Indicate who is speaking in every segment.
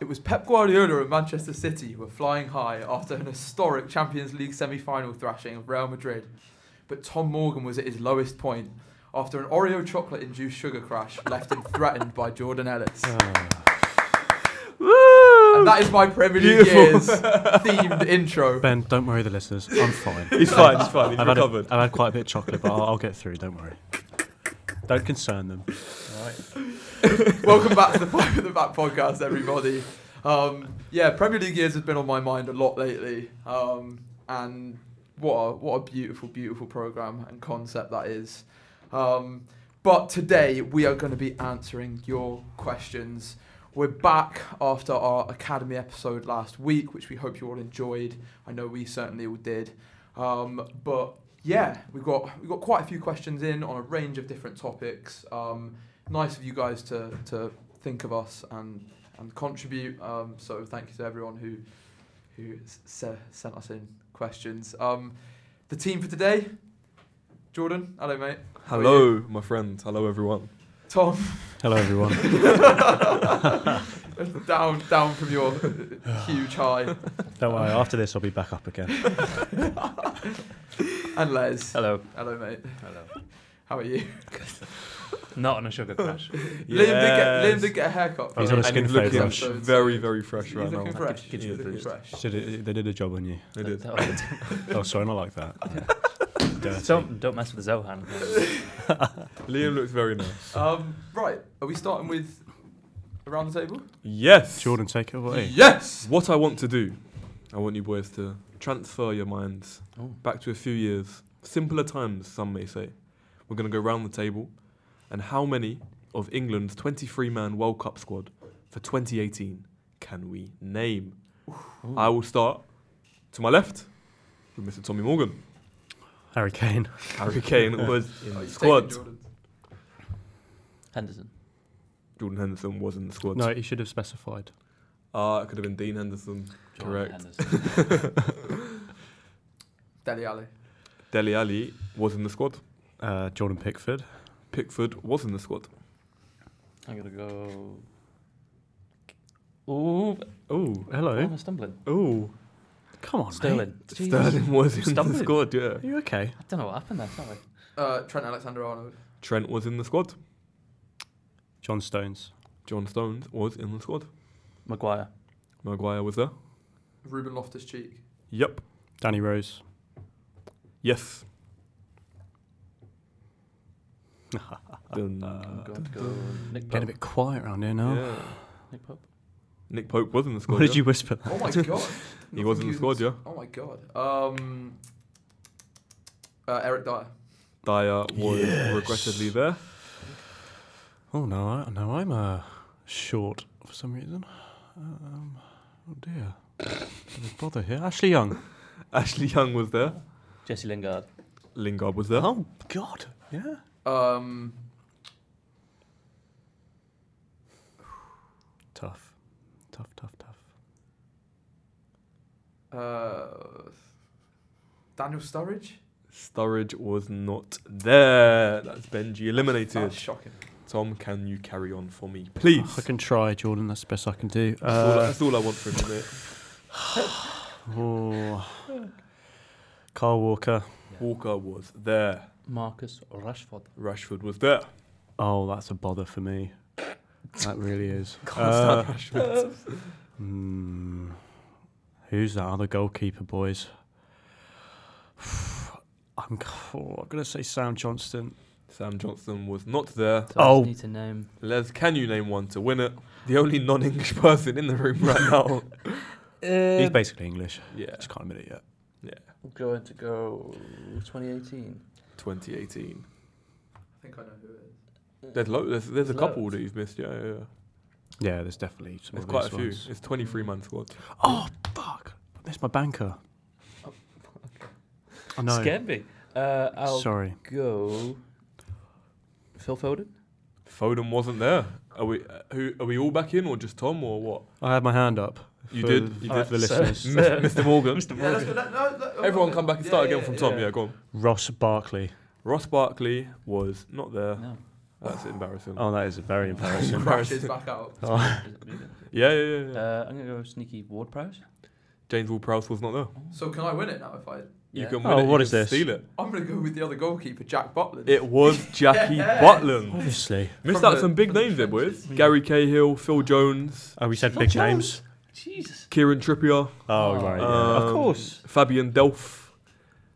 Speaker 1: It was Pep Guardiola and Manchester City who were flying high after an historic Champions League semi final thrashing of Real Madrid. But Tom Morgan was at his lowest point after an Oreo chocolate induced sugar crash left him threatened by Jordan Ellis. And that is my Premier League
Speaker 2: Beautiful.
Speaker 1: years themed intro.
Speaker 3: Ben, don't worry the listeners. I'm fine.
Speaker 2: He's fine, he's fine, he's
Speaker 3: I've had, a,
Speaker 2: recovered.
Speaker 3: I've had quite a bit of chocolate, but I'll, I'll get through. Don't worry. Don't concern them.
Speaker 1: Welcome back to the Five at the Back podcast, everybody. Um, yeah, Premier League years has been on my mind a lot lately, um, and what a, what a beautiful, beautiful program and concept that is. Um, but today we are going to be answering your questions. We're back after our academy episode last week, which we hope you all enjoyed. I know we certainly all did. Um, but yeah, we've got we've got quite a few questions in on a range of different topics. Um, nice of you guys to to think of us and and contribute. Um, so thank you to everyone who who s- se- sent us in questions. Um, the team for today, Jordan. Hello, mate. How are you?
Speaker 2: Hello, my friend. Hello, everyone.
Speaker 1: Tom.
Speaker 3: Hello, everyone.
Speaker 1: down down from your huge high,
Speaker 3: Don't worry. After this, I'll be back up again.
Speaker 1: and Les.
Speaker 4: Hello.
Speaker 1: Hello, mate.
Speaker 4: Hello.
Speaker 1: How are you?
Speaker 4: Not on a sugar crash.
Speaker 1: Liam, did get, Liam
Speaker 2: Yes.
Speaker 1: did get a haircut.
Speaker 3: He's on a
Speaker 2: And
Speaker 3: skin
Speaker 2: he's
Speaker 3: fade
Speaker 2: looking
Speaker 3: rush.
Speaker 1: episode, so
Speaker 2: very, very fresh
Speaker 1: he's
Speaker 2: right now.
Speaker 1: looking fresh. He's
Speaker 4: Gives you a
Speaker 1: looking
Speaker 4: boost.
Speaker 1: fresh.
Speaker 3: Did it- they did a job on you.
Speaker 2: They did.
Speaker 3: Oh, sorry, not like that. Dirty.
Speaker 4: don't don't mess with Zohan.
Speaker 2: Liam looks very nice.
Speaker 1: Um, right, are we starting with around the table?
Speaker 2: Yes.
Speaker 3: Jordan, take it away.
Speaker 1: Yes.
Speaker 2: What I want to do, I want you boys to transfer your minds
Speaker 4: Oh.
Speaker 2: back to a few years, simpler times, some may say. We're going to go round the table. And how many of England's 23 man World Cup squad for 2018 can we name? I will start to my left with Mr. Tommy Morgan.
Speaker 3: Harry Kane.
Speaker 2: Harry Kane was in
Speaker 1: Oh,
Speaker 2: the
Speaker 1: he's
Speaker 2: squad.
Speaker 1: taking Jordan's.
Speaker 4: Henderson.
Speaker 2: Jordan Henderson was in the squad.
Speaker 3: No, he should have specified.
Speaker 2: Uh, it could have been Dean Henderson, Correct.
Speaker 4: Henderson.
Speaker 1: Deli Ali.
Speaker 2: Deli Ali was in the squad.
Speaker 3: Uh, Jordan Pickford.
Speaker 2: Pickford was in the squad.
Speaker 4: I'm gonna go. Ooh,
Speaker 2: Oh,
Speaker 4: oh,
Speaker 3: Hello.
Speaker 4: I'm stumbling.
Speaker 2: oh.
Speaker 3: Come on, mate.
Speaker 4: Sterling. Jeez.
Speaker 2: Sterling was in
Speaker 4: Stumped.
Speaker 2: the squad, yeah.
Speaker 3: Are you okay?
Speaker 4: I don't know what happened there. Sorry.
Speaker 1: Uh, Trent Alexander-Arnold.
Speaker 2: Trent was in the squad.
Speaker 3: John Stones.
Speaker 2: John Stones was in the squad.
Speaker 4: Maguire.
Speaker 2: Maguire was there.
Speaker 1: Ruben Loftus-Cheek.
Speaker 2: Yep.
Speaker 3: Danny Rose.
Speaker 2: Yes.
Speaker 3: Oh,
Speaker 2: Dun.
Speaker 4: I'm going to go.
Speaker 3: Getting
Speaker 4: Nick
Speaker 3: a
Speaker 4: Pope.
Speaker 3: bit quiet around here now.
Speaker 2: Yeah.
Speaker 4: Nick Pope.
Speaker 2: Nick Pope was in the squad.
Speaker 3: What did
Speaker 2: yeah.
Speaker 3: you whisper?
Speaker 1: Oh my god.
Speaker 2: He was in the squad, yeah.
Speaker 1: Oh my god. Um, uh, Eric Dyer.
Speaker 2: Dyer was
Speaker 3: Yes.
Speaker 2: regrettably there.
Speaker 3: Oh no, I, no, I'm uh, short for some reason. Um, oh dear, Don't bother here. Ashley Young.
Speaker 2: Ashley Young was there.
Speaker 4: Jesse Lingard.
Speaker 2: Lingard was there.
Speaker 3: Oh God, yeah.
Speaker 1: Um,
Speaker 3: Tough, tough, tough, tough.
Speaker 1: uh, Daniel Sturridge.
Speaker 2: Sturridge was not there. That's Benji eliminated.
Speaker 1: That's shocking.
Speaker 2: Tom, can you carry on for me, please?
Speaker 3: I can try, Jordan. That's the best I can do.
Speaker 2: That's, all,
Speaker 3: Uh,
Speaker 2: that's all I want from you, mate.
Speaker 3: oh. Carl Walker.
Speaker 2: Walker was there.
Speaker 4: Marcus Rashford.
Speaker 2: Rashford was there.
Speaker 3: Oh, that's a bother for me. That really is.
Speaker 2: Can't
Speaker 3: Uh,
Speaker 2: stand Rashford.
Speaker 3: Hmm. Who's that other goalkeeper, boys? I'm, oh, I'm gonna say Sam Johnston.
Speaker 2: Sam Johnson was not there.
Speaker 4: So I
Speaker 3: Oh.
Speaker 4: just need to name.
Speaker 2: Les, can you name one to win it? The only non-English person in the room right now.
Speaker 3: He's basically English.
Speaker 2: yeah,
Speaker 3: Just can't admit it yet.
Speaker 4: I'm going to go 2018.
Speaker 2: 2018.
Speaker 1: I think I know who it is.
Speaker 2: There's, lo- there's, there's a couple
Speaker 4: Loads.
Speaker 2: that you've missed. Yeah, yeah. yeah.
Speaker 3: Yeah, there's definitely some
Speaker 2: There's
Speaker 3: of
Speaker 2: quite a
Speaker 3: these ones.
Speaker 2: few. It's 23 man squad.
Speaker 3: Oh fuck! I missed my banker. I know.
Speaker 4: Scared me. Uh, I'll
Speaker 3: Oh, Sorry.
Speaker 4: go. Phil Foden.
Speaker 2: Foden wasn't there. Are we? Uh, who? Are we all back in or just Tom or what?
Speaker 3: I had my hand up.
Speaker 2: You
Speaker 3: for
Speaker 2: did.
Speaker 3: the-
Speaker 2: You
Speaker 3: for
Speaker 2: did.
Speaker 3: the
Speaker 4: so-
Speaker 3: listeners.
Speaker 2: M- Mr. Morgan.
Speaker 1: Yeah, let's go, let- no, let-
Speaker 2: Everyone come back and
Speaker 1: Yeah,
Speaker 2: start
Speaker 1: yeah,
Speaker 2: again from
Speaker 1: yeah,
Speaker 2: Tom.
Speaker 1: yeah.
Speaker 2: Yeah, go on.
Speaker 3: Ross Barkley.
Speaker 2: Ross Barkley was not there.
Speaker 4: No.
Speaker 2: That's embarrassing.
Speaker 3: Oh, that is very embarrassing.
Speaker 1: crashes back out.
Speaker 3: Oh,
Speaker 5: Is it moving?
Speaker 2: Yeah, yeah, yeah. yeah.
Speaker 5: Uh, I'm gonna go sneaky Ward Prowse.
Speaker 2: James Ward Prowse was not there.
Speaker 1: So can I win it now if I?
Speaker 2: You
Speaker 5: Yeah.
Speaker 2: can win
Speaker 3: Oh,
Speaker 2: it.
Speaker 3: what
Speaker 2: you
Speaker 3: is
Speaker 2: can
Speaker 3: this?
Speaker 2: Steal it.
Speaker 1: I'm gonna go with the other goalkeeper, Jack Butland.
Speaker 2: It was Jackie
Speaker 1: Yes.
Speaker 2: Butland.
Speaker 3: obviously.
Speaker 2: Missed
Speaker 1: From
Speaker 2: out
Speaker 1: the-
Speaker 2: some big
Speaker 1: from the
Speaker 2: names there, boys.
Speaker 3: Mm.
Speaker 1: trenches.
Speaker 2: Gary Cahill, Phil Jones,
Speaker 3: Oh, we said
Speaker 5: Phil
Speaker 3: big
Speaker 5: Jones.
Speaker 3: names.
Speaker 5: Jesus.
Speaker 2: Kieran Trippier,
Speaker 3: Oh, right. yeah.
Speaker 2: Um,
Speaker 3: of course.
Speaker 2: Fabian Delph,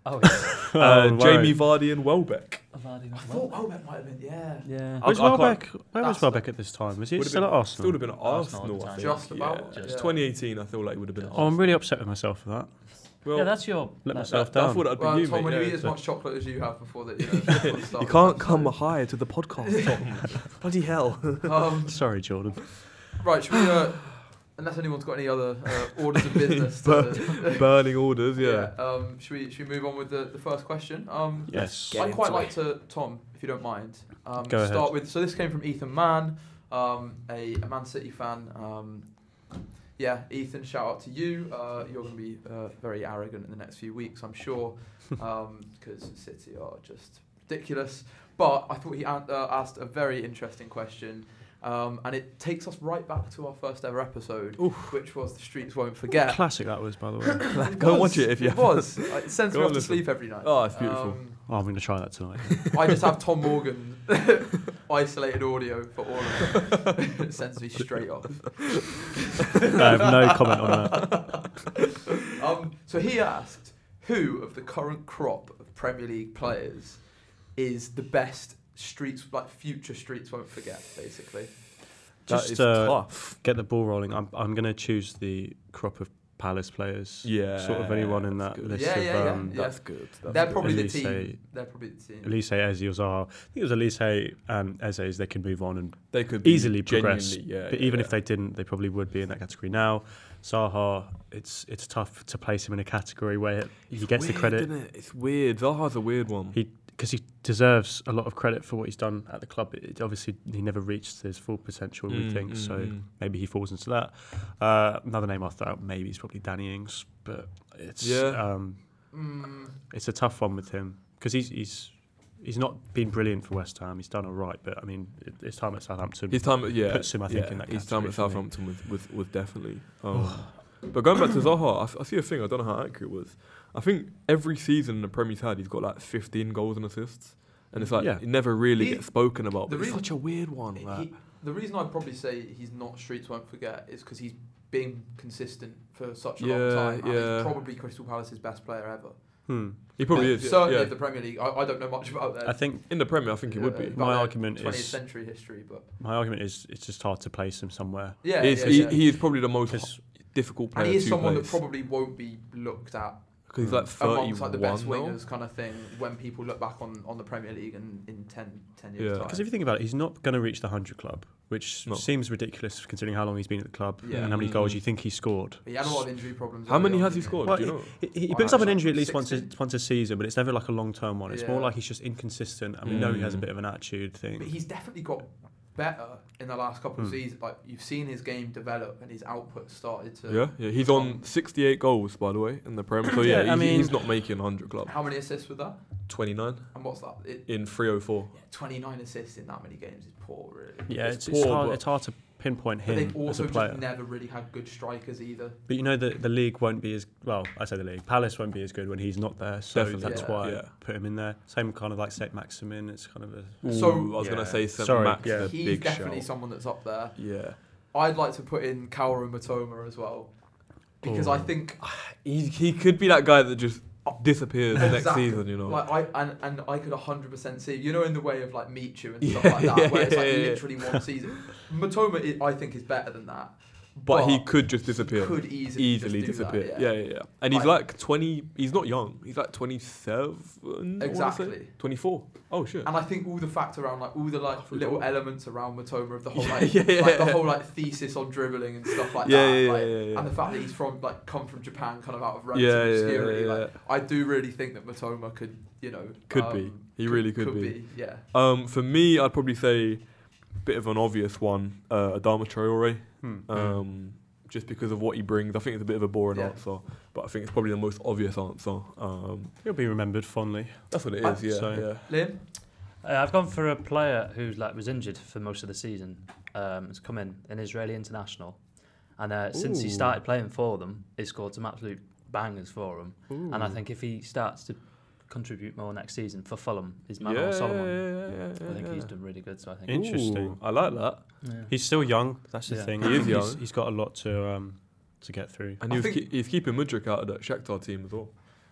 Speaker 5: Oh yeah.
Speaker 2: uh,
Speaker 3: Oh,
Speaker 2: Jamie
Speaker 3: right.
Speaker 2: Vardy, and Welbeck.
Speaker 5: Vardy
Speaker 1: I
Speaker 5: as well.
Speaker 1: thought Welbeck might have been. Yeah.
Speaker 5: Yeah.
Speaker 2: I-
Speaker 3: Was
Speaker 2: I can't-
Speaker 3: Welbeck? Where was
Speaker 1: that's-
Speaker 3: Welbeck at this time? Was he
Speaker 2: Would've
Speaker 3: still
Speaker 2: been-
Speaker 3: at Arsenal?
Speaker 2: Still would have been at
Speaker 5: Arsenal at the
Speaker 2: Arsenal. I
Speaker 5: time.
Speaker 2: think.
Speaker 1: Just
Speaker 2: yeah.
Speaker 1: about,
Speaker 2: Just
Speaker 1: yeah.
Speaker 2: 2018, I feel like it would have been.
Speaker 5: Oh,
Speaker 3: Oh, I'm
Speaker 2: Arsenal.
Speaker 3: really upset with myself for that.
Speaker 2: Well,
Speaker 5: yeah, that's your.
Speaker 3: Let
Speaker 5: that-
Speaker 3: myself
Speaker 2: that- that's
Speaker 3: down.
Speaker 2: what I'd be
Speaker 1: Well,
Speaker 2: you,
Speaker 1: Tom,
Speaker 2: mate,
Speaker 1: when you
Speaker 2: yeah.
Speaker 1: eat as much chocolate as you have before that, you know.
Speaker 2: you can't come higher to the podcast, Tom. Bloody hell.
Speaker 1: Um,
Speaker 3: Sorry, Jordan.
Speaker 1: right, should we? Uh, unless anyone's got any other uh, orders of business. to-
Speaker 2: Burning orders, yeah.
Speaker 1: Um, should we? Should we move on with the, the first question? Um,
Speaker 3: Yes.
Speaker 5: Get
Speaker 1: I'd quite
Speaker 5: into
Speaker 1: like to, Tom, if you don't mind, um,
Speaker 3: Go ahead.
Speaker 1: start with. So this came from Ethan Mann, um, a, a Man City fan. Um, yeah, Ethan, shout out to you. Uh, you're going to be uh, very arrogant in the next few weeks, I'm sure, because City are just ridiculous. But I thought he an- uh, asked a very interesting question. Um, and it takes us right back to our first ever episode, which was The Streets Won't Forget.
Speaker 3: Classic that was, by the way.
Speaker 2: Go
Speaker 1: was-
Speaker 2: watch it if you
Speaker 1: It
Speaker 2: haven't.
Speaker 1: was. It sends
Speaker 2: Go
Speaker 1: me
Speaker 2: and
Speaker 1: off to
Speaker 2: listen.
Speaker 1: sleep every night.
Speaker 2: Oh, it's beautiful.
Speaker 1: Um,
Speaker 3: Oh, I'm going to try that tonight.
Speaker 1: I just have Tom Morgan isolated audio for all of it. it sends me straight off.
Speaker 3: I have no comment on that.
Speaker 1: Um, so he asked, who of the current crop of Premier League players is the best streets, like future streets won't forget, basically?
Speaker 2: That
Speaker 3: Just
Speaker 2: is
Speaker 3: uh,
Speaker 2: tough.
Speaker 3: get the ball rolling. I'm, I'm going to choose the crop of Palace players.
Speaker 2: Yeah.
Speaker 3: Sort of anyone in
Speaker 2: that's
Speaker 3: that
Speaker 2: good.
Speaker 3: list
Speaker 1: Yeah,
Speaker 3: of
Speaker 1: yeah, yeah.
Speaker 3: um,
Speaker 2: That's good. That's
Speaker 1: They're
Speaker 2: good.
Speaker 1: probably the
Speaker 3: Elise,
Speaker 1: team.
Speaker 3: eh?
Speaker 1: They're probably the team.
Speaker 3: Elise Eze Ozar. I think it was Elise and Eze. They can move on, and
Speaker 2: They could be
Speaker 3: easily progress,
Speaker 2: genuinely- Yeah,
Speaker 3: but
Speaker 2: yeah,
Speaker 3: even
Speaker 2: yeah.
Speaker 3: if they didn't, they probably would be in that category now. Zaha, it's it's tough to place him in a category where he
Speaker 2: It's
Speaker 3: gets
Speaker 2: weird,
Speaker 3: the credit
Speaker 2: Isn't it? It's weird. Zaha's a weird one.
Speaker 3: He- because he deserves a lot of credit for what he's done at the club. It, it obviously he never reached his full potential. we
Speaker 2: Mm,
Speaker 3: think
Speaker 2: mm,
Speaker 3: so.
Speaker 2: mm.
Speaker 3: Maybe he falls into that. Uh, another name I throw out maybe is probably Danny Ings, but it's
Speaker 2: Yeah.
Speaker 3: um,
Speaker 1: Mm,
Speaker 3: it's a tough one with him because he's he's he's not been brilliant for West Ham. He's done all right, but I mean it- his time at Southampton.
Speaker 2: His time, at- yeah,
Speaker 3: puts him, I think,
Speaker 2: yeah,
Speaker 3: in that
Speaker 2: his time
Speaker 3: category
Speaker 2: at
Speaker 3: for me. Oh.
Speaker 2: Southampton was, was, was definitely. Um, but going back to Zaha, I, f- I see a thing. I don't know how accurate it was. I think every season in the Premier's had, he's got like 15 goals and assists, and it's like
Speaker 3: Yeah.
Speaker 2: it never really
Speaker 1: He-
Speaker 2: gets spoken about.
Speaker 1: the
Speaker 2: But it's
Speaker 1: reason-
Speaker 2: such a weird one. Like,
Speaker 1: he- the reason I'd probably say he's not streets won't forget is because he's been consistent for such a
Speaker 2: Yeah,
Speaker 1: long time. And
Speaker 2: yeah.
Speaker 1: he's probably Crystal Palace's best player ever.
Speaker 3: Hmm.
Speaker 2: he probably is. Yeah,
Speaker 1: Certainly
Speaker 2: yeah.
Speaker 1: of the Premier League. I, I don't know much about
Speaker 2: uh,
Speaker 1: their
Speaker 3: I think
Speaker 2: in the Premier, I think he would be.
Speaker 1: about
Speaker 3: My
Speaker 1: their
Speaker 3: argument
Speaker 1: 20th
Speaker 3: is-
Speaker 1: century history, but
Speaker 3: my argument is it's just hard to place him somewhere
Speaker 1: yeah,
Speaker 2: He's-
Speaker 1: yeah,
Speaker 2: he,
Speaker 1: yeah.
Speaker 2: he is probably the most
Speaker 3: because
Speaker 2: difficult player
Speaker 1: and he is
Speaker 2: to
Speaker 1: someone
Speaker 2: place.
Speaker 1: that probably won't be looked at
Speaker 2: 'Cause he's like 31
Speaker 1: amongst like Mm. the best
Speaker 2: now.
Speaker 1: wingers kind of thing when people look back on, on the Premier League in, in 10, 10 years
Speaker 2: Yeah.
Speaker 1: time.
Speaker 3: if you think about it, he's not going to reach the hundred club, which
Speaker 2: No.
Speaker 3: seems ridiculous considering how long he's been at the club
Speaker 1: Yeah.
Speaker 3: and how many
Speaker 2: Mm.
Speaker 3: goals you think he scored.
Speaker 1: But he had a lot of injury problems.
Speaker 2: How
Speaker 1: early
Speaker 2: many
Speaker 1: on,
Speaker 2: has he
Speaker 1: didn't
Speaker 2: scored?
Speaker 3: Well,
Speaker 2: Do you know?
Speaker 3: He, he- he
Speaker 1: Well,
Speaker 3: picks up an
Speaker 1: actually,
Speaker 3: injury at least once a,
Speaker 1: 16.
Speaker 3: once a season, but it's never like a long term one. It's more
Speaker 1: Yeah.
Speaker 3: like he's just inconsistent, and we know he has a
Speaker 2: Mm.
Speaker 3: bit of an attitude thing.
Speaker 1: But he's definitely got better in the last couple of
Speaker 3: Hmm.
Speaker 1: seasons. Like you've seen his game develop and his output started to.
Speaker 2: Yeah, yeah. He's on 68 goals, by the way, in the Premier. So
Speaker 3: Yeah,
Speaker 2: yeah,
Speaker 3: I
Speaker 2: he's,
Speaker 3: mean-
Speaker 2: he's not making 100 club.
Speaker 1: How many assists with that?
Speaker 2: 29
Speaker 1: And what's that? It,
Speaker 2: in 304.
Speaker 1: yeah, 29 assists in that many games is poor, really.
Speaker 3: yeah,
Speaker 2: it's
Speaker 3: it's, it's,
Speaker 2: poor,
Speaker 3: hard,
Speaker 2: but-
Speaker 3: it's hard to pinpoint
Speaker 1: But
Speaker 3: him
Speaker 1: they've
Speaker 3: as
Speaker 1: also
Speaker 3: a player.
Speaker 1: just never really had good strikers either.
Speaker 3: but you know that the league won't be as well. I say the league, Palace won't be as good when he's not there. So
Speaker 2: Definitely,
Speaker 3: that's
Speaker 1: yeah.
Speaker 3: why
Speaker 2: Yeah.
Speaker 3: put him in there. Same kind of like Set Maximin. It's kind of a
Speaker 1: So-
Speaker 2: Ooh, I was
Speaker 5: Yeah.
Speaker 2: gonna say Saint
Speaker 3: Sorry,
Speaker 2: Max,
Speaker 3: yeah.
Speaker 2: the
Speaker 1: He's
Speaker 2: big
Speaker 1: definitely
Speaker 2: shout.
Speaker 1: someone that's up there.
Speaker 2: yeah,
Speaker 1: I'd like to put in Kaoru Matoma as well. Because I
Speaker 3: Oh.
Speaker 1: think
Speaker 2: he he could be that guy that just disappears next
Speaker 1: Exactly.
Speaker 2: season. You know,
Speaker 1: like I and, and I could hundred percent see you know in the way of like Michu and stuff
Speaker 2: Yeah,
Speaker 1: like that, where it's like
Speaker 2: yeah, yeah.
Speaker 1: literally one season. Matoma is, I think is better than that.
Speaker 2: but, he could just disappear.
Speaker 1: could easily,
Speaker 2: Easily
Speaker 1: just do that,
Speaker 2: disappear. yeah. yeah, yeah, And he's
Speaker 1: Like-
Speaker 2: like, twenty. He's not young. He's like twenty-seven.
Speaker 1: Exactly.
Speaker 2: Twenty-four. Oh shit.
Speaker 1: And I think all the facts around like all the like
Speaker 2: forgot.
Speaker 1: little elements around Matoma of the whole
Speaker 2: Yeah,
Speaker 1: like,
Speaker 2: yeah, yeah,
Speaker 1: like the
Speaker 2: yeah.
Speaker 1: whole like thesis on dribbling and stuff like
Speaker 2: Yeah,
Speaker 1: that.
Speaker 2: yeah,
Speaker 1: like,
Speaker 2: yeah, yeah, yeah.
Speaker 1: And the fact that he's from like come from Japan kind of out of relative
Speaker 2: yeah, yeah, yeah,
Speaker 1: obscurity.
Speaker 2: yeah,
Speaker 1: Like I do really think that Matoma could, you know
Speaker 2: Could be.
Speaker 1: um,
Speaker 2: He really could be.
Speaker 1: Yeah.
Speaker 2: Um, for me, I'd probably say bit of an obvious one. Uh, Adama Traore.
Speaker 3: Hmm.
Speaker 2: um, just because of what he brings. I think it's a bit of a boring
Speaker 1: Mm. Yeah.
Speaker 2: answer, but I think it's probably the most obvious answer. Um,
Speaker 3: He'll be remembered fondly.
Speaker 2: that's what it
Speaker 1: I-
Speaker 2: is. yeah,
Speaker 3: so-
Speaker 2: yeah.
Speaker 1: Liam?
Speaker 4: Uh, I've gone for a player who like was injured for most of the season. Um, has come in an Israeli international, and uh, since he
Speaker 2: Ooh.
Speaker 4: started playing for them, he scored some absolute bangers for them. And I think if he starts to contribute more next season for Fulham, is Manuel Solomon.
Speaker 2: yeah, yeah,
Speaker 4: I think
Speaker 2: yeah.
Speaker 4: he's done really good. So I think.
Speaker 3: In- Interesting.
Speaker 2: Ooh, I like that.
Speaker 4: Yeah.
Speaker 3: He's still young. That's the
Speaker 4: Yeah.
Speaker 3: thing.
Speaker 2: He
Speaker 3: I
Speaker 2: is
Speaker 3: think he's-
Speaker 2: young.
Speaker 3: he's got a lot to um, to get through.
Speaker 2: And
Speaker 1: I
Speaker 2: he was,
Speaker 1: think-
Speaker 2: keep, he was keeping Mudrik out of that Shakhtar team as well.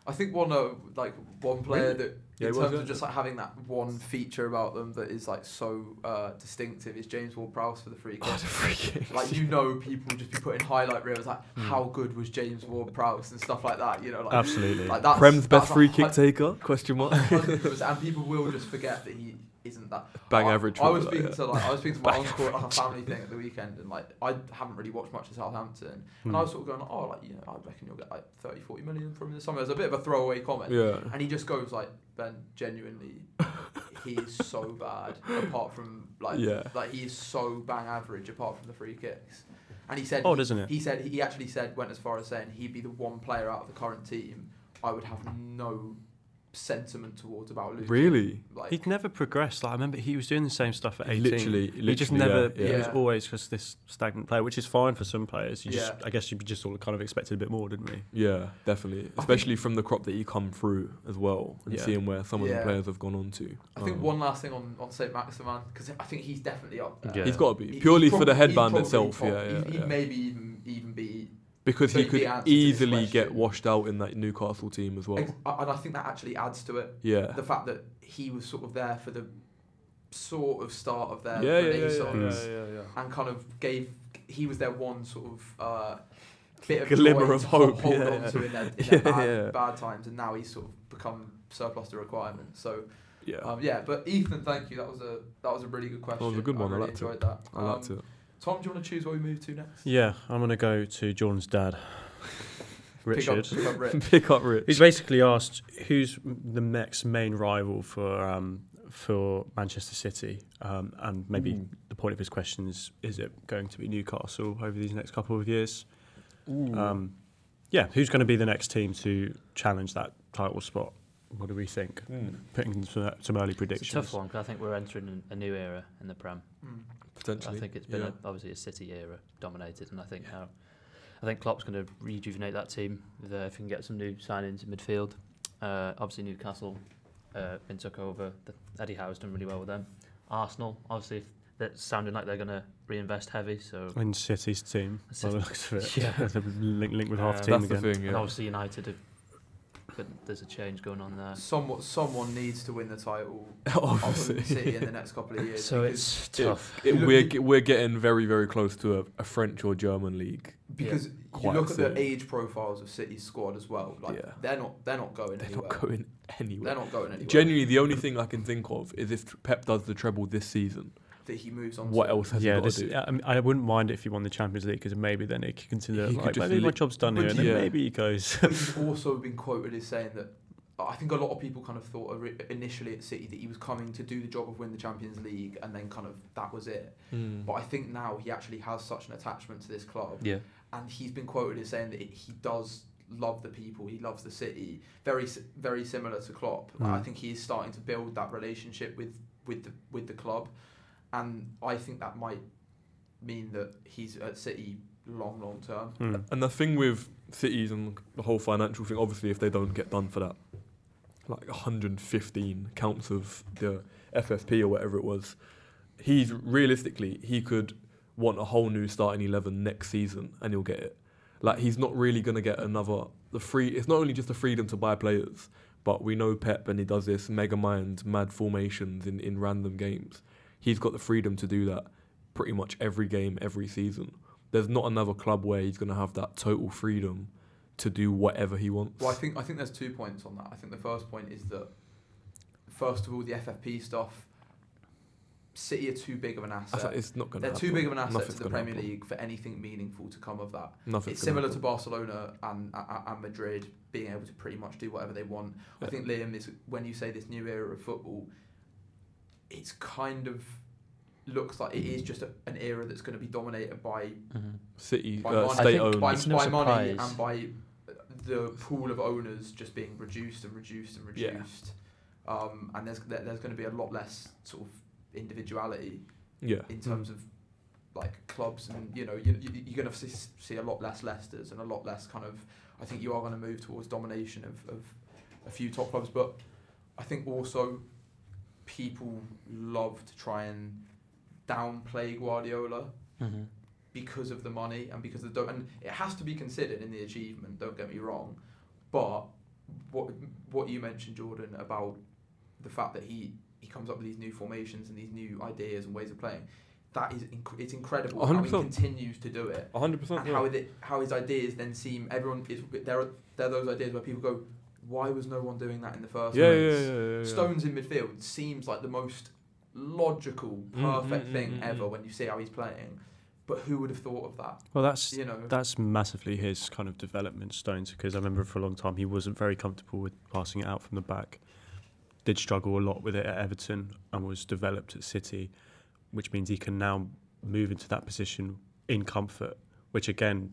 Speaker 1: I think one uh, like one player
Speaker 2: Really?
Speaker 1: that
Speaker 2: Yeah,
Speaker 1: in
Speaker 2: he was,
Speaker 1: terms of
Speaker 2: yeah.
Speaker 1: just like having that one feature about them that is like so uh, distinctive is James Ward-Prowse for the free
Speaker 2: Oh,
Speaker 1: kick. Like you know, people would just be putting highlight reels like
Speaker 2: Hmm.
Speaker 3: Mm.
Speaker 1: how good was James Ward-Prowse and stuff like that. You know, like,
Speaker 3: Absolutely.
Speaker 1: like that's
Speaker 2: Ah, Prem's best
Speaker 1: that's a
Speaker 2: free
Speaker 1: hun-
Speaker 2: kick taker? Question mark.
Speaker 1: 100%, and people will just forget that he isn't that
Speaker 2: Bang
Speaker 1: I,
Speaker 2: average.
Speaker 1: I was
Speaker 2: footballer,
Speaker 1: speaking
Speaker 2: yeah.
Speaker 1: to like I was speaking to my uncle at like, a family thing at the weekend, and like I haven't really watched much of Southampton,
Speaker 3: Hmm.
Speaker 2: Hmm.
Speaker 1: and I was sort of going, oh, like you know, I reckon you'll get like 30, 40 million from him this summer. It was a bit of a throwaway comment,
Speaker 2: Yeah.
Speaker 1: and he just goes like, Ben, genuinely, he is so bad. Apart from like,
Speaker 2: Yeah.
Speaker 1: like he is so bang average. Apart from the free kicks, and he said,
Speaker 3: Odd,
Speaker 2: Oh,
Speaker 1: he,
Speaker 3: isn't it?
Speaker 1: he said he actually said went as far as saying he'd be the one player out of the current team I would have no sentiment towards about losing.
Speaker 2: Really?
Speaker 1: Like,
Speaker 3: He'd never progressed. Like I remember, he was doing the same stuff at
Speaker 2: He
Speaker 3: eighteen.
Speaker 2: literally-
Speaker 3: he just
Speaker 2: literally,
Speaker 3: never.
Speaker 2: yeah,
Speaker 3: He
Speaker 1: yeah.
Speaker 3: was always just this stagnant player, which is fine for some players. You just,
Speaker 1: Yeah.
Speaker 3: I guess, you just all kind of expected a bit more, didn't we?
Speaker 2: Yeah, definitely.
Speaker 1: think-
Speaker 2: Especially from the crop that you come through as well and
Speaker 3: Yeah.
Speaker 2: seeing where some of the
Speaker 1: Yeah.
Speaker 2: players have gone on to.
Speaker 1: I think
Speaker 2: Um,
Speaker 1: one last thing on, on St. Maximan, because I think he's definitely up there.
Speaker 3: Yeah.
Speaker 2: He's got to be.
Speaker 1: He-
Speaker 2: Purely
Speaker 1: he's
Speaker 2: for the
Speaker 1: probably-
Speaker 2: headband
Speaker 1: he's probably
Speaker 2: itself,
Speaker 1: top.
Speaker 2: yeah, yeah.
Speaker 1: He'd, he'd
Speaker 2: yeah.
Speaker 1: maybe even, even be.
Speaker 2: Because
Speaker 1: So
Speaker 2: he
Speaker 1: he'd be
Speaker 2: could
Speaker 1: the answer to this
Speaker 2: easily get
Speaker 1: question.
Speaker 2: washed out in that Newcastle team as well.
Speaker 1: ex- And I think that actually adds to it.
Speaker 2: yeah.
Speaker 1: The fact that he was sort of there for the sort of start of their
Speaker 2: Yeah, yeah, yeah,
Speaker 1: renaissance
Speaker 3: Mm.
Speaker 2: yeah, yeah, yeah, yeah.
Speaker 1: and kind of gave. He was their one sort of. Uh, Bit of
Speaker 2: Glimmer
Speaker 1: joy
Speaker 2: of
Speaker 1: to ho-
Speaker 2: hope,
Speaker 1: hold
Speaker 2: yeah.
Speaker 1: on to in their, in
Speaker 2: Yeah,
Speaker 1: their bad,
Speaker 2: yeah.
Speaker 1: bad times, and now he's sort of become surplus to requirements. So
Speaker 2: Yeah.
Speaker 1: um, yeah, but Ethan, thank you. That was a that was a really good question.
Speaker 2: was a good one. I
Speaker 1: I really
Speaker 2: liked it.
Speaker 1: enjoyed that.
Speaker 2: I liked
Speaker 1: Um,
Speaker 2: it.
Speaker 1: Tom, do you want to choose what we move to next?
Speaker 3: Yeah, I'm gonna go to Jordan's dad, Richard.
Speaker 1: Pick up, pick up Rich.
Speaker 2: Pick up Rich.
Speaker 3: He's basically asked who's the next main rival for um, for Manchester City, um, and maybe
Speaker 2: Ooh.
Speaker 3: the point of his question is: is it going to be Newcastle over these next couple of years?
Speaker 2: Hmm.
Speaker 3: Um, yeah, who's going to be the next team to challenge that title spot? What do we think?
Speaker 2: Mm.
Speaker 3: Putting in some, some early
Speaker 4: It's
Speaker 3: predictions.
Speaker 4: a tough one because I think we're entering an- a new era in the Prem.
Speaker 1: Mm.
Speaker 2: Potentially.
Speaker 4: I think it's been
Speaker 2: yeah.
Speaker 4: a, obviously a City era dominated, and I think now, I think Klopp's going to rejuvenate that team with, uh, if he can get some new signings in midfield. Uh, obviously Newcastle uh, been took over. The, Eddie Howe's done really well with them. Arsenal, obviously, if that's sounding like they're going to reinvest heavy. So
Speaker 3: In City's team, by the
Speaker 4: City-
Speaker 3: looks of it.
Speaker 4: Yeah.
Speaker 3: They're link, linked with half
Speaker 4: Um,
Speaker 3: the team
Speaker 2: That's
Speaker 3: again.
Speaker 2: the thing,
Speaker 4: and
Speaker 2: yeah.
Speaker 4: obviously United, have, but there's a change going on there.
Speaker 1: Someone, someone needs to win the title of City
Speaker 2: Obviously.
Speaker 1: in the next couple of years.
Speaker 4: So
Speaker 1: because-
Speaker 4: it's
Speaker 2: Yeah.
Speaker 4: tough.
Speaker 2: It,
Speaker 1: Look,
Speaker 2: we're,
Speaker 1: you-
Speaker 2: ge- we're getting very, very close to a, a French or German league.
Speaker 1: because you
Speaker 2: quite
Speaker 1: look at the
Speaker 2: soon.
Speaker 1: age profiles of City's squad as well. Like
Speaker 2: Yeah.
Speaker 1: they're not they're not going
Speaker 2: They're
Speaker 1: anywhere.
Speaker 2: not going anywhere.
Speaker 1: They're not going anywhere.
Speaker 2: Genuinely, the only thing I can think of is if Pep does the treble this season,
Speaker 1: that he moves on.
Speaker 2: what
Speaker 1: to.
Speaker 2: else has
Speaker 3: Yeah,
Speaker 2: he got
Speaker 3: this,
Speaker 2: to do?
Speaker 3: I, mean, I wouldn't mind if he won the Champions League because maybe then he could consider
Speaker 2: He could
Speaker 3: like
Speaker 2: just
Speaker 3: maybe my
Speaker 2: lit-
Speaker 3: job's done here,
Speaker 2: but
Speaker 3: and then
Speaker 2: yeah.
Speaker 3: maybe he goes.
Speaker 1: But he's also been quoted as saying that. I think a lot of people kind of thought ori- initially at City that he was coming to do the job of win the Champions League and then kind of that was it.
Speaker 2: Mm.
Speaker 1: But I think now he actually has such an attachment to this club
Speaker 4: Yeah.
Speaker 1: and he's been quoted as saying that he does love the people, he loves the city, very s- very similar to Klopp. I
Speaker 3: Mm.
Speaker 1: think he is starting to build that relationship with with the with the club, and I think that might mean that he's at City long long term.
Speaker 3: Hmm.
Speaker 2: And the thing with cities and the whole financial thing, obviously, if they don't get done for that, like 115 counts of the FFP or whatever it was, he's realistically he could want a whole new starting 11 next season, and he'll get it. Like he's not really gonna get another the free. It's not only just the freedom to buy players, but we know Pep and he does this mega mind mad formations in in random games. He's got the freedom to do that pretty much every game, every season there's not another club where he's going to have that total freedom to do whatever he wants.
Speaker 1: Well, I think I think there's two points on that. I think the first point is that first of all the FFP stuff, City are too big of an
Speaker 2: I thought
Speaker 1: asset.
Speaker 2: it's not going to
Speaker 1: They're
Speaker 2: happen.
Speaker 1: too big of an asset
Speaker 2: Nothing's
Speaker 1: to the
Speaker 2: gonna
Speaker 1: Premier
Speaker 2: happen.
Speaker 1: League for anything meaningful to come of that.
Speaker 2: Nothing's
Speaker 1: it's
Speaker 2: gonna
Speaker 1: similar to
Speaker 2: happen.
Speaker 1: Barcelona and, and and Madrid being able to pretty much do whatever they want. I
Speaker 2: Yeah.
Speaker 1: think Liam is when you say this new era of football, it's kind of looks like it is just a, an era that's going to be dominated by
Speaker 4: Mm-hmm.
Speaker 2: City,
Speaker 1: by
Speaker 2: uh,
Speaker 1: money,
Speaker 2: state owned.
Speaker 1: by,
Speaker 4: It's no
Speaker 1: by money
Speaker 4: surprise.
Speaker 1: and by the pool of owners just being reduced and reduced and
Speaker 2: Yeah.
Speaker 1: reduced. um, and there's there, there's going to be a lot less sort of individuality
Speaker 2: Yeah.
Speaker 1: in terms of like clubs and you know you, you, you're going to see, see a lot less Leicesters and a lot less kind of I think you are going to move towards domination of, of a few top clubs but I think also people love to try and downplay Guardiola
Speaker 4: Mm-hmm.
Speaker 1: because of the money and because of the do- and it has to be considered in the achievement don't get me wrong but what what you mentioned Jordan about the fact that he he comes up with these new formations and these new ideas and ways of playing that is inc- it's incredible how he
Speaker 2: 100%.
Speaker 1: continues to do it
Speaker 2: 100%.
Speaker 1: and how it, how his ideas then seem everyone is there are there are those ideas where people go why was no one doing that in the first
Speaker 2: yeah, yeah, yeah,
Speaker 1: place
Speaker 2: yeah, yeah.
Speaker 1: Stones in midfield seems like the most logical,
Speaker 2: mm,
Speaker 1: perfect
Speaker 2: mm,
Speaker 1: thing
Speaker 2: mm,
Speaker 1: ever
Speaker 2: mm.
Speaker 1: when you see how he's playing. But who would have thought of that?
Speaker 3: Well, that's
Speaker 1: You know,
Speaker 3: that's massively his kind of development stones because I remember for a long time he wasn't very comfortable with passing it out from the back. Did struggle a lot with it at Everton and was developed at City, which means he can now move into that position in comfort, which again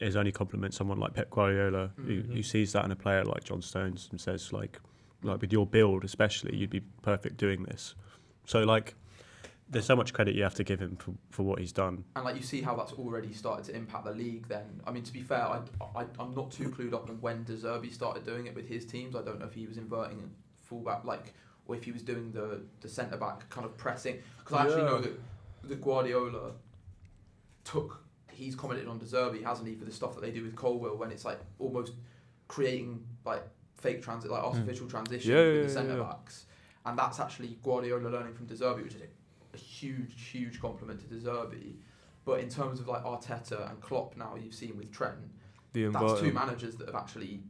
Speaker 3: is only compliment someone like Pep Guardiola who, who
Speaker 4: Mhm.
Speaker 3: sees that in a player like John Stones and says like, like with your build especially, you'd be perfect doing this. So like, there's so much credit you have to give him for, for what he's done.
Speaker 1: and like you see how that's already started to impact the league. Then, I mean, to be fair, I, I I'm not too clued up on when De Zerbi started doing it with his teams. I don't know if he was inverting fullback like, or if he was doing the the centre back kind of pressing. Because I actually
Speaker 5: Yeah.
Speaker 1: know that the Guardiola took. He's commented on De Zerbi, hasn't he, for the stuff that they do with Colwell when it's like almost creating like fake transit, like artificial transitions
Speaker 2: Hmm. Yeah, yeah,
Speaker 1: with the
Speaker 2: yeah,
Speaker 1: centre
Speaker 2: yeah.
Speaker 1: backs, and that's actually Guardiola learning from De Zerbi, which is a, a huge, huge compliment to De Zerbi. But in terms of like Arteta and Klopp, now you've seen with Trent,
Speaker 2: The
Speaker 1: that's two
Speaker 2: environment.
Speaker 1: managers that have actually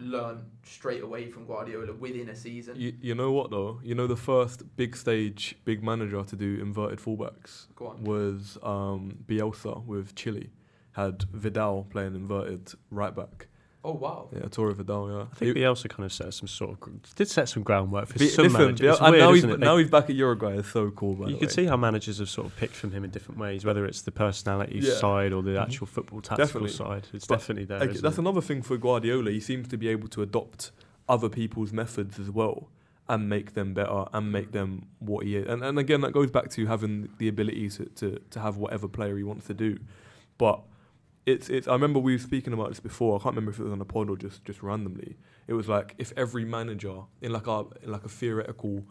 Speaker 1: learned straight away from Guardiola within a season.
Speaker 2: You, you know what though? You know the first big stage, big manager to do inverted fullbacks
Speaker 1: Go on.
Speaker 2: was um, Bielsa with Chile. Had Vidal playing inverted right back.
Speaker 1: Oh wow.
Speaker 2: Yeah, Torre Vidal. Yeah.
Speaker 3: I think
Speaker 2: He-
Speaker 3: Bielsa kind of set some sort of gr- did set some groundwork for
Speaker 2: Bi-
Speaker 3: some
Speaker 2: listen,
Speaker 3: managers. It's
Speaker 2: Biel- and
Speaker 3: weird,
Speaker 2: now he's
Speaker 3: isn't it? They-
Speaker 2: now he's back at Uruguay. It's so cool. By
Speaker 3: you
Speaker 2: the
Speaker 3: can
Speaker 2: way.
Speaker 3: see how managers have sort of picked from him in different ways, whether it's the personality
Speaker 2: Yeah.
Speaker 3: side or the
Speaker 2: Mhm.
Speaker 3: actual football tactical
Speaker 2: Definitely.
Speaker 3: side. It's
Speaker 2: But
Speaker 3: Mm-hmm. definitely there.
Speaker 2: Ag-
Speaker 3: isn't
Speaker 2: that's
Speaker 3: it?
Speaker 2: another thing for Guardiola. He seems to be able to adopt other people's methods as well and make them better and make them what he is. And, and again, that goes back to having the ability to, to, to have whatever player he wants to do. But it's, it's, I remember we were speaking about this before. I can't remember if it was on a pod or just, just randomly. It was like if every manager in like a, in like a theoretical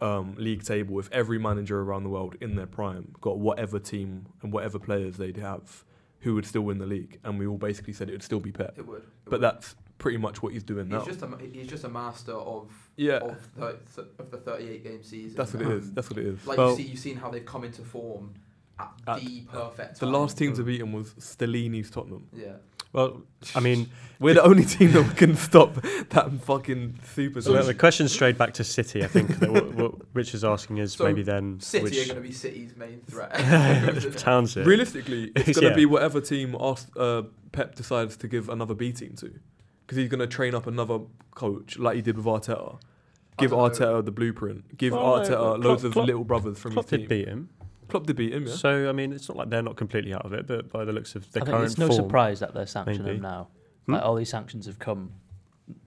Speaker 2: um, league table, if every manager around the world in their prime got whatever team and whatever players they'd have, who would still win the league? And we all basically said it would still be Pep.
Speaker 1: It would. It
Speaker 2: But
Speaker 1: would.
Speaker 2: that's pretty much what he's doing
Speaker 1: he's
Speaker 2: now.
Speaker 1: just a ma- he's just a master of
Speaker 2: Yeah,
Speaker 1: of, the, of the 38 game season.
Speaker 2: that's what it is.
Speaker 1: Um,
Speaker 2: That's what it is.
Speaker 1: Like
Speaker 3: Well-
Speaker 1: you see, you've seen how they've come into form at,
Speaker 2: At-
Speaker 1: the perfect.
Speaker 2: The
Speaker 1: time.
Speaker 2: last team to beat him was Stellini's Tottenham.
Speaker 1: Yeah.
Speaker 3: Well, I mean,
Speaker 2: We're the only team that can stop that fucking super.
Speaker 3: so the question strayed back to City. I think that what, what Rich is asking is
Speaker 1: So,
Speaker 3: maybe then
Speaker 1: City are
Speaker 3: which
Speaker 1: going to be City's main threat.
Speaker 3: towns it.
Speaker 2: Realistically, it's going to
Speaker 3: Yeah.
Speaker 2: be whatever team Ars- uh, Pep decides to give another B team to, because he's going to train up another coach like he did with Arteta. Give
Speaker 1: don't know.
Speaker 2: Arteta the blueprint. Give
Speaker 3: Well, no,
Speaker 2: Arteta
Speaker 3: Klopp-
Speaker 2: loads of
Speaker 3: Klopp-
Speaker 2: little brothers from
Speaker 3: Klopp
Speaker 2: his team.
Speaker 3: did beat him,
Speaker 2: Klopp did beat him. Yeah.
Speaker 3: so I mean, it's not like they're not completely out of it. But by the looks of the
Speaker 4: I think
Speaker 3: current
Speaker 4: it's no
Speaker 3: form,
Speaker 4: surprise that they're sanctioning
Speaker 3: maybe.
Speaker 4: him now.
Speaker 3: Hmm?
Speaker 4: Like all these sanctions have come,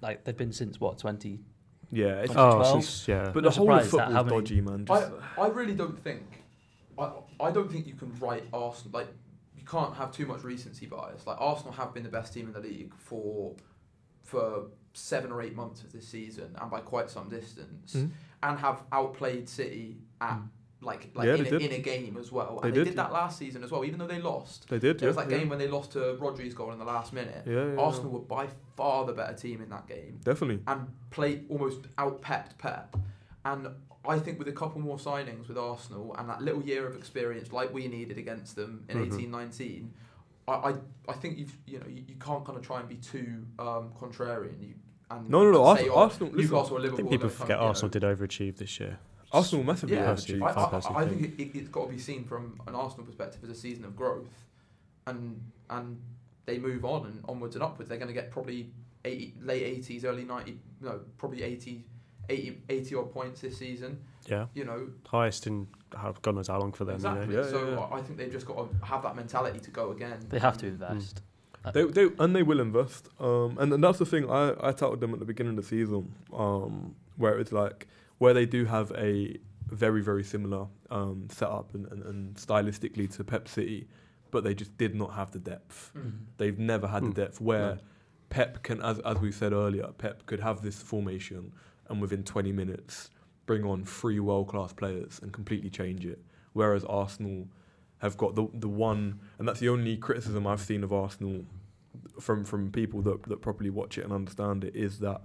Speaker 4: like they've been since what 20.
Speaker 2: yeah. it's-
Speaker 3: oh,
Speaker 4: 12.
Speaker 3: since- yeah,
Speaker 2: but
Speaker 4: no
Speaker 2: the whole of
Speaker 4: surprise that
Speaker 2: football's
Speaker 4: how many-
Speaker 2: dodgy, man.
Speaker 1: I,
Speaker 2: Just,
Speaker 1: I really don't think I, I don't think you can write Arsenal like you can't have too much recency bias. Like Arsenal have been the best team in the league for for seven or eight months of this season and by quite some distance
Speaker 2: Mhm.
Speaker 1: and have outplayed City at like like
Speaker 2: Mm. Yeah,
Speaker 1: in,
Speaker 2: they
Speaker 1: a,
Speaker 2: did.
Speaker 1: in a game as well.
Speaker 2: They
Speaker 1: and they
Speaker 2: did,
Speaker 1: did that last season as well, even though they lost.
Speaker 2: they did.
Speaker 1: There was
Speaker 2: yeah,
Speaker 1: that
Speaker 2: yeah.
Speaker 1: game when they lost to Rodri's goal in the last minute.
Speaker 2: Yeah, yeah, yeah.
Speaker 1: Arsenal were by far the better team in that game
Speaker 2: Definitely.
Speaker 1: and play almost outpepped Pep. And I think with a couple more signings with Arsenal and that little year of experience like we needed against them in
Speaker 3: Mhm.
Speaker 2: Mm-hmm.
Speaker 1: eighteen nineteen, I, I I think you've you know you, you can't kind of try and be too um, contrarian. You and
Speaker 2: No, no, no.
Speaker 1: say,
Speaker 2: Arsenal,
Speaker 1: oh,
Speaker 2: Arsenal, listen,
Speaker 1: Newcastle or
Speaker 3: I
Speaker 1: Liverpool.
Speaker 3: think
Speaker 1: are
Speaker 3: people
Speaker 1: gonna come,
Speaker 3: forget
Speaker 1: you know.
Speaker 3: Arsenal did overachieve this year.
Speaker 2: Arsenal massively
Speaker 1: Yeah,
Speaker 3: overachieved.
Speaker 1: I,
Speaker 2: overachieved.
Speaker 3: Five past
Speaker 1: I, I
Speaker 3: eight,
Speaker 1: think it, it, it's got to be seen from an Arsenal perspective as a season of growth, and and they move on and onwards and upwards. They're going to get probably 80, late eighties, early ninety, no, probably 80, 80, 80 odd points this season.
Speaker 3: Yeah,
Speaker 1: You know
Speaker 3: highest in how- God knows how long for them. You know?
Speaker 1: exactly.
Speaker 2: yeah,
Speaker 1: so
Speaker 2: yeah, yeah.
Speaker 1: I I think they've just got to have that mentality to go again.
Speaker 4: They have to invest.
Speaker 2: They, they and they will invest. Um, and, and that's the thing I I touted them at the beginning of the season. Um, where it's like where they do have a very very similar um setup and, and, and stylistically to Pep City, but they just did not have the depth.
Speaker 4: Mm.
Speaker 2: They've never had
Speaker 6: Hmm.
Speaker 2: the depth where
Speaker 6: No.
Speaker 2: Pep can, as as we said earlier, Pep could have this formation and within 20 minutes bring on three world class players and completely change it. Whereas Arsenal have got the the one, and that's the only criticism I've seen of Arsenal from from people that that properly watch it and understand it is that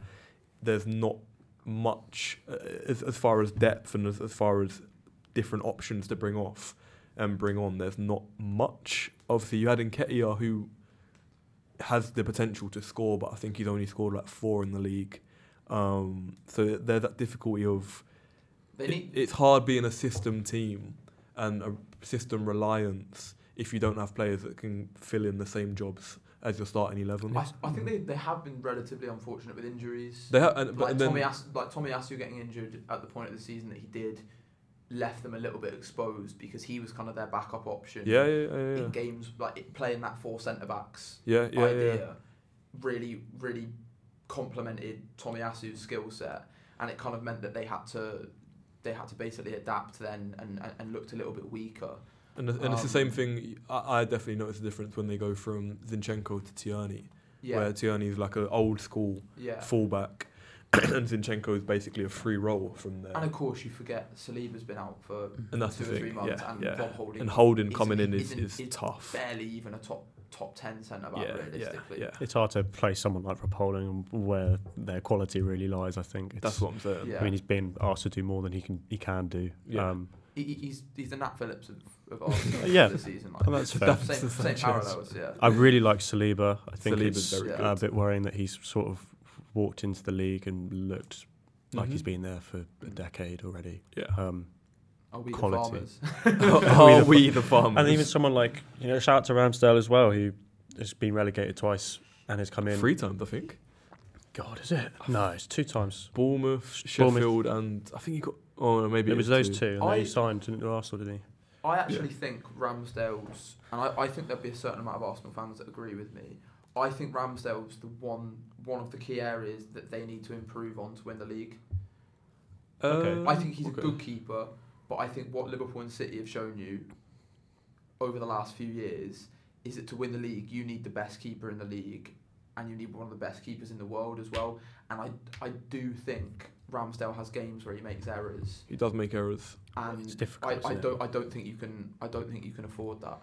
Speaker 2: there's not much uh, as, as far as depth and as, as far as different options to bring off and bring on. There's not much. Obviously, you had Nketiah who has the potential to score, but I think he's only scored like four in the league. Um, so there's that difficulty of
Speaker 1: They
Speaker 2: it-
Speaker 1: need,
Speaker 2: it's hard being a system team and a system reliance if you don't have players that can fill in the same jobs as your starting eleven.
Speaker 1: I, I think they, they have been relatively unfortunate with injuries.
Speaker 2: They ha- and, but
Speaker 1: like
Speaker 2: and then
Speaker 1: Tommy As- like Tommy Asu getting injured at the point of the season that he did left them a little bit exposed because he was kind of their backup option.
Speaker 2: yeah, yeah, yeah, yeah,
Speaker 1: In games like it- playing that four centre backs
Speaker 2: yeah, yeah, yeah,
Speaker 1: idea
Speaker 2: yeah.
Speaker 1: really really complemented Tommy Asu's skill set and it kind of meant that they had to they had to basically adapt then and, and, and looked a little bit weaker.
Speaker 2: And, and it's the
Speaker 1: Um,
Speaker 2: same thing. I, I definitely noticed the difference when they go from Zinchenko to Tierney,
Speaker 1: Yeah.
Speaker 2: where Tierney is like an old school
Speaker 1: yeah.
Speaker 2: fullback, and Zinchenko is basically a free role from there.
Speaker 1: And of course you forget Saliba's been out for
Speaker 2: And that's
Speaker 1: two
Speaker 2: the
Speaker 1: or three
Speaker 2: thing.
Speaker 1: months
Speaker 2: Yeah,
Speaker 1: and
Speaker 2: yeah.
Speaker 1: Rob Holding
Speaker 2: And Holden
Speaker 1: is-
Speaker 2: coming in is,
Speaker 1: isn't-
Speaker 2: is
Speaker 1: is
Speaker 2: tough.
Speaker 1: barely even a top top ten centre back
Speaker 2: yeah, yeah,
Speaker 1: realistically.
Speaker 2: yeah.
Speaker 3: It's hard to place someone like Rapoling where their quality really lies. I think it's,
Speaker 2: That's what I'm saying.
Speaker 1: Yeah.
Speaker 3: I mean, he's been asked to do more than he can he can do.
Speaker 2: Yeah.
Speaker 3: Um,
Speaker 1: He, he- he's he's the Nat Phillips of, of Arsenal
Speaker 3: Yeah.
Speaker 1: this season. Like,
Speaker 3: and Oh, that's fair.
Speaker 2: That's-
Speaker 1: same, same
Speaker 2: Sanchez.
Speaker 1: parallels, yeah.
Speaker 3: I really like Saliba. I think
Speaker 2: Saliba's
Speaker 3: it's
Speaker 2: very
Speaker 1: yeah.
Speaker 2: good.
Speaker 3: a bit worrying that he's sort of walked into the league and looked like he's
Speaker 2: Mhm.
Speaker 3: been there for a decade already.
Speaker 2: Yeah.
Speaker 3: Um,
Speaker 1: Are we the
Speaker 3: Quality.
Speaker 1: farmers?
Speaker 2: Are we the farmers?
Speaker 3: and even someone like you know, shout out to Ramsdale as well, who has been relegated twice and has come in.
Speaker 2: three times, I think.
Speaker 3: God, is
Speaker 2: Oh.
Speaker 3: it? No, it's two times.
Speaker 2: Bournemouth,
Speaker 3: Bournemouth.
Speaker 2: Sheffield, and I think he got. Oh, no, maybe
Speaker 3: It was those two, and then
Speaker 1: I-
Speaker 3: he signed to Arsenal, didn't he?
Speaker 1: I actually think Ramsdale's, and I, I think there'll be a certain amount of Arsenal fans that agree with me. I think Ramsdale's the one one of the key areas that they need to improve on to win the league.
Speaker 3: Okay.
Speaker 1: I think he's
Speaker 2: Uh, okay.
Speaker 1: a good keeper, but I think what Liverpool and City have shown you over the last few years is that to win the league, you need the best keeper in the league, and you need one of the best keepers in the world as well. And I, I do think Ramsdale has games where he makes errors,
Speaker 2: He does make errors.
Speaker 1: and
Speaker 3: It's difficult,
Speaker 1: I, I
Speaker 3: isn't it?
Speaker 1: don't I don't think you can I don't think you can afford that.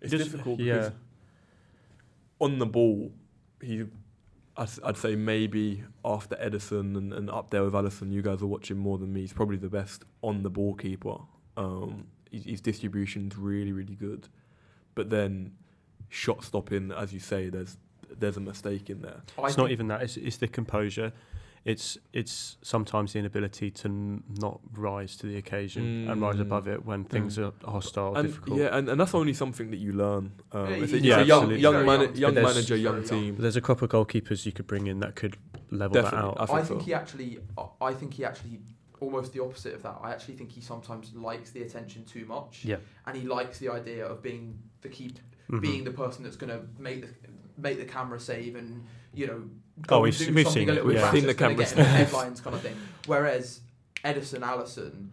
Speaker 2: It's
Speaker 3: Just-
Speaker 2: difficult
Speaker 3: yeah.
Speaker 2: because on the ball, he, I'd, I'd say maybe after Edison and, and up there with Allison, you guys are watching more than me. He's probably the best on the ball keeper. Um, his, his distribution's really, really good, but then shot stopping, as you say, there's there's a mistake in there.
Speaker 1: I
Speaker 3: it's not
Speaker 1: think-
Speaker 3: even that. It's, it's the composure. It's it's sometimes the inability to n- not rise to the occasion and rise
Speaker 2: Mm.
Speaker 3: above it when things are hostile,
Speaker 2: and
Speaker 3: difficult.
Speaker 2: yeah, and, and that's only something that you learn.
Speaker 1: Yeah,
Speaker 2: Um, it's a,
Speaker 1: he's
Speaker 2: it's
Speaker 3: Yeah,
Speaker 2: a young,
Speaker 3: absolutely.
Speaker 2: young,
Speaker 1: very
Speaker 2: man-
Speaker 1: young to be
Speaker 2: young
Speaker 3: honest.
Speaker 2: manager,
Speaker 1: He's
Speaker 2: young
Speaker 1: very young.
Speaker 2: team.
Speaker 3: There's a couple of goalkeepers you could bring in that could level
Speaker 2: Definitely.
Speaker 3: that
Speaker 2: I
Speaker 3: out.
Speaker 1: I
Speaker 2: think
Speaker 1: think
Speaker 2: so.
Speaker 1: he actually. I- I think he actually almost the opposite of that. I actually think he sometimes likes the attention too much.
Speaker 3: Yeah.
Speaker 1: And he likes the idea of being the keep,
Speaker 3: Mhm.
Speaker 1: Uh, being the person that's going to make the make the camera save and you know.
Speaker 3: Oh,
Speaker 1: go and
Speaker 3: we've
Speaker 1: do
Speaker 3: s- we've
Speaker 1: something
Speaker 3: seen
Speaker 1: a
Speaker 3: it,
Speaker 1: little bit
Speaker 3: yeah.
Speaker 1: rash
Speaker 2: Seen the
Speaker 1: that's gonna
Speaker 2: camera
Speaker 1: get in the
Speaker 2: save.
Speaker 1: headlines kind of thing. Whereas Edison, Allison,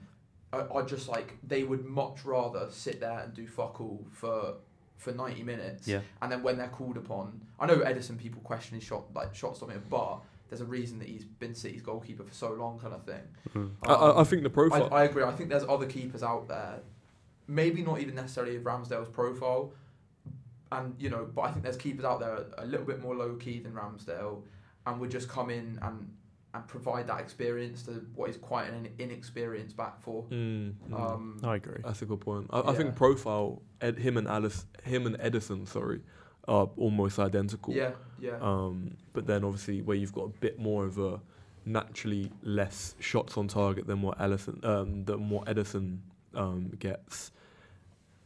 Speaker 1: are, are just like they would much rather sit there and do fuck all for for ninety minutes
Speaker 3: Yeah.
Speaker 1: and then when they're called upon, I know Edison people question his shot like shot stopping, but there's a reason that he's been City's goalkeeper for so long, kind of thing.
Speaker 3: Mhm.
Speaker 2: I, I, I think the
Speaker 1: I,
Speaker 2: profile.
Speaker 1: um, I agree. I think there's other keepers out there, maybe not even necessarily of Ramsdale's profile, and you know, but I think there's keepers out there a little bit more low key than Ramsdale, and would just come in and and provide that experience to what is quite an inexperienced back four.
Speaker 2: Mm, mm.
Speaker 1: Um,
Speaker 3: I agree.
Speaker 2: That's a good point. I, I
Speaker 1: Yeah.
Speaker 2: think profile Ed, him and Alice, him and Edison, sorry, are almost identical.
Speaker 1: Yeah, yeah.
Speaker 2: Oh, Um, but then obviously where you've got a bit more of a naturally less shots on target than what Allison, um, than what Edison um, gets.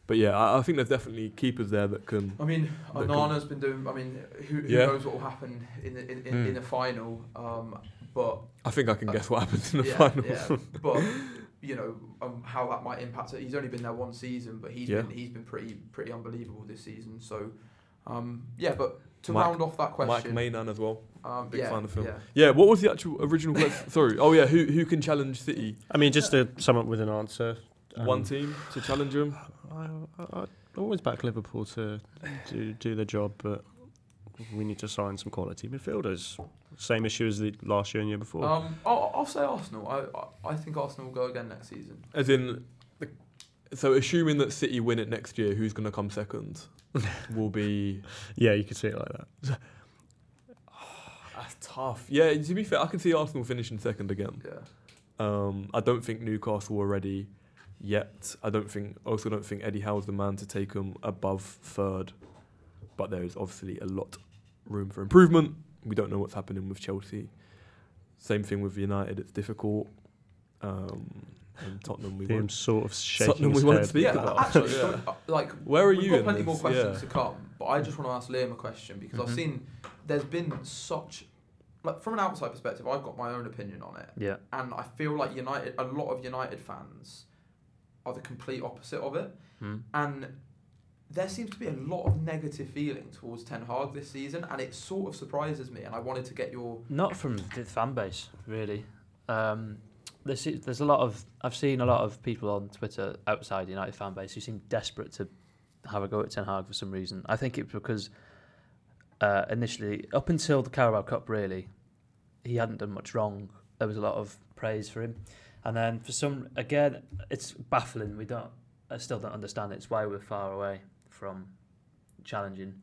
Speaker 2: But yeah, I, I think there's definitely keepers there that can.
Speaker 1: I mean,
Speaker 2: That
Speaker 1: Onana's been doing. I mean, who, who
Speaker 2: Yeah.
Speaker 1: knows what will happen in the in, in,
Speaker 3: Mm.
Speaker 1: in the final? Um, but
Speaker 2: I think I can guess what happens in the
Speaker 1: yeah,
Speaker 2: final.
Speaker 1: yeah. But you know um, how that might impact. it. He's only been there one season, but he's
Speaker 2: Yeah.
Speaker 1: been he's been pretty pretty unbelievable this season. So Um, yeah, but to
Speaker 2: Mike-
Speaker 1: round off that
Speaker 2: Mike
Speaker 1: question,
Speaker 2: Maynard as well.
Speaker 1: um,
Speaker 2: big
Speaker 1: yeah,
Speaker 2: fan of film.
Speaker 1: yeah.
Speaker 2: Yeah, what was the actual original question? Sorry. Oh yeah, who who can challenge City?
Speaker 3: I mean, just to sum up with an answer. um,
Speaker 2: One team to challenge them.
Speaker 3: I, I, I always back Liverpool to do, do the job, but we need to sign some quality midfielders. Same issue as the last year and year before.
Speaker 1: Um, I'll, I'll say Arsenal. I, I I think Arsenal will go again next season.
Speaker 2: As in, the, so assuming that City win it next year, who's going to come second? will be
Speaker 3: yeah, you could see it like that.
Speaker 2: that's tough. Yeah, to be fair, I can see Arsenal finishing second again.
Speaker 1: Yeah.
Speaker 2: Um, I don't think Newcastle are ready yet. I don't think. Also, don't think Eddie Howe's the man to take them above third. But there is obviously a lot room for improvement. We don't know what's happening with Chelsea. Same thing with United. It's difficult. Um, and Tottenham, we
Speaker 3: Liam
Speaker 2: won't.
Speaker 3: sort of shaking
Speaker 2: Tottenham,
Speaker 3: his
Speaker 2: we won't
Speaker 3: head.
Speaker 2: speak
Speaker 1: yeah,
Speaker 2: about.
Speaker 1: actually,
Speaker 2: Yeah.
Speaker 1: sorry, uh, like
Speaker 2: Where are
Speaker 1: we've
Speaker 2: you
Speaker 1: got
Speaker 2: in
Speaker 1: plenty
Speaker 2: this?
Speaker 1: more questions
Speaker 2: Yeah. Mm-hmm.
Speaker 1: to come, but I just want to ask Liam a question because I've seen there's been such like from an outside perspective, I've got my own opinion on it,
Speaker 4: Yeah.
Speaker 1: and I feel like United, a lot of United fans are the complete opposite of it,
Speaker 4: Hmm.
Speaker 1: and there seems to be a lot of negative feeling towards Ten Hag this season, and it sort of surprises me, and I wanted to get your
Speaker 4: Not from the fan base, really. Um, there's, there's a lot of I've seen a lot of people on Twitter outside the United fan base who seem desperate to have a go at Ten Hag for some reason. I think it's because uh, initially, up until the Carabao Cup, really, he hadn't done much wrong. There was a lot of praise for him, and then for some again, it's baffling. We don't, I still don't understand. It's why we're far away from challenging.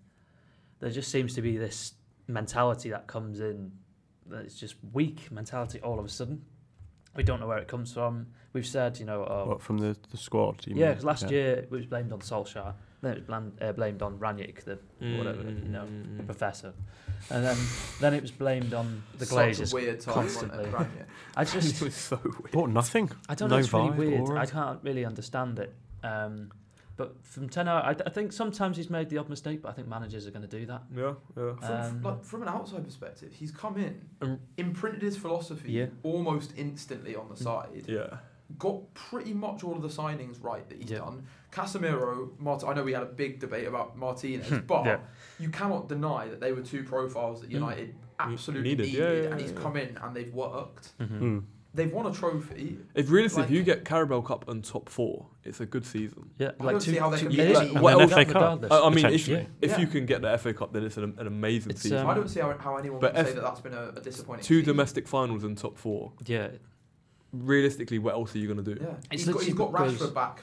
Speaker 4: There just seems to be this mentality that comes in that it's just weak mentality all of a sudden. We don't know where it comes from. We've said, you know, oh,
Speaker 3: What, from the, the squad? you
Speaker 4: yeah,
Speaker 3: mean?
Speaker 4: because last
Speaker 3: Yeah.
Speaker 4: year it was blamed on Solskjaer. Then it was blamed, uh, blamed on Ranić, the
Speaker 2: Hmm.
Speaker 4: whatever,
Speaker 2: Mm.
Speaker 4: you know, the professor. And then then it was blamed on the
Speaker 1: such a
Speaker 4: Glazers.
Speaker 1: weird time wasn't it,
Speaker 4: constantly.
Speaker 1: Grania?
Speaker 4: I just,
Speaker 6: Bought nothing.
Speaker 4: I don't know,
Speaker 6: No
Speaker 4: it's really
Speaker 6: vibe
Speaker 4: weird.
Speaker 6: or
Speaker 4: I
Speaker 6: anything.
Speaker 4: can't really understand it. Um, but from 10 hour, I, I think sometimes he's made the odd mistake, but I think managers are going to do that.
Speaker 2: Yeah, yeah.
Speaker 1: From,
Speaker 4: Um,
Speaker 1: like, from an outside perspective, he's come in,
Speaker 2: Um,
Speaker 1: imprinted his philosophy
Speaker 4: Yeah. Mm,
Speaker 1: almost instantly on the side,
Speaker 2: Yeah.
Speaker 1: got pretty much all of the signings right that he's
Speaker 4: Yeah.
Speaker 1: done. Casemiro, Mart- I know we had a big debate about Martinez, but
Speaker 4: Yeah.
Speaker 1: you cannot deny that they were two profiles that United absolutely
Speaker 2: needed,
Speaker 1: needed,
Speaker 2: yeah, yeah,
Speaker 1: and
Speaker 2: yeah,
Speaker 1: he's
Speaker 2: yeah.
Speaker 1: come in and they've worked.
Speaker 2: Mm-hmm.
Speaker 3: Mm.
Speaker 1: They've won a trophy.
Speaker 2: If realistic,
Speaker 1: Like-
Speaker 2: you get Carabao Cup and top four, it's a good season.
Speaker 4: Yeah,
Speaker 1: I don't see how they can
Speaker 4: it
Speaker 1: be
Speaker 4: is
Speaker 1: better.
Speaker 4: a
Speaker 2: And
Speaker 4: well
Speaker 2: then
Speaker 4: done
Speaker 3: FA Cup.
Speaker 4: regardless.
Speaker 2: I I mean, if,
Speaker 3: Potentially.
Speaker 2: if you
Speaker 1: Yeah.
Speaker 2: can get the FA Cup, then it's an, an amazing
Speaker 4: It's,
Speaker 2: season.
Speaker 4: um,
Speaker 1: I don't see how, how anyone
Speaker 2: but
Speaker 1: can say
Speaker 2: F-
Speaker 1: that that's been a, a disappointing
Speaker 2: Two
Speaker 1: season.
Speaker 2: domestic finals and top four.
Speaker 4: yeah,
Speaker 2: Realistically, what else are you going to do?
Speaker 1: Yeah.
Speaker 4: It's
Speaker 1: He's got, he's got
Speaker 4: literally
Speaker 1: Rashford back.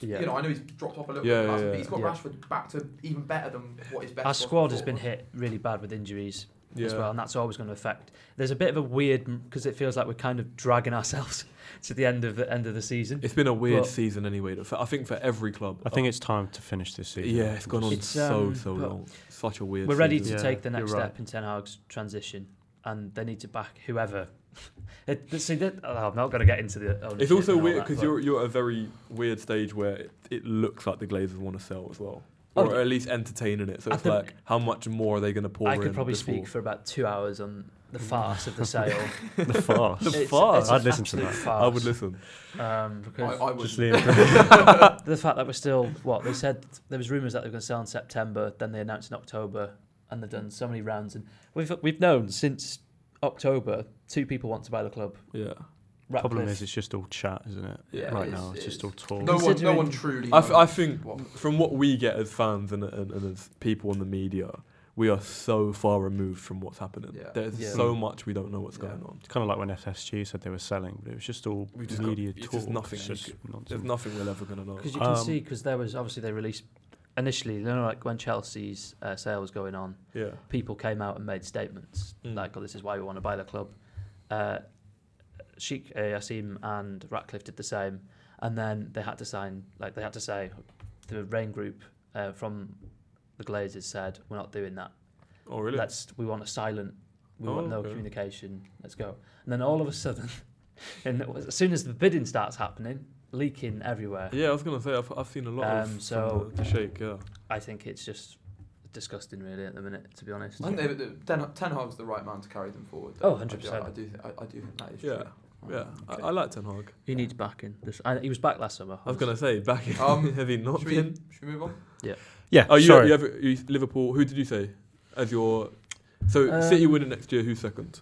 Speaker 4: yeah.
Speaker 1: You know, I know he's dropped off a little
Speaker 2: Yeah,
Speaker 1: bit, last week,
Speaker 2: yeah, yeah.
Speaker 1: but he's got
Speaker 4: Yeah.
Speaker 1: Rashford back to even better than what his best.
Speaker 4: Our
Speaker 1: was
Speaker 4: squad has been
Speaker 1: before.
Speaker 4: hit really bad with injuries
Speaker 2: Yeah.
Speaker 4: as well, and that's always going to affect. There's a bit of a weird because it feels like we're kind of dragging ourselves to the end of the end of the season.
Speaker 2: It's been a weird
Speaker 4: But-
Speaker 2: season anyway. though, for- I think for every club.
Speaker 3: I think it's time to finish this season.
Speaker 2: Yeah, it's gone on
Speaker 4: It's,
Speaker 2: so
Speaker 4: um,
Speaker 2: so
Speaker 4: but-
Speaker 2: long. Such a weird.
Speaker 4: we're ready to
Speaker 2: season.
Speaker 3: Yeah,
Speaker 4: take the next
Speaker 3: you're right.
Speaker 4: step in Ten Hag's transition, and they need to back whoever. it, see, that, oh, I'm not going to get into the. ownership
Speaker 2: It's also
Speaker 4: and all
Speaker 2: weird
Speaker 4: that,
Speaker 2: because
Speaker 4: but-
Speaker 2: you're you're at a very weird stage where it, it looks like the Glazers want to sell as well,
Speaker 4: Oh,
Speaker 2: or at least entertaining it. So
Speaker 4: I
Speaker 2: it's
Speaker 4: think-
Speaker 2: like, how much more are they going to pour
Speaker 4: I
Speaker 2: in?
Speaker 4: could probably
Speaker 2: before-
Speaker 4: speak for about two hours on the farce of the sale.
Speaker 3: the farce.
Speaker 2: The
Speaker 4: It's-
Speaker 2: farce.
Speaker 4: it's an
Speaker 3: I'd listen to
Speaker 4: absolute
Speaker 3: that.
Speaker 4: farce,
Speaker 2: I would listen.
Speaker 4: Um, because
Speaker 1: I, I
Speaker 3: Just
Speaker 1: was.
Speaker 3: Liam.
Speaker 4: the fact that we're still what they said there was rumours that they were going to sell in September, then they announced in October, and they've done so many rounds, and we've we've known since October two people want to buy the club.
Speaker 2: Yeah.
Speaker 4: Ratcliffe,
Speaker 3: Problem is, it's just all chat, isn't it?
Speaker 1: Yeah,
Speaker 3: right
Speaker 1: it
Speaker 3: now,
Speaker 1: is,
Speaker 3: it's
Speaker 1: it
Speaker 3: just
Speaker 1: is.
Speaker 3: all talk.
Speaker 1: No one, no
Speaker 4: Considering-
Speaker 1: one truly.
Speaker 2: I, f- I
Speaker 1: knows
Speaker 2: think
Speaker 1: what-
Speaker 2: from what we get as fans and, and, and as people in the media, we are so far removed from what's happening.
Speaker 1: Yeah.
Speaker 2: There's
Speaker 4: Yeah.
Speaker 2: so much we don't know what's
Speaker 1: Yeah.
Speaker 2: going on.
Speaker 3: It's kind of like when FSG said they were selling, but it was just all
Speaker 2: We just got-
Speaker 3: media
Speaker 2: it's
Speaker 3: talk.
Speaker 2: just nothing
Speaker 3: It's
Speaker 2: you
Speaker 3: just
Speaker 2: There's
Speaker 3: nonsense.
Speaker 2: nothing we're ever going to know.
Speaker 4: because you can
Speaker 3: Um,
Speaker 4: see because there was obviously they released initially, you know, like when Chelsea's uh, sale was going on,
Speaker 2: Yeah.
Speaker 4: people came out and made statements
Speaker 2: Mm.
Speaker 4: like, "Oh, this is why we want to buy the club." Uh, Sheikh uh, Yassim and Ratcliffe did the same, and then they had to sign, like they had to say, the Rain Group uh, from the Glazers said, "We're not doing that.
Speaker 2: Oh, really?
Speaker 4: Let's we want a silent, we
Speaker 2: Oh,
Speaker 4: want no
Speaker 2: okay.
Speaker 4: communication. Let's go." And then all of a sudden, and it was- as soon as the bidding starts happening, leaking everywhere,
Speaker 2: yeah, I was going to say, I've, I've seen a lot
Speaker 4: Um,
Speaker 2: of from
Speaker 4: so-
Speaker 2: the, the shake, yeah.
Speaker 4: I think it's just disgusting, really, at the minute, to be honest.
Speaker 1: I think they, they, Ten, Ten Hag's the right man to carry them forward.
Speaker 4: Oh,
Speaker 1: I do-
Speaker 4: 100%.
Speaker 1: I do, thi- I, I do think that is
Speaker 2: Yeah,
Speaker 1: true. Um,
Speaker 2: Yeah,
Speaker 1: Okay.
Speaker 2: I, I like Ten Hag.
Speaker 4: He needs backing. This I, he was back last summer.
Speaker 2: I was going to say, back in,
Speaker 1: Um,
Speaker 2: have he not
Speaker 1: should, we,
Speaker 2: been?
Speaker 1: should we move on?
Speaker 3: Yeah.
Speaker 2: Oh, you,
Speaker 3: sorry.
Speaker 2: you have you, Liverpool. Who did you say as your? So City
Speaker 4: Um,
Speaker 2: winning next year. Who's second?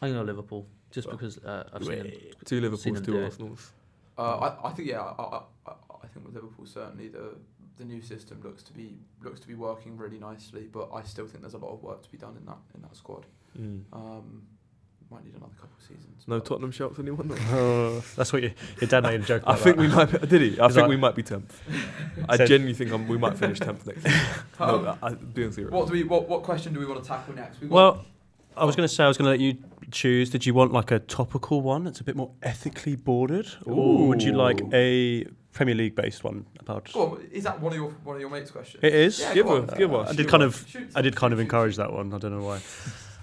Speaker 4: I'm going to Liverpool just
Speaker 2: Well,
Speaker 4: because uh, I've seen them.
Speaker 2: Two
Speaker 4: seen
Speaker 2: Liverpools,
Speaker 4: them
Speaker 2: two
Speaker 4: do it.
Speaker 2: Arsenals.
Speaker 1: Uh, I, I think yeah, I, I, I I think with Liverpool certainly the the new system looks to be looks to be working really nicely, but I still think there's a lot of work to be done in that in that squad.
Speaker 2: Hmm.
Speaker 1: Um, might need another couple of seasons.
Speaker 2: No
Speaker 1: but-
Speaker 2: Tottenham shouts anyone. No.
Speaker 3: Oh, that's what you, your dad made a joke.
Speaker 2: I
Speaker 3: About
Speaker 2: think
Speaker 3: that.
Speaker 2: we might. Be, did he? I
Speaker 3: Is
Speaker 2: think
Speaker 3: that-
Speaker 2: we might be tenth. I
Speaker 3: Said-
Speaker 2: genuinely think I'm, we might finish tenth next year.
Speaker 1: Um,
Speaker 2: no, I, I, being serious.
Speaker 1: what do we what what question do we want to tackle next? We want-
Speaker 3: Well, I was going to say I was going to let you choose. Did you want like a topical one that's a bit more ethically bordered, or would you like
Speaker 2: Ooh.
Speaker 3: a Premier League based one about?
Speaker 1: go on, is that one of your one of your mates' questions?
Speaker 3: It is.
Speaker 1: Yeah,
Speaker 2: give
Speaker 1: go
Speaker 2: us,
Speaker 1: on. Uh,
Speaker 2: give us.
Speaker 3: I
Speaker 2: give
Speaker 3: did kind
Speaker 2: us.
Speaker 3: of,
Speaker 1: Shoot,
Speaker 3: I did kind of
Speaker 1: shoot, shoot,
Speaker 3: encourage
Speaker 1: shoot.
Speaker 3: that one. I don't know why.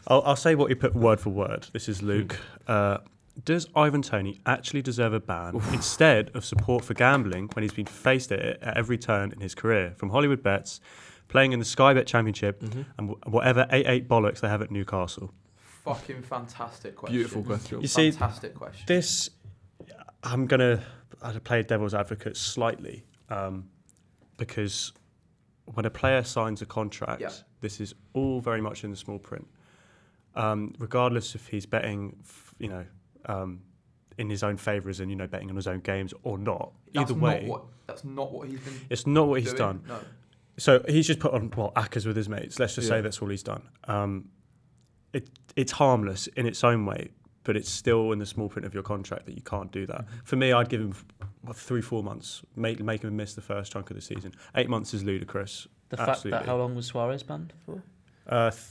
Speaker 3: I'll, I'll say what he put word for word. This
Speaker 1: Hmm.
Speaker 3: is Luke. Uh, does Ivan Tony actually deserve a ban instead of support for gambling when he's been faced at it at every turn in his career, from Hollywood bets, playing in the Sky Bet Championship, and wh- whatever eight eight bollocks they have at Newcastle?
Speaker 1: Fucking fantastic question.
Speaker 2: Beautiful question.
Speaker 3: You see,
Speaker 1: fantastic question.
Speaker 3: This, I'm gonna I'd play devil's advocate slightly um, because when a player signs a contract,
Speaker 1: Yeah.
Speaker 3: this is all very much in the small print. Um, regardless if he's betting, f- you know, um, in his own favour, as in you know, betting on his own games or not.
Speaker 1: That's
Speaker 3: either
Speaker 1: not
Speaker 3: way,
Speaker 1: what, that's not what he's been.
Speaker 3: it's not what he's
Speaker 1: doing.
Speaker 3: done.
Speaker 1: No.
Speaker 3: So he's just put on well acres with his mates. Let's just say
Speaker 2: Yeah.
Speaker 3: that's all he's done. Um, it it's harmless in its own way, but it's still in the small print of your contract that you can't do that. For me, I'd give him what, three four months, make make him miss the first chunk of the season. Eight months is ludicrous.
Speaker 4: The fact
Speaker 3: Absolutely.
Speaker 4: that how long was Suarez banned for?
Speaker 3: Uh, th-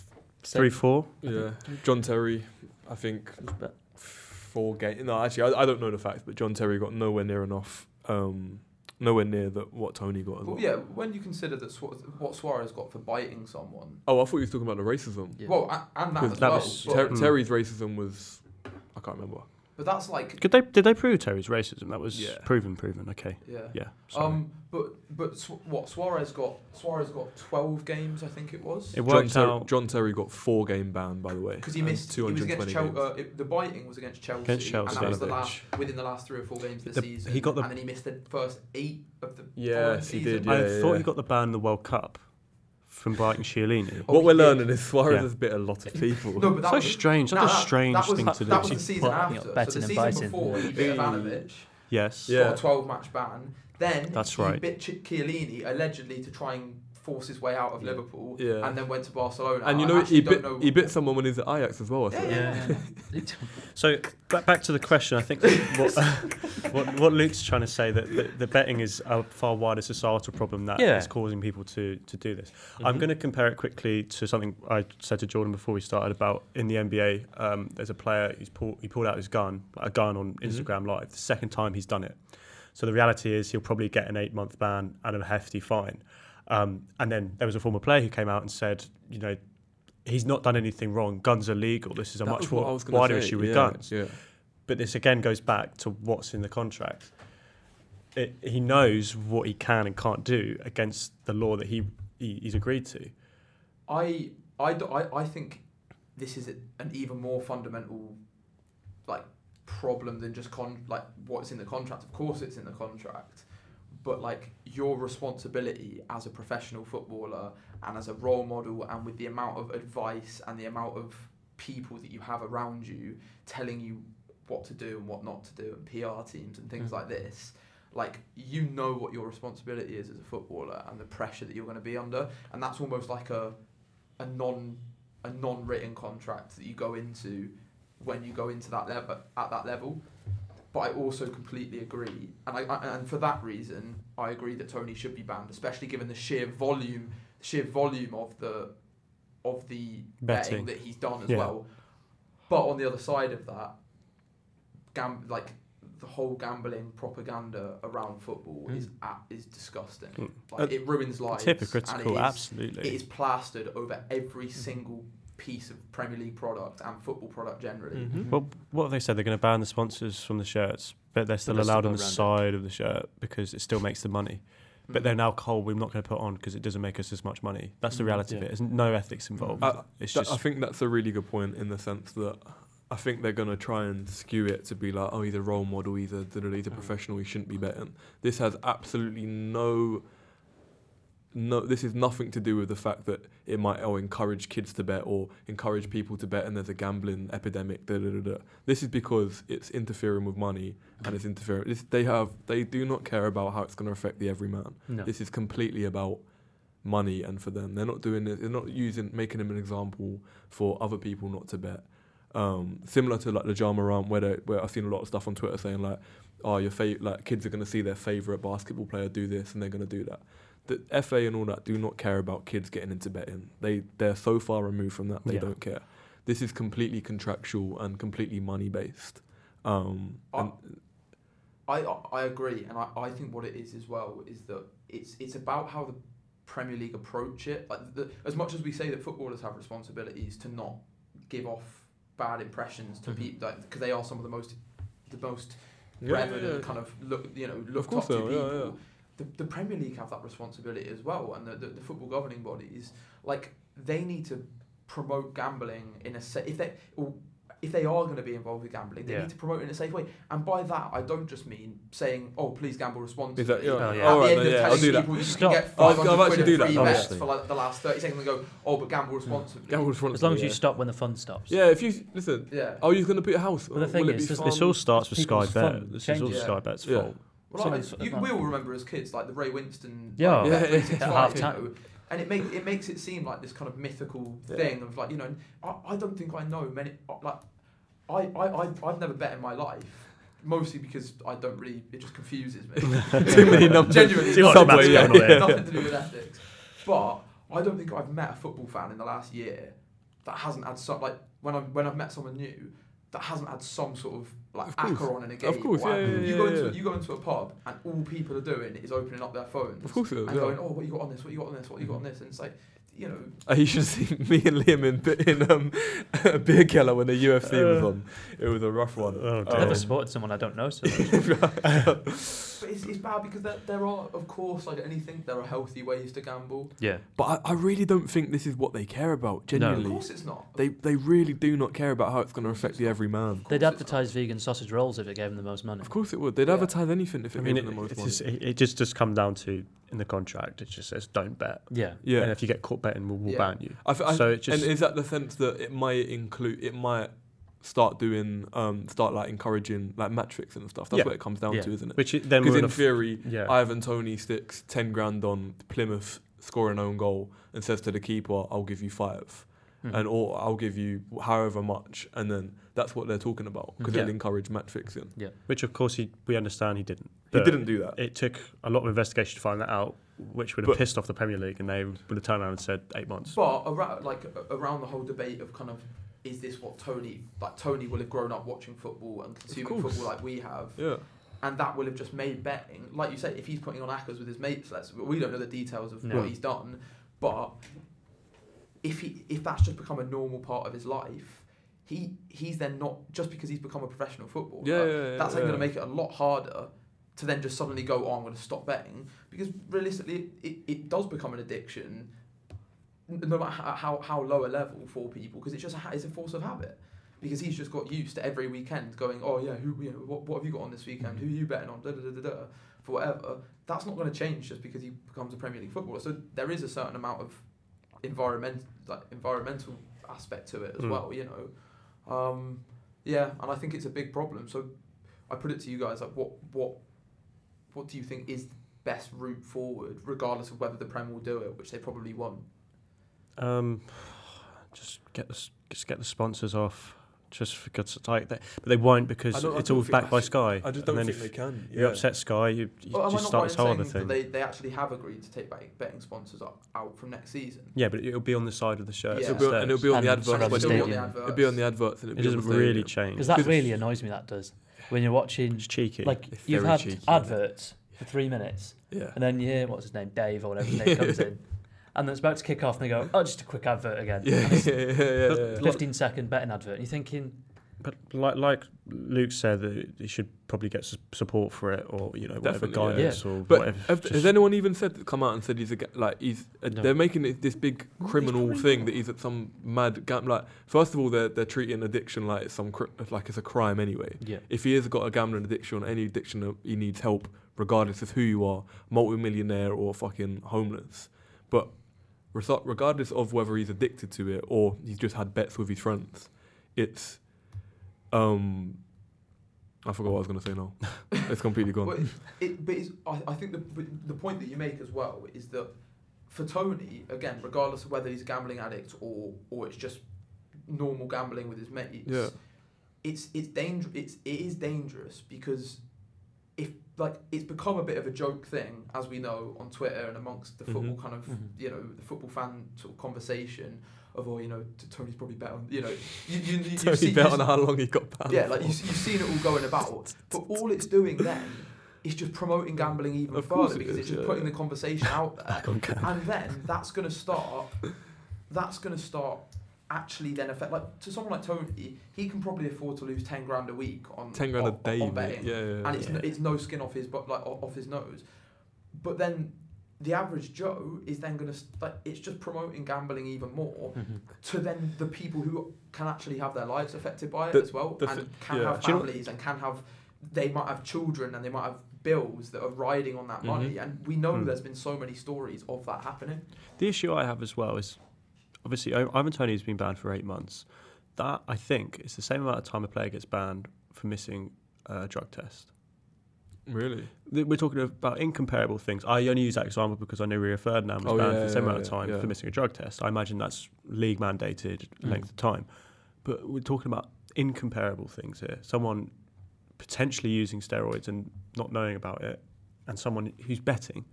Speaker 3: three four.
Speaker 2: Yeah, John Terry. I think
Speaker 4: But
Speaker 2: four games. No, actually, I, I don't know the facts, but John Terry got nowhere near enough. Um, nowhere near that what Tony got. as
Speaker 1: Well,
Speaker 2: well.
Speaker 1: yeah, when you consider that Suarez, what Suarez got for biting someone.
Speaker 2: Oh, I thought you were talking about the racism.
Speaker 4: Yeah.
Speaker 1: Well, a- and that
Speaker 2: Because
Speaker 1: as
Speaker 3: that
Speaker 1: well.
Speaker 3: was
Speaker 1: but,
Speaker 2: Ter-
Speaker 3: Hmm.
Speaker 2: Terry's racism was. I can't remember.
Speaker 1: but that's like,
Speaker 3: Could they did they prove Terry's racism? That was
Speaker 2: Yeah.
Speaker 3: proven proven. Okay,
Speaker 1: yeah.
Speaker 3: yeah. Sorry.
Speaker 1: Um, but but Su- what Suarez got? Suarez got twelve games, I think it was.
Speaker 3: it
Speaker 2: John,
Speaker 3: worked
Speaker 2: Ter-
Speaker 3: out
Speaker 2: John Terry got four game ban, by the way.
Speaker 1: because he
Speaker 2: and
Speaker 1: missed. He was against
Speaker 2: 220
Speaker 1: Chelsea.
Speaker 2: games.
Speaker 1: Uh, it, the biting was against Chelsea,
Speaker 3: Against
Speaker 1: and that was the
Speaker 3: Chelsea.
Speaker 1: last within the last three or four games of the,
Speaker 3: The- he
Speaker 1: season.
Speaker 3: got the-
Speaker 1: and then he missed the first eight of the. following
Speaker 2: Yes, he
Speaker 1: season.
Speaker 2: did. Yeah,
Speaker 3: I
Speaker 2: yeah,
Speaker 3: thought
Speaker 2: yeah.
Speaker 3: he got the ban in the World Cup from biting Chiellini.
Speaker 1: Oh,
Speaker 2: what
Speaker 1: he
Speaker 2: we're
Speaker 1: did.
Speaker 2: learning is Suarez
Speaker 3: Yeah.
Speaker 2: has bit a lot of people.
Speaker 1: No, but that
Speaker 3: so
Speaker 1: was,
Speaker 3: strange. That's
Speaker 1: no,
Speaker 3: a
Speaker 1: that-
Speaker 3: strange
Speaker 1: that was,
Speaker 3: thing to do.
Speaker 1: That was the season
Speaker 4: Well, you know,
Speaker 1: after.
Speaker 4: betting
Speaker 1: so the
Speaker 4: and
Speaker 1: season
Speaker 4: biting.
Speaker 1: before, he bit Ivanovic.
Speaker 3: yes.
Speaker 2: Yeah.
Speaker 1: got a 12 match ban. Then
Speaker 3: That's
Speaker 1: he
Speaker 3: right.
Speaker 1: bit Ch- Chiellini allegedly to try and force his way out of Liverpool,
Speaker 2: Yeah.
Speaker 1: and then went to Barcelona.
Speaker 2: and you
Speaker 1: I
Speaker 2: know
Speaker 1: actually
Speaker 2: he
Speaker 1: don't
Speaker 2: bit
Speaker 1: know-
Speaker 2: he bit someone when he's at Ajax as well. I
Speaker 1: Yeah,
Speaker 2: think.
Speaker 1: yeah, yeah.
Speaker 3: So back, back to the question, I think what, what, what Luke's trying to say that the, the betting is a far wider societal problem that is
Speaker 4: Yeah.
Speaker 3: causing people to, to do this. I'm going to compare it quickly to something I said to Jordan before we started about in the NBA. Um, there's a player who's pulled, he pulled out his gun, a gun on Instagram Live, the second time he's done it. So the reality is he'll probably get an eight month ban and a hefty fine. Um, and then there was a former player who came out and said, you know, he's not done anything wrong. Guns are legal. This is a
Speaker 2: That
Speaker 3: much
Speaker 2: was what I
Speaker 3: more
Speaker 2: was gonna
Speaker 3: wider
Speaker 2: say,
Speaker 3: issue with
Speaker 2: yeah,
Speaker 3: guns.
Speaker 2: Yeah.
Speaker 3: But this again goes back to what's in the contract. It, he knows what he can and can't do against the law that he, he he's agreed to.
Speaker 1: I, I, do- I, I think this is an even more fundamental like problem than just con like what's in the contract. Of course, it's in the contract, but like your responsibility as a professional footballer and as a role model, and with the amount of advice and the amount of people that you have around you telling you what to do and what not to do, and PR teams and things
Speaker 4: Mm.
Speaker 1: like this. Like you know what your responsibility is as a footballer and the pressure that you're going to be under, and that's almost like a a non a non-written contract that you go into when you go into that level at that level. But I also completely agree, and I, I and for that reason, I agree that Tony should be banned, especially given the sheer volume, sheer volume of the of the betting,
Speaker 3: Betting.
Speaker 1: that he's done as
Speaker 3: Yeah.
Speaker 1: well. But on the other side of that, gam- like the whole gambling propaganda around football is at, is disgusting.
Speaker 3: Mm.
Speaker 1: Like
Speaker 3: Uh,
Speaker 1: it ruins lives.
Speaker 3: It's
Speaker 1: and it
Speaker 3: hypocritical,
Speaker 1: is-
Speaker 3: absolutely.
Speaker 1: it is plastered over every
Speaker 3: Mm-hmm.
Speaker 1: single piece of Premier League product and football product generally.
Speaker 3: Well, what have they said? They're going to ban the sponsors from the shirts, but they're still
Speaker 4: they're still
Speaker 3: allowed on the
Speaker 4: around it.
Speaker 3: side of the shirt because it still makes the money. But
Speaker 1: Mm.
Speaker 3: they're now cold. We're not going to put on because it doesn't make us as much money. That's the
Speaker 4: Mm,
Speaker 3: reality of
Speaker 4: yeah.
Speaker 3: it. There's no ethics involved.
Speaker 2: Uh,
Speaker 3: it's
Speaker 2: That-
Speaker 3: just
Speaker 2: I think that's a really good point in the sense that I think they're going to try and skew it to be like, oh, he's a role model, he's
Speaker 3: Mm.
Speaker 2: a, da- da- da, he's a professional, he shouldn't be betting. This has absolutely no no, this is nothing to do with the fact that it might oh, encourage kids to bet or encourage people to bet and there's a gambling epidemic. Da, da, da, da. This is because it's interfering with money and it's interfering. This, they have they do not care about how it's going to affect the everyman.
Speaker 4: No.
Speaker 2: This is completely about money and for them. They're not doing this. They're not using making them an example for other people not to bet. Um, similar to like the Jamal Rant, where they, where I've seen a lot of stuff on Twitter saying like, "Oh, your fav- like kids are going to see their favorite basketball player do this and they're going to do that." The FA and all that do not care about kids getting into betting. They they're so far removed from that they
Speaker 3: Yeah.
Speaker 2: don't care. This is completely contractual and completely money based. Um,
Speaker 4: Uh,
Speaker 1: I-
Speaker 2: and
Speaker 1: I, I agree, and I, I think what it is as well is that it's it's about how the Premier League approach it. Like the, as much as we say that footballers have responsibilities to not give off bad impressions to
Speaker 3: Mm-hmm.
Speaker 4: Mhm.
Speaker 1: people, because they are some of the most the most
Speaker 2: Yeah,
Speaker 1: reverent
Speaker 2: yeah, yeah.
Speaker 1: kind of look you know looked
Speaker 2: course
Speaker 1: up to
Speaker 2: they are,
Speaker 1: people.
Speaker 2: yeah, yeah.
Speaker 1: The, the Premier League have that responsibility as well, and the, the, the football governing bodies like they need to promote gambling in a sa- if they or if they are going to be involved with gambling, they
Speaker 4: Yeah.
Speaker 1: need to promote it in a safe way. And by that, I don't just mean saying, "Oh, please gamble responsibly."
Speaker 2: Exactly,
Speaker 4: yeah. Oh, yeah.
Speaker 1: At
Speaker 4: Alright,
Speaker 1: the end
Speaker 2: then,
Speaker 1: of
Speaker 2: yeah, I'll
Speaker 1: telling
Speaker 2: do that.
Speaker 1: people you
Speaker 4: Stop.
Speaker 1: can get
Speaker 2: I'll- I'll
Speaker 1: 500
Speaker 2: actually
Speaker 1: quid
Speaker 2: do
Speaker 1: of
Speaker 2: that,
Speaker 1: free bets
Speaker 4: honestly.
Speaker 1: for like the last thirty seconds and go, "Oh, but gamble responsibly."
Speaker 2: Gamble responsibly,
Speaker 4: As long as you
Speaker 2: yeah.
Speaker 4: stop when the fun stops.
Speaker 2: uh, Yeah, if you listen,
Speaker 1: Yeah.
Speaker 2: oh, you're going to put your house.
Speaker 4: But the
Speaker 2: oh,
Speaker 4: thing
Speaker 2: will it
Speaker 4: is,
Speaker 2: be
Speaker 4: there's-
Speaker 2: fun?
Speaker 3: This all starts with Sky
Speaker 4: people's fun
Speaker 3: Bet. This is all
Speaker 4: changes.
Speaker 3: Sky Bet's
Speaker 2: Yeah.
Speaker 3: fault.
Speaker 1: Well, I,
Speaker 4: Someone's-
Speaker 1: you, we all remember as kids, like the Ray Winston.
Speaker 4: Yeah.
Speaker 1: like,
Speaker 2: Yeah,
Speaker 1: Bet
Speaker 2: yeah, yeah.
Speaker 1: 365,
Speaker 4: Half
Speaker 1: you
Speaker 4: time.
Speaker 1: know, And it makes it makes it seem like this kind of mythical
Speaker 2: Yeah.
Speaker 1: thing of like you know, and I, I don't think I know many like I I I've, I've never bet in my life. Mostly because I don't really, it just confuses me.
Speaker 2: Too many numbers.
Speaker 1: Genuinely,
Speaker 3: Too much
Speaker 1: nothing-
Speaker 3: maths going on here.
Speaker 1: nothing to do with ethics. But I don't think I've met a football fan in the last year that hasn't had some like when I when I've met someone new that hasn't had some sort of like
Speaker 2: Of course.
Speaker 1: acca on in a game.
Speaker 2: Of course,
Speaker 1: Like,
Speaker 2: yeah, yeah,
Speaker 1: you go
Speaker 2: yeah,
Speaker 1: into
Speaker 2: yeah.
Speaker 1: you go into a pub and all people are doing is opening up their phones.
Speaker 2: Of course it is,
Speaker 1: And
Speaker 2: yeah. Mm-hmm.
Speaker 1: going, oh, what you got on this? What you got on this? What you got on this? And it's like, you know,
Speaker 2: Uh, you should see me and Liam in, in um, a beer keller when the UFC was on. It was a rough one.
Speaker 3: Uh. oh,
Speaker 4: I've never
Speaker 3: Um,
Speaker 4: supported someone I don't know so much.
Speaker 1: but it's, it's bad because there, there are of course like anything there are healthy ways to gamble.
Speaker 4: yeah.
Speaker 2: but I, I really don't think this is what they care about.
Speaker 1: Of
Speaker 2: Genuinely,
Speaker 1: course, it's not.
Speaker 2: they they really do not care about how it's going to affect the everyman.
Speaker 1: Of
Speaker 4: They'd
Speaker 1: course it's
Speaker 4: advertise vegan sausage rolls if it gave them the most money.
Speaker 2: Of course it would. They'd
Speaker 1: Yeah.
Speaker 2: advertise anything if it
Speaker 3: I mean,
Speaker 2: wasn't the
Speaker 3: it,
Speaker 2: most
Speaker 3: it,
Speaker 2: money.
Speaker 3: is, it, it just does come down to in the contract. It just says don't bet.
Speaker 4: Yeah.
Speaker 2: yeah.
Speaker 3: And if you get caught betting, we'll, we'll
Speaker 1: Yeah.
Speaker 3: ban you.
Speaker 2: I th- I,
Speaker 3: So it just-
Speaker 2: and is that the sense that it might include it might start doing um start like encouraging like metrics and stuff. That's
Speaker 3: Yeah.
Speaker 2: what it comes down
Speaker 4: Yeah.
Speaker 2: to, isn't it?
Speaker 3: Which i- then
Speaker 2: Because
Speaker 3: we're in
Speaker 2: in
Speaker 3: a f-
Speaker 2: theory,
Speaker 3: yeah.
Speaker 2: Ivan Tony sticks ten grand on Plymouth score an own goal and says to the keeper, "I'll give you five.
Speaker 3: Hmm.
Speaker 4: Mhm.
Speaker 2: and or I'll give you however much," and then that's what they're talking about because
Speaker 3: Yeah.
Speaker 2: it'll encourage match fixing.
Speaker 3: which of course he, we understand he didn't.
Speaker 2: He
Speaker 3: But
Speaker 2: didn't do that.
Speaker 3: It took a lot of investigation to find that out, which would have
Speaker 2: But-
Speaker 3: pissed off the Premier League, and they would have turned around and said eight months.
Speaker 1: But around, like a- around the whole debate of kind of is this what Tony like Tony will have grown up watching football and consuming
Speaker 2: course.
Speaker 1: football like we have,
Speaker 2: Yeah,
Speaker 1: and that will have just made betting like you say if he's putting on acas with his mates. Let's we don't know the details of
Speaker 4: No.
Speaker 1: what he's done, but if he if that's just become a normal part of his life, he he's then not just because he's become a professional footballer.
Speaker 2: yeah, yeah. yeah
Speaker 1: that's
Speaker 2: yeah.
Speaker 1: going to make it a lot harder. To then just suddenly go, oh, I'm going to stop betting because realistically, it, it does become an addiction n- no matter how, how, how low a level for people because it's just a, ha- it's a force of habit because he's just got used to every weekend going oh yeah who you know what, what have you got on this weekend who are you betting on da da da da, da for whatever that's not going to change just because he becomes a Premier League footballer so there is a certain amount of environment like environmental aspect to it as
Speaker 3: Mm.
Speaker 1: well you know um, yeah and I think it's a big problem so I put it to you guys like what what what do you think is the best route forward regardless of whether the Prem will do it which they probably won't
Speaker 3: Um, just get the s- just get the sponsors off, just for God's sake. They, but they won't
Speaker 2: I
Speaker 3: because
Speaker 2: don't- I
Speaker 3: it's
Speaker 2: don't
Speaker 3: all
Speaker 2: think-
Speaker 3: backed
Speaker 2: I
Speaker 3: by
Speaker 2: think-
Speaker 3: Sky.
Speaker 2: I just
Speaker 3: and
Speaker 2: don't
Speaker 3: then
Speaker 2: think
Speaker 3: if
Speaker 2: they can. Yeah.
Speaker 3: You upset Sky, you, you
Speaker 1: Well, am Oh, I
Speaker 3: just
Speaker 1: not
Speaker 3: start
Speaker 1: right
Speaker 3: this
Speaker 1: in
Speaker 3: whole other
Speaker 1: saying that
Speaker 3: thing.
Speaker 1: They, they actually have agreed to take betting, betting sponsors up, out from next season.
Speaker 3: Yeah, but it'll be on the side of the shirt.
Speaker 1: Yeah.
Speaker 2: It'll be on, and it'll be on the
Speaker 4: And
Speaker 1: So
Speaker 4: Well,
Speaker 2: adverts.
Speaker 1: it'll still
Speaker 4: that's
Speaker 1: be on the
Speaker 2: It'll
Speaker 4: stadium.
Speaker 1: adverts.
Speaker 2: be on the adverts, and it'll
Speaker 3: it
Speaker 2: be on
Speaker 3: doesn't
Speaker 2: the
Speaker 3: really
Speaker 2: stadium.
Speaker 3: change.
Speaker 4: Because that really annoys me, that does. When you're watching,
Speaker 3: It's cheeky.
Speaker 4: like,
Speaker 2: It's
Speaker 4: you've
Speaker 2: very
Speaker 4: had
Speaker 2: cheeky, isn't it?
Speaker 4: adverts for three minutes,
Speaker 2: Yeah.
Speaker 4: and then you hear, what's his name, Dave or whatever his name comes in, and it's about to kick off, and they go, oh, just a quick advert again.
Speaker 2: Yeah,
Speaker 4: And
Speaker 2: yeah,
Speaker 4: it's
Speaker 2: yeah, yeah, yeah, yeah.
Speaker 4: 15 second betting advert, and you're thinking,
Speaker 3: but like like Luke said, that he should probably get su- support for it, or you know whatever
Speaker 2: Definitely,
Speaker 4: yeah.
Speaker 3: guidance or
Speaker 2: But
Speaker 3: whatever.
Speaker 2: have, has
Speaker 3: just-
Speaker 2: anyone even said come out and said he's a ga- like he's uh,
Speaker 4: No.
Speaker 2: they're making it this big
Speaker 1: he's
Speaker 2: criminal
Speaker 1: probably
Speaker 2: thing
Speaker 1: not.
Speaker 2: that he's at some mad gam like first of all they're they're treating addiction like it's some cr- like it's a crime anyway.
Speaker 4: yeah.
Speaker 2: If he has got a gambling addiction, any addiction, uh, he needs help regardless of who you are, multi-millionaire or fucking homeless. But resa- regardless of whether he's addicted to it or he's just had bets with his friends, it's um, I forgot what I was gonna say now. it's completely gone.
Speaker 1: But, it, but it's, I, I think the, but the point that you make as well is that for Tony, again, regardless of whether he's a gambling addict or or it's just normal gambling with his mates,
Speaker 2: Yeah.
Speaker 1: it's it's dangerous. It's it is dangerous because if like it's become a bit of a joke thing, as we know on Twitter and amongst the football
Speaker 2: Mhm.
Speaker 1: kind of
Speaker 2: Mhm.
Speaker 1: you know the football fan sort of conversation of oh you know t- Tony's probably better on you know you you, you,
Speaker 2: Tony
Speaker 1: you see
Speaker 2: bet on how long he got banned.
Speaker 1: yeah, like you,
Speaker 2: for.
Speaker 1: you've seen it all going about, but all it's doing then is just promoting gambling even
Speaker 2: Of course
Speaker 1: further
Speaker 2: it
Speaker 1: because
Speaker 2: is,
Speaker 1: it's just
Speaker 2: yeah,
Speaker 1: putting
Speaker 2: yeah.
Speaker 1: the conversation out there,
Speaker 3: Gone cat.
Speaker 1: and then that's going to start. That's going to start actually then affect like to someone like Tony, he can probably afford to lose ten grand a week on
Speaker 2: ten grand a
Speaker 1: on-
Speaker 2: day,
Speaker 1: on
Speaker 2: mate.
Speaker 1: betting,
Speaker 2: Yeah, yeah, yeah.
Speaker 1: and it's n it's no skin off his but like o- off his nose, but then. The average Joe is then going to like it's just promoting gambling even more
Speaker 3: Mm-hmm.
Speaker 1: to then the people who can actually have their lives affected by it
Speaker 2: The-
Speaker 1: as well
Speaker 2: the
Speaker 1: and
Speaker 2: thi-
Speaker 1: can
Speaker 2: yeah.
Speaker 1: have
Speaker 2: Do you know-
Speaker 1: families and can have they might have children and they might have bills that are riding on that
Speaker 2: Mm-hmm.
Speaker 1: money and we know
Speaker 2: Hmm.
Speaker 3: Mm.
Speaker 1: there's been so many stories of that happening
Speaker 3: The issue I have as well is obviously I- Ivan Tony has been banned for eight months. That I think is the same amount of time a player gets banned for missing a drug test.
Speaker 2: really.
Speaker 3: Th- We're talking about incomparable things. I only use that example because I know Rio Ferdinand was
Speaker 2: Oh,
Speaker 3: banned
Speaker 2: yeah,
Speaker 3: for the same
Speaker 2: yeah,
Speaker 3: amount of
Speaker 2: yeah,
Speaker 3: time
Speaker 2: yeah.
Speaker 3: for missing a drug test. I imagine that's league mandated
Speaker 2: Mm.
Speaker 3: length of time. But we're talking about incomparable things here. Someone potentially using steroids and not knowing about it, and someone who's betting,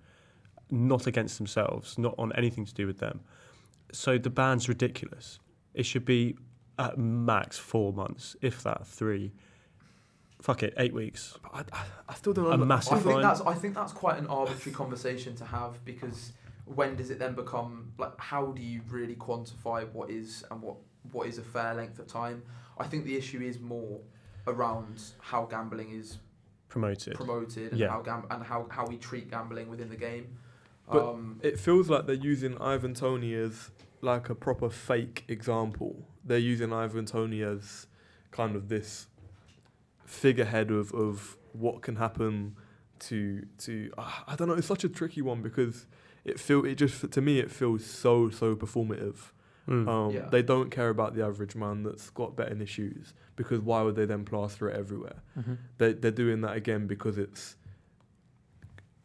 Speaker 3: not against themselves, not on anything to do with them. So the ban's ridiculous. It should be at max four months, if that, three. Fuck it, eight weeks.
Speaker 2: But I, I, I still don't
Speaker 3: A
Speaker 2: under-
Speaker 3: massive
Speaker 2: I
Speaker 1: I
Speaker 2: don't-
Speaker 1: think
Speaker 3: fine.
Speaker 1: that's I think that's quite an arbitrary conversation to have because when does it then become like how do you really quantify what is and what what is a fair length of time I think the issue is more around how gambling is
Speaker 3: Promoted.
Speaker 1: promoted and
Speaker 3: Yeah.
Speaker 1: how gam- and how, how we treat gambling within the game
Speaker 2: But-
Speaker 1: um,
Speaker 2: It feels like they're using Ivan Tony as like a proper fake example. They're using Ivan Tony as kind of this figurehead of, of what can happen to to ah, I don't know. It's such a tricky one because it feel it just to me it feels so so performative.
Speaker 3: Mm.
Speaker 2: Um,
Speaker 1: Yeah.
Speaker 2: They don't care about the average man that's got betting issues because why would they then plaster it everywhere?
Speaker 3: Mm-hmm.
Speaker 2: They they're doing that again because it's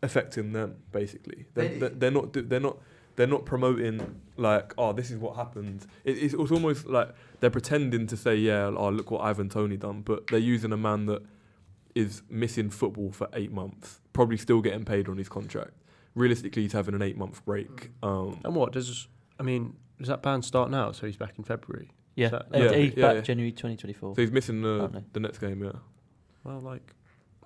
Speaker 2: affecting them basically. They
Speaker 1: They-
Speaker 2: they they're not do- they're not they're not promoting like oh this is what happened. It, it's, it's almost like they're pretending to say yeah oh look what Ivan Tony done, but they're using a man that is missing football for eight months, probably still getting paid on his contract. Realistically, he's having an eight month break.
Speaker 1: Mm.
Speaker 2: Um,
Speaker 3: And what does I mean? Does that ban start now? So he's back in February.
Speaker 4: Yeah,
Speaker 3: So-
Speaker 4: uh,
Speaker 2: Yeah,
Speaker 4: date
Speaker 2: yeah,
Speaker 4: back
Speaker 2: yeah.
Speaker 4: January 2024.
Speaker 2: so he's missing the
Speaker 4: Oh, Apparently.
Speaker 2: the next game. Yeah,
Speaker 3: Well, like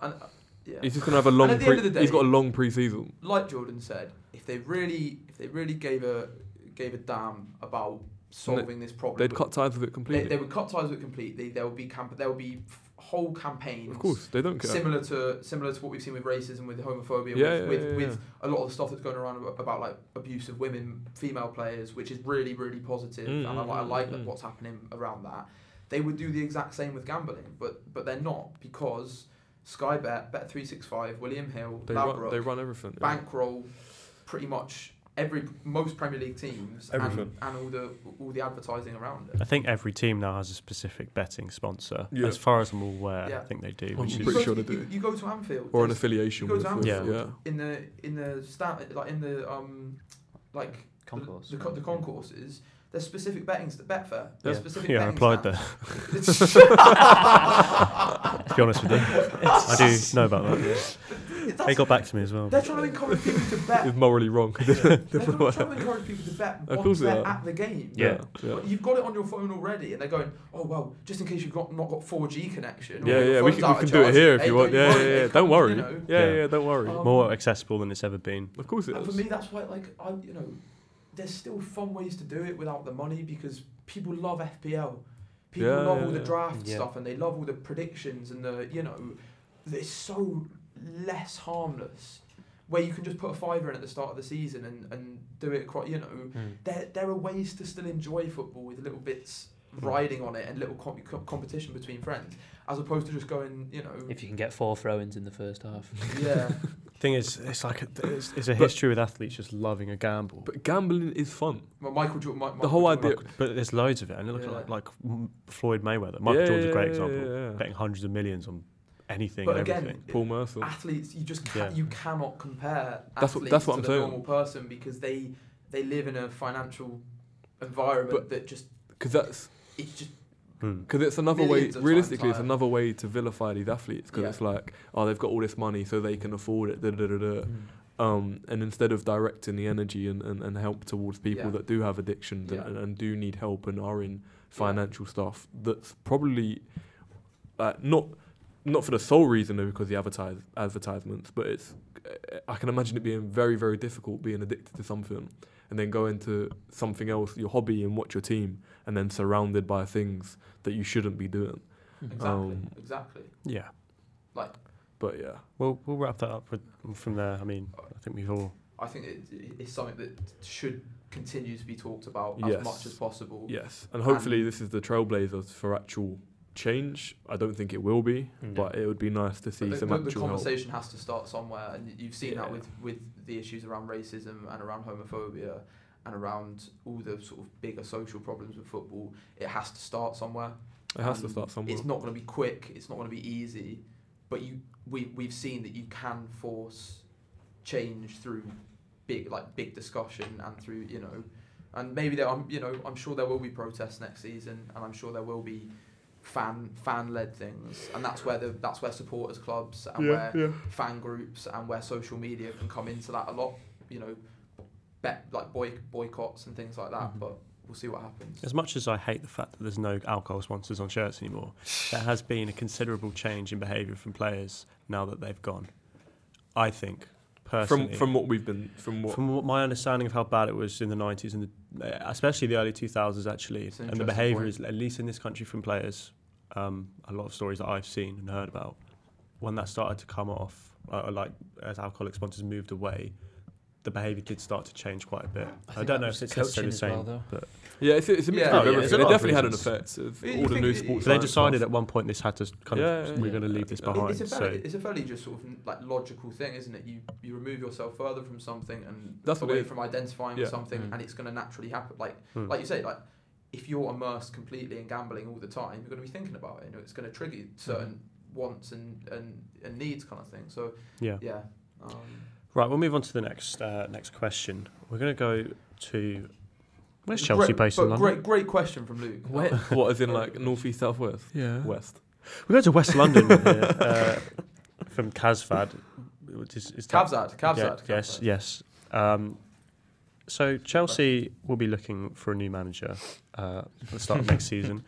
Speaker 1: and, uh, yeah.
Speaker 2: he's just gonna have a long.
Speaker 1: at the
Speaker 2: Pre-
Speaker 1: end of the
Speaker 2: he's
Speaker 1: day-
Speaker 2: got a long preseason.
Speaker 1: like Jordan said, if they really if they really gave a gave a damn about solving this problem,
Speaker 2: They'd cut ties with it
Speaker 1: they,
Speaker 2: completely.
Speaker 1: they would cut ties with it completely. There would be camp there would be f- whole campaigns.
Speaker 2: of course, they don't care.
Speaker 1: Similar to similar to what we've seen with racism, with homophobia,
Speaker 2: Yeah,
Speaker 1: with,
Speaker 2: yeah,
Speaker 1: with,
Speaker 2: yeah,
Speaker 1: with a
Speaker 2: yeah.
Speaker 1: lot of the stuff that's going around ab- about like abuse of women, female players, which is really really positive,
Speaker 2: Mm,
Speaker 1: and I,
Speaker 2: mm,
Speaker 1: li- I
Speaker 2: mm,
Speaker 1: like
Speaker 2: mm.
Speaker 1: what's happening around that. They would do the exact same with gambling, but but they're not because Sky Bet, Bet Three Six Five, William Hill,
Speaker 2: They
Speaker 1: Ladbrokes,
Speaker 2: run, they run everything. yeah.
Speaker 1: bankroll pretty much every most Premier League teams
Speaker 2: Everything.
Speaker 1: and, and all the all the advertising around it.
Speaker 3: I think every team now has a specific betting sponsor.
Speaker 2: Yeah.
Speaker 3: As far as I'm aware,
Speaker 1: Yeah.
Speaker 3: I think they do.
Speaker 2: I'm
Speaker 3: Which
Speaker 1: You
Speaker 3: is,
Speaker 2: pretty
Speaker 1: go
Speaker 2: sure
Speaker 1: to,
Speaker 2: they
Speaker 1: you,
Speaker 2: do.
Speaker 1: You go to Anfield
Speaker 2: or an
Speaker 1: there's-
Speaker 2: affiliation
Speaker 1: you go
Speaker 2: with,
Speaker 1: to
Speaker 2: with yeah.
Speaker 3: Anfield.
Speaker 1: in the in the stand like in the um like
Speaker 4: Concourse.
Speaker 1: the, the, co- the concourses. There's specific betting st- Betfair. There's
Speaker 3: Yeah.
Speaker 1: specific
Speaker 3: yeah, I
Speaker 1: betting
Speaker 3: applied
Speaker 1: stands.
Speaker 3: there.
Speaker 1: It's-
Speaker 3: To be honest with you, I do know about that.
Speaker 1: That's-
Speaker 3: They got back to me as well.
Speaker 1: They're trying to encourage people to bet.
Speaker 2: It's morally wrong.
Speaker 1: They're trying to encourage people to bet
Speaker 2: Of
Speaker 1: one
Speaker 2: course they
Speaker 1: bet
Speaker 2: are.
Speaker 1: at the game.
Speaker 3: Yeah.
Speaker 2: yeah.
Speaker 1: But you've got it on your phone already, and they're going, "Oh well, just in case you've got not got 4G connection." or
Speaker 2: Yeah,
Speaker 1: your
Speaker 2: yeah, we
Speaker 1: phone's
Speaker 2: can,
Speaker 1: out
Speaker 2: we
Speaker 1: of
Speaker 2: can do it
Speaker 1: charge,
Speaker 2: here if
Speaker 1: hey,
Speaker 2: you want.
Speaker 1: don't
Speaker 2: Yeah,
Speaker 1: worry,
Speaker 2: yeah,
Speaker 1: hey,
Speaker 2: yeah.
Speaker 1: come
Speaker 2: Don't
Speaker 1: on,
Speaker 2: worry.
Speaker 1: you
Speaker 2: Yeah,
Speaker 1: know.
Speaker 2: yeah,
Speaker 3: Yeah.
Speaker 2: yeah, don't worry.
Speaker 1: Um,
Speaker 3: More accessible than it's ever been.
Speaker 2: Of course it
Speaker 1: And
Speaker 2: is.
Speaker 1: for me, that's why, like, I, you know, there's still fun ways to do it without the money because people love FPL. People
Speaker 2: Yeah,
Speaker 1: love
Speaker 2: yeah,
Speaker 1: all the
Speaker 2: yeah.
Speaker 1: draft
Speaker 3: Yeah.
Speaker 1: stuff and they love all the predictions and the, you know, it's so less harmless where you can just put a fiver in at the start of the season and, and do it quite, you know,
Speaker 3: Mm.
Speaker 1: there, there are ways to still enjoy football with little bits riding on it and little com- co- competition between friends as opposed to just going, you know,
Speaker 4: If you can get four throw-ins in the first half.
Speaker 1: yeah.
Speaker 3: Thing is, it's like a, it's, it's a history with athletes just loving a gamble. But,
Speaker 2: But gambling is fun.
Speaker 1: Well, Michael Jordan. Mi-
Speaker 2: The whole
Speaker 1: Michael Jordan-
Speaker 2: idea.
Speaker 3: there's loads of it, and look
Speaker 1: Yeah.
Speaker 3: at like, like M- Floyd Mayweather. Michael
Speaker 2: Yeah,
Speaker 3: Jordan's a great
Speaker 2: yeah,
Speaker 3: example.
Speaker 2: yeah, yeah.
Speaker 3: Betting hundreds of millions on anything
Speaker 1: But
Speaker 3: and
Speaker 1: again,
Speaker 3: everything.
Speaker 2: Paul Mercer.
Speaker 1: athletes you just ca-
Speaker 3: Yeah.
Speaker 1: you cannot compare
Speaker 2: That's
Speaker 1: that's
Speaker 2: what-
Speaker 1: what,
Speaker 2: that's what
Speaker 1: to
Speaker 2: I'm
Speaker 1: the
Speaker 2: saying.
Speaker 1: normal person because they they live in a financial environment
Speaker 2: But-
Speaker 1: that just
Speaker 2: Because that's
Speaker 1: it's just
Speaker 3: Hmm.
Speaker 2: because it's another way.
Speaker 1: Millions of times
Speaker 2: Realistically, it's
Speaker 1: higher.
Speaker 2: another way to vilify these athletes. Because
Speaker 1: Yeah.
Speaker 2: it's like, oh, they've got all this money, so they can afford it. Da, da, da, da.
Speaker 3: Mm.
Speaker 2: Um, and instead of directing the energy and, and, and help towards people
Speaker 1: Yeah.
Speaker 2: that do have addictions
Speaker 1: Yeah.
Speaker 2: and, and, and do need help and are in financial stuff, that's probably uh, not not for the sole reason though because the advertise advertisements, but it's I can imagine it being very very difficult being addicted to something and then go into something else, your hobby and watch your team, and then surrounded by things that you shouldn't be doing.
Speaker 1: exactly
Speaker 2: Um,
Speaker 1: exactly
Speaker 3: Yeah.
Speaker 2: But yeah,
Speaker 3: Well, we'll wrap that up with, from there. I mean, I think we've all.
Speaker 1: I think it, it's something that should continue to be talked about as
Speaker 2: Yes.
Speaker 1: much as possible
Speaker 2: yes, and hopefully this is the trailblazers for actual change. I don't think it will be,
Speaker 3: Mm.
Speaker 4: No.
Speaker 2: but it would be nice to see
Speaker 1: But the,
Speaker 2: some
Speaker 1: the, the
Speaker 2: actual help.
Speaker 1: conversation has to start somewhere, and y- you've seen
Speaker 2: Yeah.
Speaker 1: that with, with the issues around racism and around homophobia and around all the sort of bigger social problems with football. It has to start somewhere.
Speaker 2: It has to
Speaker 1: and
Speaker 2: start somewhere.
Speaker 1: Um, It's not going to be quick. It's not going to be easy, but you we we've seen that you can force change through big like big discussion and through you know, and maybe there I'm you know I'm sure there will be protests next season, and I'm sure there will be fan fan led things, and that's where the that's where supporters clubs and where fan groups and where social media can come into that a lot. You know, bet like boy, boycotts and things like that,
Speaker 2: Mm-hmm.
Speaker 4: Mhm.
Speaker 1: but we'll see what happens.
Speaker 3: As much as I hate the fact that there's no alcohol sponsors on shirts anymore, there has been a considerable change in behaviour from players now that they've gone. I think,
Speaker 2: from
Speaker 3: personally,
Speaker 2: from what we've been from what
Speaker 3: from what my understanding of how bad it was in the 90s and the, uh, especially the early 2000s actually
Speaker 1: It's an
Speaker 3: and the
Speaker 1: interesting
Speaker 3: behavior
Speaker 1: point.
Speaker 3: is at least in this country from players um, a lot of stories that i've seen and heard about when that started to come off uh, like as alcoholic sponsors moved away the behavior did start to change quite a bit i,
Speaker 4: think
Speaker 3: don't
Speaker 4: that
Speaker 3: know
Speaker 4: was
Speaker 3: if it's
Speaker 4: coaching
Speaker 3: necessarily the
Speaker 4: as
Speaker 3: same
Speaker 4: well, though.
Speaker 3: but
Speaker 2: Yeah, it's, it's a mixture
Speaker 1: Yeah. Oh,
Speaker 2: of
Speaker 1: yeah,
Speaker 2: everything.
Speaker 3: there's a
Speaker 2: it
Speaker 3: lot of
Speaker 2: definitely had an
Speaker 3: reasons.
Speaker 2: effect. Of
Speaker 1: You
Speaker 2: all the
Speaker 1: think
Speaker 2: new
Speaker 1: it-
Speaker 2: sports.
Speaker 3: so they
Speaker 1: Right,
Speaker 2: science
Speaker 3: decided
Speaker 2: stuff.
Speaker 3: at one point this had to kind
Speaker 2: Yeah,
Speaker 3: of
Speaker 2: yeah,
Speaker 3: we're
Speaker 2: yeah.
Speaker 3: going to leave this
Speaker 2: It- it's
Speaker 3: behind
Speaker 1: It's a
Speaker 3: so
Speaker 1: fairly, it's a fairly just sort of like logical thing, isn't it? You you remove yourself further from something and
Speaker 2: That's what
Speaker 1: away
Speaker 2: it-
Speaker 1: from identifying
Speaker 2: yeah.
Speaker 1: with something,
Speaker 4: Mm.
Speaker 1: and it's going to naturally happen. Like
Speaker 3: Hmm.
Speaker 1: like you say, like if you're immersed completely in gambling all the time, you're going to be thinking about it. You know, it's going to trigger you certain
Speaker 3: Mm.
Speaker 1: wants and, and and needs kind of thing. So
Speaker 3: yeah
Speaker 1: yeah, um,
Speaker 3: right we'll move on to the next uh, next question we're going to go to where's
Speaker 1: great-
Speaker 3: chelsea based in
Speaker 1: but
Speaker 3: london
Speaker 1: Great great question from Luke.
Speaker 2: Where,
Speaker 1: Um,
Speaker 2: what is in like northeast, southwest,
Speaker 6: Yeah.
Speaker 2: west?
Speaker 3: We go to West London here, uh, from Kazfad. Which is, is that-
Speaker 1: Kavzad,
Speaker 3: Yeah,
Speaker 1: Kavzad, Kavzad.
Speaker 3: yes, yes. Um, so Chelsea will be looking for a new manager uh, at the start of next season.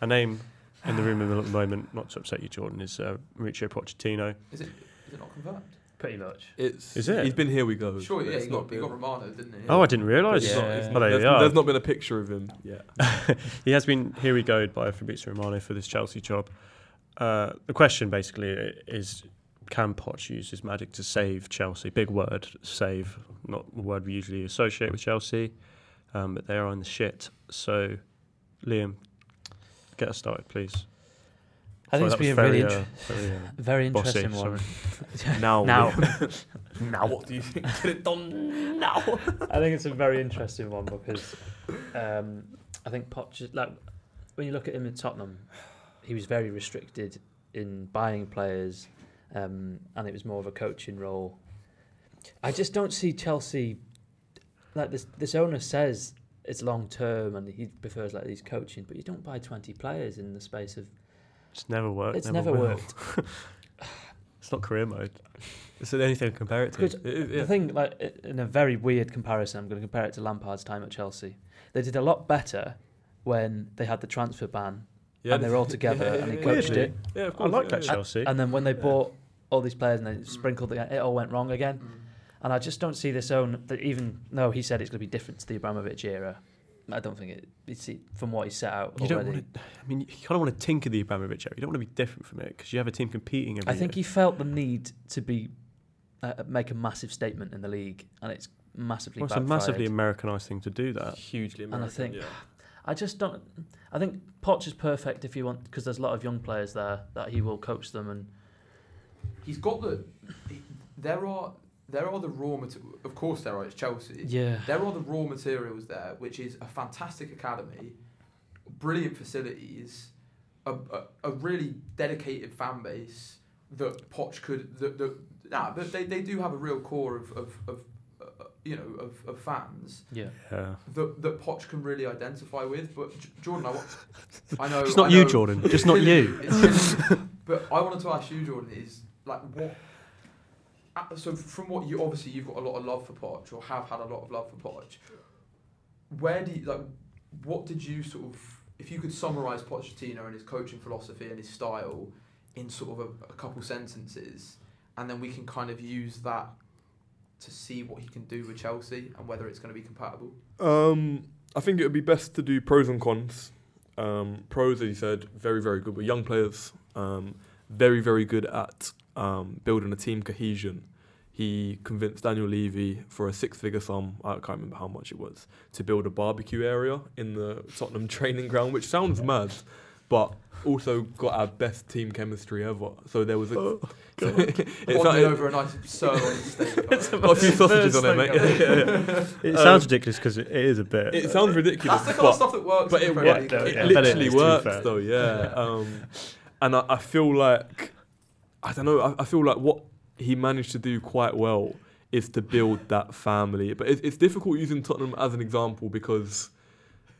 Speaker 3: A name in the room at the moment, not to upset you, Jordan, is uh, Mauricio Pochettino.
Speaker 1: Is it is it not confirmed?
Speaker 4: Pretty much.
Speaker 2: It's
Speaker 3: Is it?
Speaker 2: He's been here. We go.
Speaker 1: Sure, yeah,
Speaker 2: It's
Speaker 1: you got,
Speaker 2: been-
Speaker 1: you got Romano, didn't he?
Speaker 3: Oh, I didn't
Speaker 2: but
Speaker 3: realise.
Speaker 2: it's not- it's
Speaker 4: Yeah.
Speaker 2: not-
Speaker 3: Oh, there
Speaker 2: there's,
Speaker 3: you are.
Speaker 2: there's not been a picture of him yet.
Speaker 3: he has been here we go by Fabrizio Romano for this Chelsea job. Uh, the question basically is can Poch use his magic to save Chelsea? Big word, save, not the word we usually associate with Chelsea, um, but they are in the shit. So, Liam, get us started, please.
Speaker 4: I think it's
Speaker 3: Sorry,
Speaker 4: been a
Speaker 3: that was
Speaker 4: really
Speaker 3: very,
Speaker 4: int-
Speaker 3: uh, very, uh,
Speaker 4: very
Speaker 3: bossy,
Speaker 4: interesting one.
Speaker 2: Now,
Speaker 4: Now.
Speaker 2: now, what do you think? Get it done now.
Speaker 4: I think it's a very interesting one because um, I think Poch, is- like when you look at him in Tottenham, he was very restricted in buying players, um, and it was more of a coaching role. I just don't see Chelsea like this. This owner says it's long term, and he prefers like these coaching, but you don't buy twenty players in the space of.
Speaker 3: It's never worked.
Speaker 4: It's never
Speaker 3: will.
Speaker 4: worked.
Speaker 3: It's not career mode. It's the only thing to compare it to.
Speaker 4: Because
Speaker 2: It is,
Speaker 4: The thing, like i- in a very weird comparison, I'm going to compare it to Lampard's time at Chelsea. They did a lot better when they had the transfer ban,
Speaker 2: Yeah,
Speaker 4: and they're all together, and he coached
Speaker 2: yeah.
Speaker 4: it.
Speaker 2: Yeah, of
Speaker 3: I
Speaker 2: course.
Speaker 3: like
Speaker 2: yeah,
Speaker 3: that
Speaker 2: yeah.
Speaker 3: Chelsea.
Speaker 4: And then when they
Speaker 3: Yeah.
Speaker 4: bought all these players and they sprinkled it, it all went wrong again.
Speaker 1: Mm.
Speaker 4: And I just don't see this own that even though he said it's going to be different to the Abramovich era, I don't think it. It's from what he set out
Speaker 3: You don't
Speaker 4: already.
Speaker 3: want to. I mean, you kind of want to tinker the Abramovich era. You don't want to be different from it because you have a team competing. Every
Speaker 4: I think
Speaker 3: year.
Speaker 4: he felt the need to be uh, make a massive statement in the league, and it's massively.
Speaker 3: Well, it's a
Speaker 4: backfired.
Speaker 3: massively Americanized thing to do that.
Speaker 2: Hugely
Speaker 4: I
Speaker 2: American.
Speaker 4: think-
Speaker 2: yeah.
Speaker 4: I just don't. I think Poch is perfect if you want because there's a lot of young players there that he will coach them and
Speaker 1: he's got the there are there are the raw material. Of course, there are. It's Chelsea.
Speaker 4: Yeah.
Speaker 1: There are the raw materials there, which is a fantastic academy, brilliant facilities, a, a, a really dedicated fan base that Poch could that, that nah, but they, they do have a real core of of, of uh, you know of, of fans
Speaker 4: Yeah.
Speaker 3: Yeah.
Speaker 1: that that Poch can really identify with. But J- Jordan, I, wa- I know
Speaker 3: It's not
Speaker 1: I
Speaker 3: you,
Speaker 1: know-
Speaker 3: Jordan.
Speaker 1: it's
Speaker 3: It's not
Speaker 1: silly,
Speaker 3: you.
Speaker 1: it's silly. but I wanted to ask you, Jordan, is like what. uh, So from what you obviously you've got a lot of love for Poch or have had a lot of love for Poch. Where do you like? What did you sort of, if you could summarize Pochettino and his coaching philosophy and his style in sort of a, a couple sentences, and then we can kind of use that to see what he can do with Chelsea and whether it's going to be compatible.
Speaker 2: Um, I think it would be best to do pros and cons. Um, pros, as you said, very, very good with young players. Um, very, very good at um, building a team cohesion. He convinced Daniel Levy for a six-figure sum. I can't remember how much it was to build a barbecue area in the Tottenham training ground, which sounds mad, but also got our best team chemistry ever. So there was a.
Speaker 3: Oh,
Speaker 2: it,
Speaker 1: Bonding
Speaker 2: sounded-
Speaker 1: over a nice sirloin steak.
Speaker 2: got a few sausages on it, mate. Yeah, yeah, yeah.
Speaker 3: It
Speaker 2: Um,
Speaker 3: sounds ridiculous because it, it is a bit.
Speaker 2: It sounds ridiculous.
Speaker 1: That's the kind
Speaker 2: but
Speaker 1: of stuff that works.
Speaker 2: but
Speaker 1: in the
Speaker 2: it
Speaker 1: Premier
Speaker 3: worked,
Speaker 1: League.
Speaker 3: though,
Speaker 2: it
Speaker 3: Yeah, but it
Speaker 2: literally
Speaker 3: is too
Speaker 2: works
Speaker 3: fair.
Speaker 2: though yeah um, and I, I feel like i don't know I, I feel like what he managed to do quite well is to build that family but it's, it's difficult using tottenham as an example because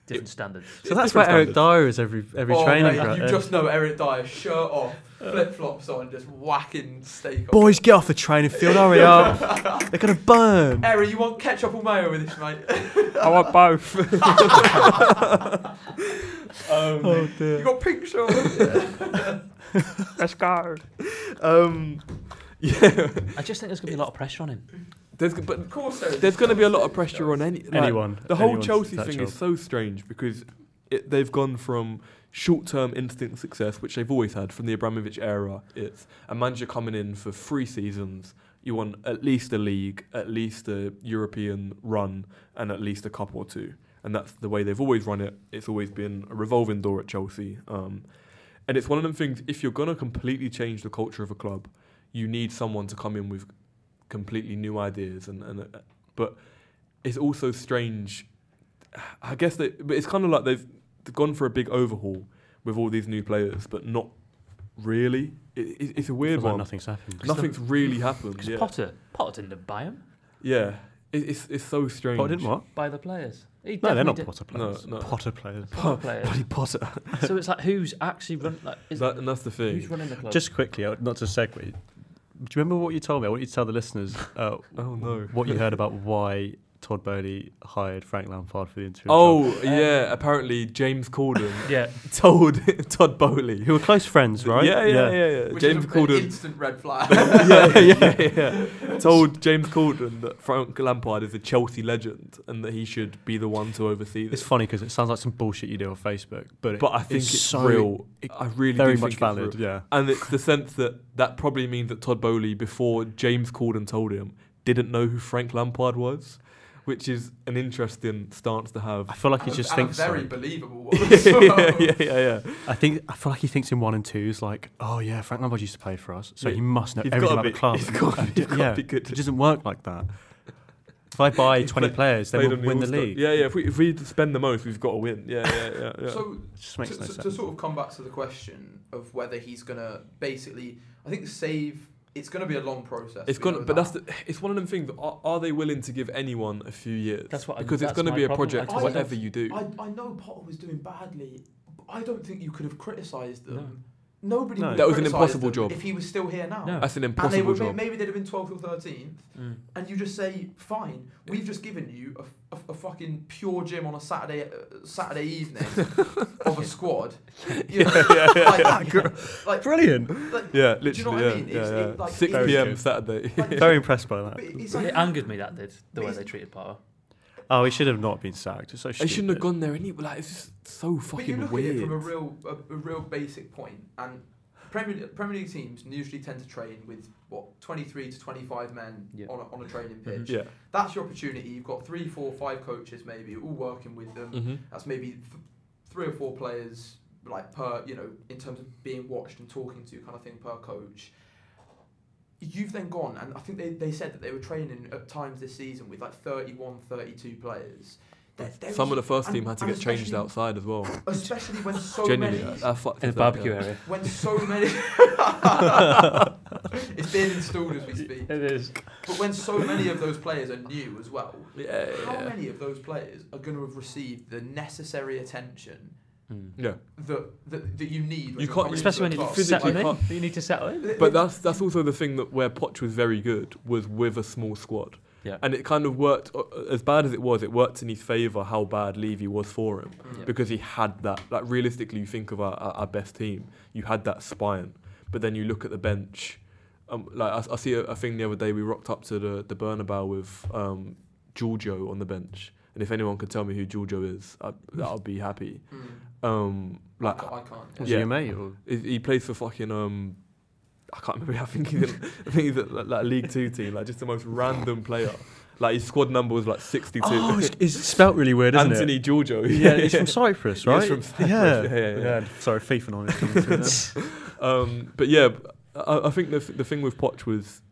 Speaker 4: Different standards.
Speaker 2: it's
Speaker 6: So that's where
Speaker 2: different
Speaker 6: Eric
Speaker 2: standards.
Speaker 6: Dyer is every every
Speaker 1: Oh,
Speaker 6: training.
Speaker 1: mate,
Speaker 6: ground.
Speaker 1: you just know Eric Dyer, shirt off, flip flops on, just whacking steak. on.
Speaker 6: Boys, get off the training field, hurry up. They're going to burn.
Speaker 1: Eric, you want ketchup or mayo with this, mate?
Speaker 6: I want both.
Speaker 2: um,
Speaker 1: you got pink shorts.
Speaker 6: Let's go.
Speaker 2: um, yeah
Speaker 4: I just think there's gonna be a lot of pressure on him.
Speaker 2: there's g- but
Speaker 1: of course, there is.
Speaker 2: there's going to be a lot of pressure on any like,
Speaker 3: anyone.
Speaker 2: the whole
Speaker 3: anyone's
Speaker 2: Chelsea
Speaker 3: that
Speaker 2: thing
Speaker 3: job.
Speaker 2: is so strange because it, they've gone from short-term instant success, which they've always had from the Abramovich era. It's a manager coming in for three seasons. You want at least a league, at least a European run, and at least a cup or two. And that's the way they've always run it. It's always been a revolving door at Chelsea. Um, and it's one of them things. If you're gonna completely change the culture of a club, you need someone to come in with completely new ideas. And, and uh, but it's also strange. I guess they, but it's kind of like they've gone for a big overhaul with all these new players, but not really. It, it, it's a weird
Speaker 3: Feels like
Speaker 2: one.
Speaker 3: nothing's happened.
Speaker 2: Nothing's really happened.
Speaker 4: Because
Speaker 2: Yeah,
Speaker 4: Potter, Potter didn't buy him.
Speaker 2: yeah. It, it's it's so strange.
Speaker 3: Potter didn't what?
Speaker 4: Buy the players. He
Speaker 3: No, they're
Speaker 4: definitely
Speaker 3: not
Speaker 4: did.
Speaker 3: Potter
Speaker 2: No,
Speaker 3: players.
Speaker 2: no.
Speaker 3: Potter players.
Speaker 4: Potter players.
Speaker 6: Bloody Potter.
Speaker 4: so it's like who's actually run? Like, is,
Speaker 2: That, and that's the
Speaker 4: who's
Speaker 2: thing.
Speaker 4: running the club?
Speaker 3: Just quickly, uh, not to segue. Do you remember what you told me? I want you to tell the listeners uh,
Speaker 2: Oh no.
Speaker 3: what you heard about why Todd Bowley hired Frank Lampard for the interim. job.
Speaker 2: Oh yeah. Apparently James Corden
Speaker 4: yeah,
Speaker 2: told Todd Bowley.
Speaker 3: who were close friends, right?
Speaker 2: Yeah, yeah, yeah. yeah.
Speaker 1: Which is
Speaker 2: James
Speaker 1: a- an
Speaker 2: Corden.
Speaker 1: instant red flag.
Speaker 2: yeah, yeah, yeah, yeah. Told James Corden that Frank Lampard is a Chelsea legend and that he should be the one to oversee
Speaker 3: It's
Speaker 2: this.
Speaker 3: funny because it sounds like some bullshit you do on Facebook, but, it,
Speaker 2: But I think it's,
Speaker 3: it's, so
Speaker 2: real.
Speaker 3: it-
Speaker 2: I really
Speaker 3: very
Speaker 2: do
Speaker 3: much
Speaker 2: think
Speaker 3: valid.
Speaker 2: It's real.
Speaker 3: Yeah,
Speaker 2: And it's the sense that that probably means that Todd Bowley, before James Corden told him, didn't know who Frank Lampard was, which is an interesting stance to have.
Speaker 3: I feel like he just
Speaker 1: And a
Speaker 3: thinks.
Speaker 1: very
Speaker 3: so.
Speaker 1: believable one.
Speaker 2: yeah,
Speaker 1: as well.
Speaker 2: yeah, yeah, yeah.
Speaker 3: I think I feel like he thinks in one and twos, like, oh yeah, Frank Lampard used to play for us, so
Speaker 2: Yeah.
Speaker 3: he must know
Speaker 2: He's
Speaker 3: everything about
Speaker 2: gotta be-
Speaker 3: the club.
Speaker 2: he's gotta-
Speaker 3: I
Speaker 2: he's
Speaker 3: d-
Speaker 2: gotta
Speaker 3: yeah,
Speaker 2: be good.
Speaker 3: it doesn't work like that. If I buy
Speaker 2: He's
Speaker 3: twenty
Speaker 2: played-
Speaker 3: players, then
Speaker 2: Played
Speaker 3: we'll
Speaker 2: on the
Speaker 3: win the
Speaker 2: All-Star.
Speaker 3: league.
Speaker 2: Yeah, yeah. If we, if we spend the most, we've got to win. Yeah, yeah, yeah. yeah.
Speaker 1: So
Speaker 3: It just makes
Speaker 1: to,
Speaker 3: no
Speaker 1: to- to
Speaker 3: sense.
Speaker 1: sort of come back to the question of whether he's going to basically, I think save. It's going to be a long process.
Speaker 2: It's
Speaker 1: we
Speaker 2: gonna,
Speaker 1: know
Speaker 2: but
Speaker 1: that.
Speaker 2: that's the, it's one of them things. Are, are they willing to give anyone a few years?
Speaker 4: That's what I-
Speaker 2: because it's
Speaker 4: that's
Speaker 2: gonna
Speaker 4: my
Speaker 2: be a
Speaker 4: problem.
Speaker 2: project,
Speaker 1: I don't-
Speaker 2: whatever you do.
Speaker 1: I, I know Potter was doing badly, but I don't think you could have criticised them. Nobody.
Speaker 3: No.
Speaker 1: would
Speaker 3: That
Speaker 2: was an
Speaker 1: criticise
Speaker 2: impossible
Speaker 1: them
Speaker 2: job.
Speaker 1: If he was still here now.
Speaker 4: No.
Speaker 2: That's an
Speaker 1: And they
Speaker 2: impossible
Speaker 1: would, may-
Speaker 2: job.
Speaker 1: maybe they'd have been 12th or 13th,
Speaker 4: mm.
Speaker 1: and you just say, "Fine, we've just given you a, a, a fucking pure gym on a Saturday uh, Saturday evening of a squad." You know, like, like,
Speaker 3: Brilliant.
Speaker 1: like,
Speaker 2: yeah, literally.
Speaker 1: you know what I
Speaker 2: yeah,
Speaker 1: mean?
Speaker 2: yeah,
Speaker 1: It's-
Speaker 2: yeah.
Speaker 1: it- like,
Speaker 2: Six
Speaker 1: it's-
Speaker 2: p.m.
Speaker 3: Very good.
Speaker 2: Saturday.
Speaker 1: like,
Speaker 3: Very impressed by that.
Speaker 1: but it's like-
Speaker 4: it angered me that did the way
Speaker 1: He's-
Speaker 4: they treated Potter.
Speaker 3: Oh, he should have not been sacked. It's so
Speaker 2: I
Speaker 3: stupid.
Speaker 2: shouldn't have gone there anyway. Like it's just so
Speaker 1: But you
Speaker 2: fucking
Speaker 1: look at
Speaker 2: weird.
Speaker 1: it from a real, a, a real basic point, and Premier League, Premier League teams usually tend to train with what 23 to 25 men
Speaker 4: Yeah.
Speaker 1: on, a, on a training pitch.
Speaker 2: yeah.
Speaker 1: That's your opportunity. You've got three, four, five coaches maybe all working with them.
Speaker 2: Mm-hmm.
Speaker 1: That's maybe th- three or four players, like per you know, in terms of being watched and talking to, kind of thing per coach. you've then gone, and I think they, they said that they were training at times this season with like 31, 32 players. There- there
Speaker 2: Some
Speaker 1: is-
Speaker 2: of the first team
Speaker 1: and-
Speaker 2: had to
Speaker 1: and
Speaker 2: get changed
Speaker 1: especially-
Speaker 2: outside as well.
Speaker 1: Especially when so
Speaker 2: Genuinely, uh,
Speaker 1: many.
Speaker 2: that, that fucked
Speaker 4: in the
Speaker 2: us up,
Speaker 4: barbecue
Speaker 2: yeah.
Speaker 4: area.
Speaker 1: When so many. it's being installed as we speak.
Speaker 4: It is.
Speaker 1: But when so many of those players are new as well,
Speaker 2: Yeah,
Speaker 1: how
Speaker 2: yeah,
Speaker 1: many of those players are going to have received the necessary attention
Speaker 2: yeah.
Speaker 1: that that, that you need? When you're
Speaker 2: You can't-
Speaker 1: coming
Speaker 4: Especially when
Speaker 1: into
Speaker 4: you
Speaker 1: a
Speaker 2: Physically
Speaker 1: club?
Speaker 4: settle
Speaker 2: can't-
Speaker 4: in. You need to settle in.
Speaker 1: Like,
Speaker 2: But that's that's also the thing that where Poch was very good was with a small squad.
Speaker 4: Yeah.
Speaker 2: And it kind of worked, uh, as bad as it was, it worked in his favour how bad Levy was for him
Speaker 1: Mm.
Speaker 4: Yeah.
Speaker 2: because he had that. Like, realistically, you think of our, our, our best team, you had that spine. But then you look at the bench. Um, like, I, I see a, a thing the other day, we rocked up to the, the Bernabeu with um, Giorgio on the bench. And if anyone could tell me who Giorgio is, I, I'll be happy.
Speaker 1: Mm.
Speaker 2: Um,
Speaker 1: I
Speaker 2: like,
Speaker 1: ca- I can't.
Speaker 6: Was
Speaker 2: Yeah.
Speaker 6: he your mate or
Speaker 2: he, he plays for fucking um, I can't remember. I think he's in, I think he's at like, like League Two team, like just the most random player. Like his squad number was like sixty-two.
Speaker 3: Oh, it's, it's spelt really weird, isn't
Speaker 2: Anthony
Speaker 3: it?
Speaker 2: Giorgio.
Speaker 3: Yeah, he's from Cyprus,
Speaker 2: He
Speaker 3: right?
Speaker 2: is from Cyprus,
Speaker 3: Yeah,
Speaker 2: yeah, yeah, yeah.
Speaker 3: Sorry, FIFA knowledge coming through there.
Speaker 2: Um, but yeah, I, I think the th- the thing with Poch was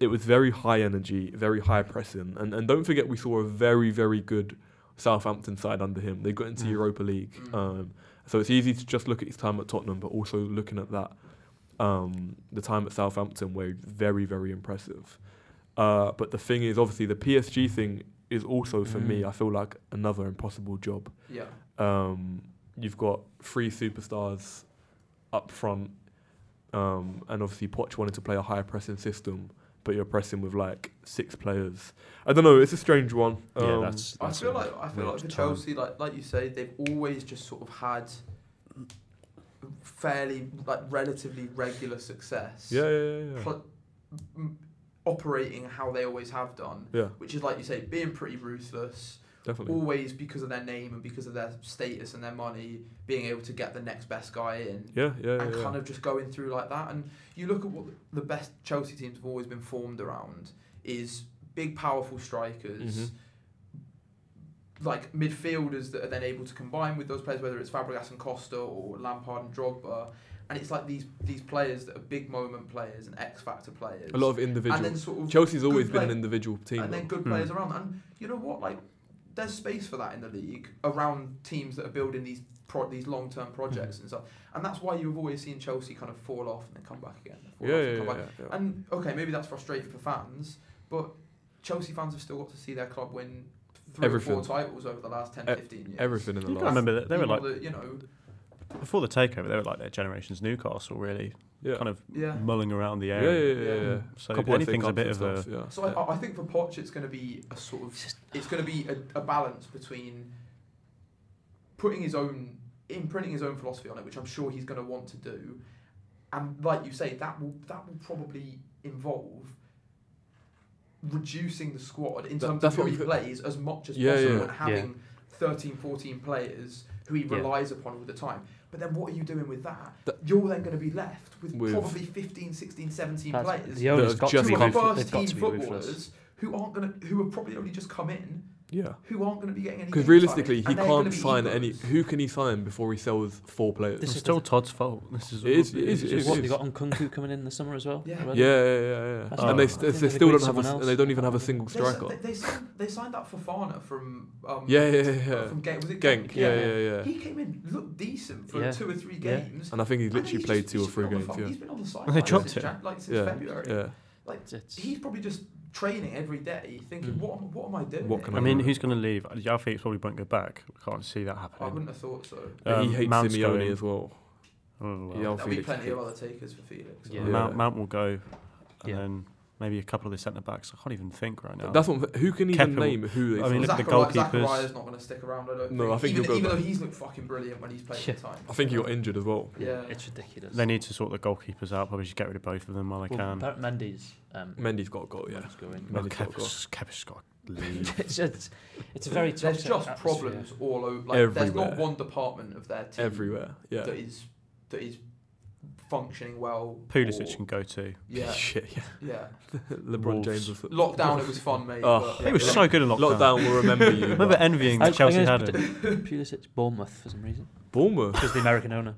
Speaker 2: it was very high energy, very high pressing, and and don't forget we saw a very very good Southampton side under him. They got into
Speaker 3: Mm.
Speaker 2: Europa League,
Speaker 1: Mm.
Speaker 2: um, so it's easy to just look at his time at Tottenham, but also looking at that um, the time at Southampton were very very impressive. Uh, but the thing is, obviously, the PSG thing is also for me.
Speaker 4: Mm.
Speaker 2: I feel like another impossible job.
Speaker 1: Yeah.
Speaker 2: Um, you've got three superstars up front, um, and obviously Poch wanted to play a higher pressing system, but you're pressing with like six players. I don't know. It's a strange one. Um,
Speaker 3: yeah, that's,
Speaker 1: I
Speaker 3: that's
Speaker 1: feel
Speaker 3: a
Speaker 1: like I feel
Speaker 3: weird
Speaker 1: like for
Speaker 3: time.
Speaker 1: Chelsea, like like you say, they've always just sort of had fairly like relatively regular success.
Speaker 2: yeah, yeah, yeah, yeah.
Speaker 1: Pl- m- operating how they always have done,
Speaker 2: yeah,
Speaker 1: which is like you say, being pretty ruthless,
Speaker 2: definitely.
Speaker 1: always because of their name and because of their status and their money, being able to get the next best guy in.
Speaker 2: yeah, yeah, yeah.
Speaker 1: And
Speaker 2: yeah.
Speaker 1: kind of just going through like that, and you look at what the best Chelsea teams have always been formed around is big, powerful strikers,
Speaker 2: Mhm. Mm-hmm.
Speaker 1: like midfielders that are then able to combine with those players, whether it's Fabregas and Costa or Lampard and Drogba, and it's like these these players that are big moment players and X factor players.
Speaker 2: a lot of individual.
Speaker 1: and then sort of
Speaker 2: Chelsea's always
Speaker 1: good
Speaker 2: been an
Speaker 1: play-
Speaker 2: individual team.
Speaker 1: and then
Speaker 2: though.
Speaker 1: good
Speaker 3: Hmm.
Speaker 1: players around. And you know what? Like, there's space for that in the league around teams that are building these pro- these long term projects
Speaker 2: Hmm.
Speaker 1: and stuff. And that's why you've always seen Chelsea kind of fall off and then come back again. fall
Speaker 2: yeah,
Speaker 1: off
Speaker 2: yeah,
Speaker 1: and come
Speaker 2: yeah,
Speaker 1: back.
Speaker 2: yeah, yeah.
Speaker 1: And okay, maybe that's frustrating for fans, but Chelsea fans have still got to see their club win three or
Speaker 2: Everything.
Speaker 1: four titles over the last 10,
Speaker 2: E-
Speaker 1: 15 years.
Speaker 2: Everything in the
Speaker 3: You
Speaker 2: last.
Speaker 3: gotta remember that they were
Speaker 1: People
Speaker 3: like
Speaker 1: that, you know,
Speaker 3: before the takeover. They were like their generation's Newcastle, really,
Speaker 2: Yeah.
Speaker 3: kind of
Speaker 1: yeah.
Speaker 2: Mm,
Speaker 3: mulling around the
Speaker 2: yeah,
Speaker 3: area.
Speaker 2: yeah, yeah, yeah.
Speaker 1: Yeah.
Speaker 2: yeah.
Speaker 3: So
Speaker 2: Couple of FA
Speaker 3: anything's a
Speaker 2: Cups
Speaker 3: bit
Speaker 2: and
Speaker 3: of a
Speaker 2: stuff, yeah.
Speaker 1: So I, I think for Poch, it's going to be a sort of it's going to be a, a balance between putting his own imprinting his own philosophy on it, which I'm sure he's going to want to do, and like you say, that will that will probably involve reducing the squad in
Speaker 2: That-
Speaker 1: terms
Speaker 2: that's
Speaker 1: of
Speaker 2: what
Speaker 1: who he
Speaker 2: we-
Speaker 1: plays as much as
Speaker 2: Yeah,
Speaker 1: possible
Speaker 2: yeah.
Speaker 1: and having 13, 14 players who he
Speaker 4: Yeah.
Speaker 1: relies upon all the time. But then what are you doing with that?
Speaker 2: That-
Speaker 1: You're then going to be left with,
Speaker 2: With-
Speaker 1: probably 15, 16, 17
Speaker 4: That's-
Speaker 1: players
Speaker 4: The owner's
Speaker 2: have
Speaker 4: got to
Speaker 2: just
Speaker 4: be
Speaker 1: two
Speaker 2: come
Speaker 1: of
Speaker 4: ruthless.
Speaker 1: the
Speaker 4: They've
Speaker 1: first
Speaker 4: got
Speaker 1: team
Speaker 4: to be ruthless.
Speaker 1: footballers who aren't gonna who are probably only just come in
Speaker 2: yeah.
Speaker 1: who aren't gonna be getting any
Speaker 2: Because
Speaker 1: game
Speaker 2: realistically,
Speaker 1: time, and
Speaker 2: he
Speaker 1: they're gonna
Speaker 2: can't
Speaker 1: be
Speaker 2: sign any.
Speaker 1: egos.
Speaker 2: Who can he sign before he sells four players?
Speaker 4: This
Speaker 3: It's
Speaker 4: is
Speaker 3: still
Speaker 4: the-
Speaker 3: Todd's fault. This is
Speaker 2: It is- it is-
Speaker 4: Which
Speaker 2: it
Speaker 4: is
Speaker 2: is-
Speaker 4: what they got on Kunku coming in the summer as well.
Speaker 1: Yeah.
Speaker 4: already.
Speaker 2: Yeah, yeah, yeah, yeah.
Speaker 4: That's
Speaker 2: and they,
Speaker 3: right.
Speaker 2: st-
Speaker 4: I
Speaker 2: they
Speaker 4: think
Speaker 2: still
Speaker 4: they've
Speaker 2: don't have a,
Speaker 4: agreed
Speaker 2: s- and
Speaker 4: someone
Speaker 2: they don't even have a
Speaker 4: else.
Speaker 2: single
Speaker 1: They, si-
Speaker 2: striker.
Speaker 1: they, they signed, they signed that Fofana from um,
Speaker 2: yeah, yeah, yeah, yeah.
Speaker 1: from Genk was it
Speaker 2: Genk, yeah, yeah, yeah,
Speaker 1: He came in, looked decent for
Speaker 4: Yeah.
Speaker 1: two or three
Speaker 4: Yeah.
Speaker 1: games.
Speaker 2: And I think he's
Speaker 1: and then
Speaker 2: literally
Speaker 1: he's
Speaker 2: played
Speaker 1: just-
Speaker 2: two or
Speaker 1: he's
Speaker 2: three
Speaker 1: been on
Speaker 2: games.
Speaker 1: the fu-
Speaker 2: Yeah,
Speaker 1: He's been on the
Speaker 3: They
Speaker 1: sideline
Speaker 3: dropped
Speaker 1: since,
Speaker 3: him.
Speaker 1: Jan- like, since
Speaker 2: yeah,
Speaker 1: February.
Speaker 2: yeah.
Speaker 4: It's- it's-
Speaker 1: He's probably just training every day, thinking,
Speaker 2: Mm.
Speaker 1: "What am what am I doing?"
Speaker 2: What can
Speaker 3: I
Speaker 1: here?"
Speaker 3: mean, who's going to leave? Yao Felix probably won't go back. I can't see that
Speaker 1: I
Speaker 3: happening.
Speaker 1: wouldn't have thought so.
Speaker 2: But
Speaker 3: Um,
Speaker 2: he hates
Speaker 3: Mount's
Speaker 2: Simeone
Speaker 3: going.
Speaker 2: as well.
Speaker 3: Oh, well.
Speaker 2: Yao
Speaker 1: There'll be
Speaker 2: Felix
Speaker 1: plenty of
Speaker 2: hates-
Speaker 1: other takers for Felix.
Speaker 4: Yeah.
Speaker 3: Mount, Mount will go, and
Speaker 4: Yeah.
Speaker 3: then maybe a couple of the centre backs. I can't even think right now.
Speaker 2: That's what. Who can even
Speaker 3: Kepa will-
Speaker 2: name who they?
Speaker 3: I mean,
Speaker 2: sign?
Speaker 3: look at the
Speaker 1: Zachari-
Speaker 3: goalkeepers.
Speaker 1: Zachariah's not going to stick around. I don't.
Speaker 2: No, I think
Speaker 1: even,
Speaker 2: he'll go
Speaker 1: even
Speaker 2: back.
Speaker 1: though he's looked fucking brilliant when he's played
Speaker 4: Yeah.
Speaker 1: the time.
Speaker 2: I think he got injured as well.
Speaker 1: Yeah.
Speaker 4: It's ridiculous.
Speaker 3: they need to sort the goalkeepers out. Probably just get rid of both of them while they
Speaker 4: Well,
Speaker 3: can.
Speaker 4: Bar- Mendy's. Um,
Speaker 2: Mendy's got a goal. Yeah.
Speaker 4: Mendy's going.
Speaker 2: Mendy's got a goal.
Speaker 3: Kepa's, Kepa's got to leave.
Speaker 4: it's, it's, it's a very tough
Speaker 1: There's just problems all over. Like, There's not
Speaker 2: Everywhere.
Speaker 1: one department of their team
Speaker 2: Everywhere. Yeah.
Speaker 1: that is that is functioning well.
Speaker 3: Pulisic
Speaker 1: or-
Speaker 3: can go to.
Speaker 1: Yeah,
Speaker 2: Shit, yeah.
Speaker 1: yeah.
Speaker 2: LeBron
Speaker 3: Wolves.
Speaker 2: James was.
Speaker 1: Lockdown, it was fun, mate.
Speaker 3: Oh,
Speaker 1: but-
Speaker 3: he was so good in lockdown.
Speaker 2: Lockdown will remember you.
Speaker 3: I remember
Speaker 2: but-
Speaker 3: envying
Speaker 4: I- I
Speaker 3: that Chelsea
Speaker 4: guess
Speaker 3: had
Speaker 4: put
Speaker 3: him.
Speaker 4: Pulisic Bournemouth for some reason.
Speaker 2: Bournemouth.
Speaker 4: Because the American owner.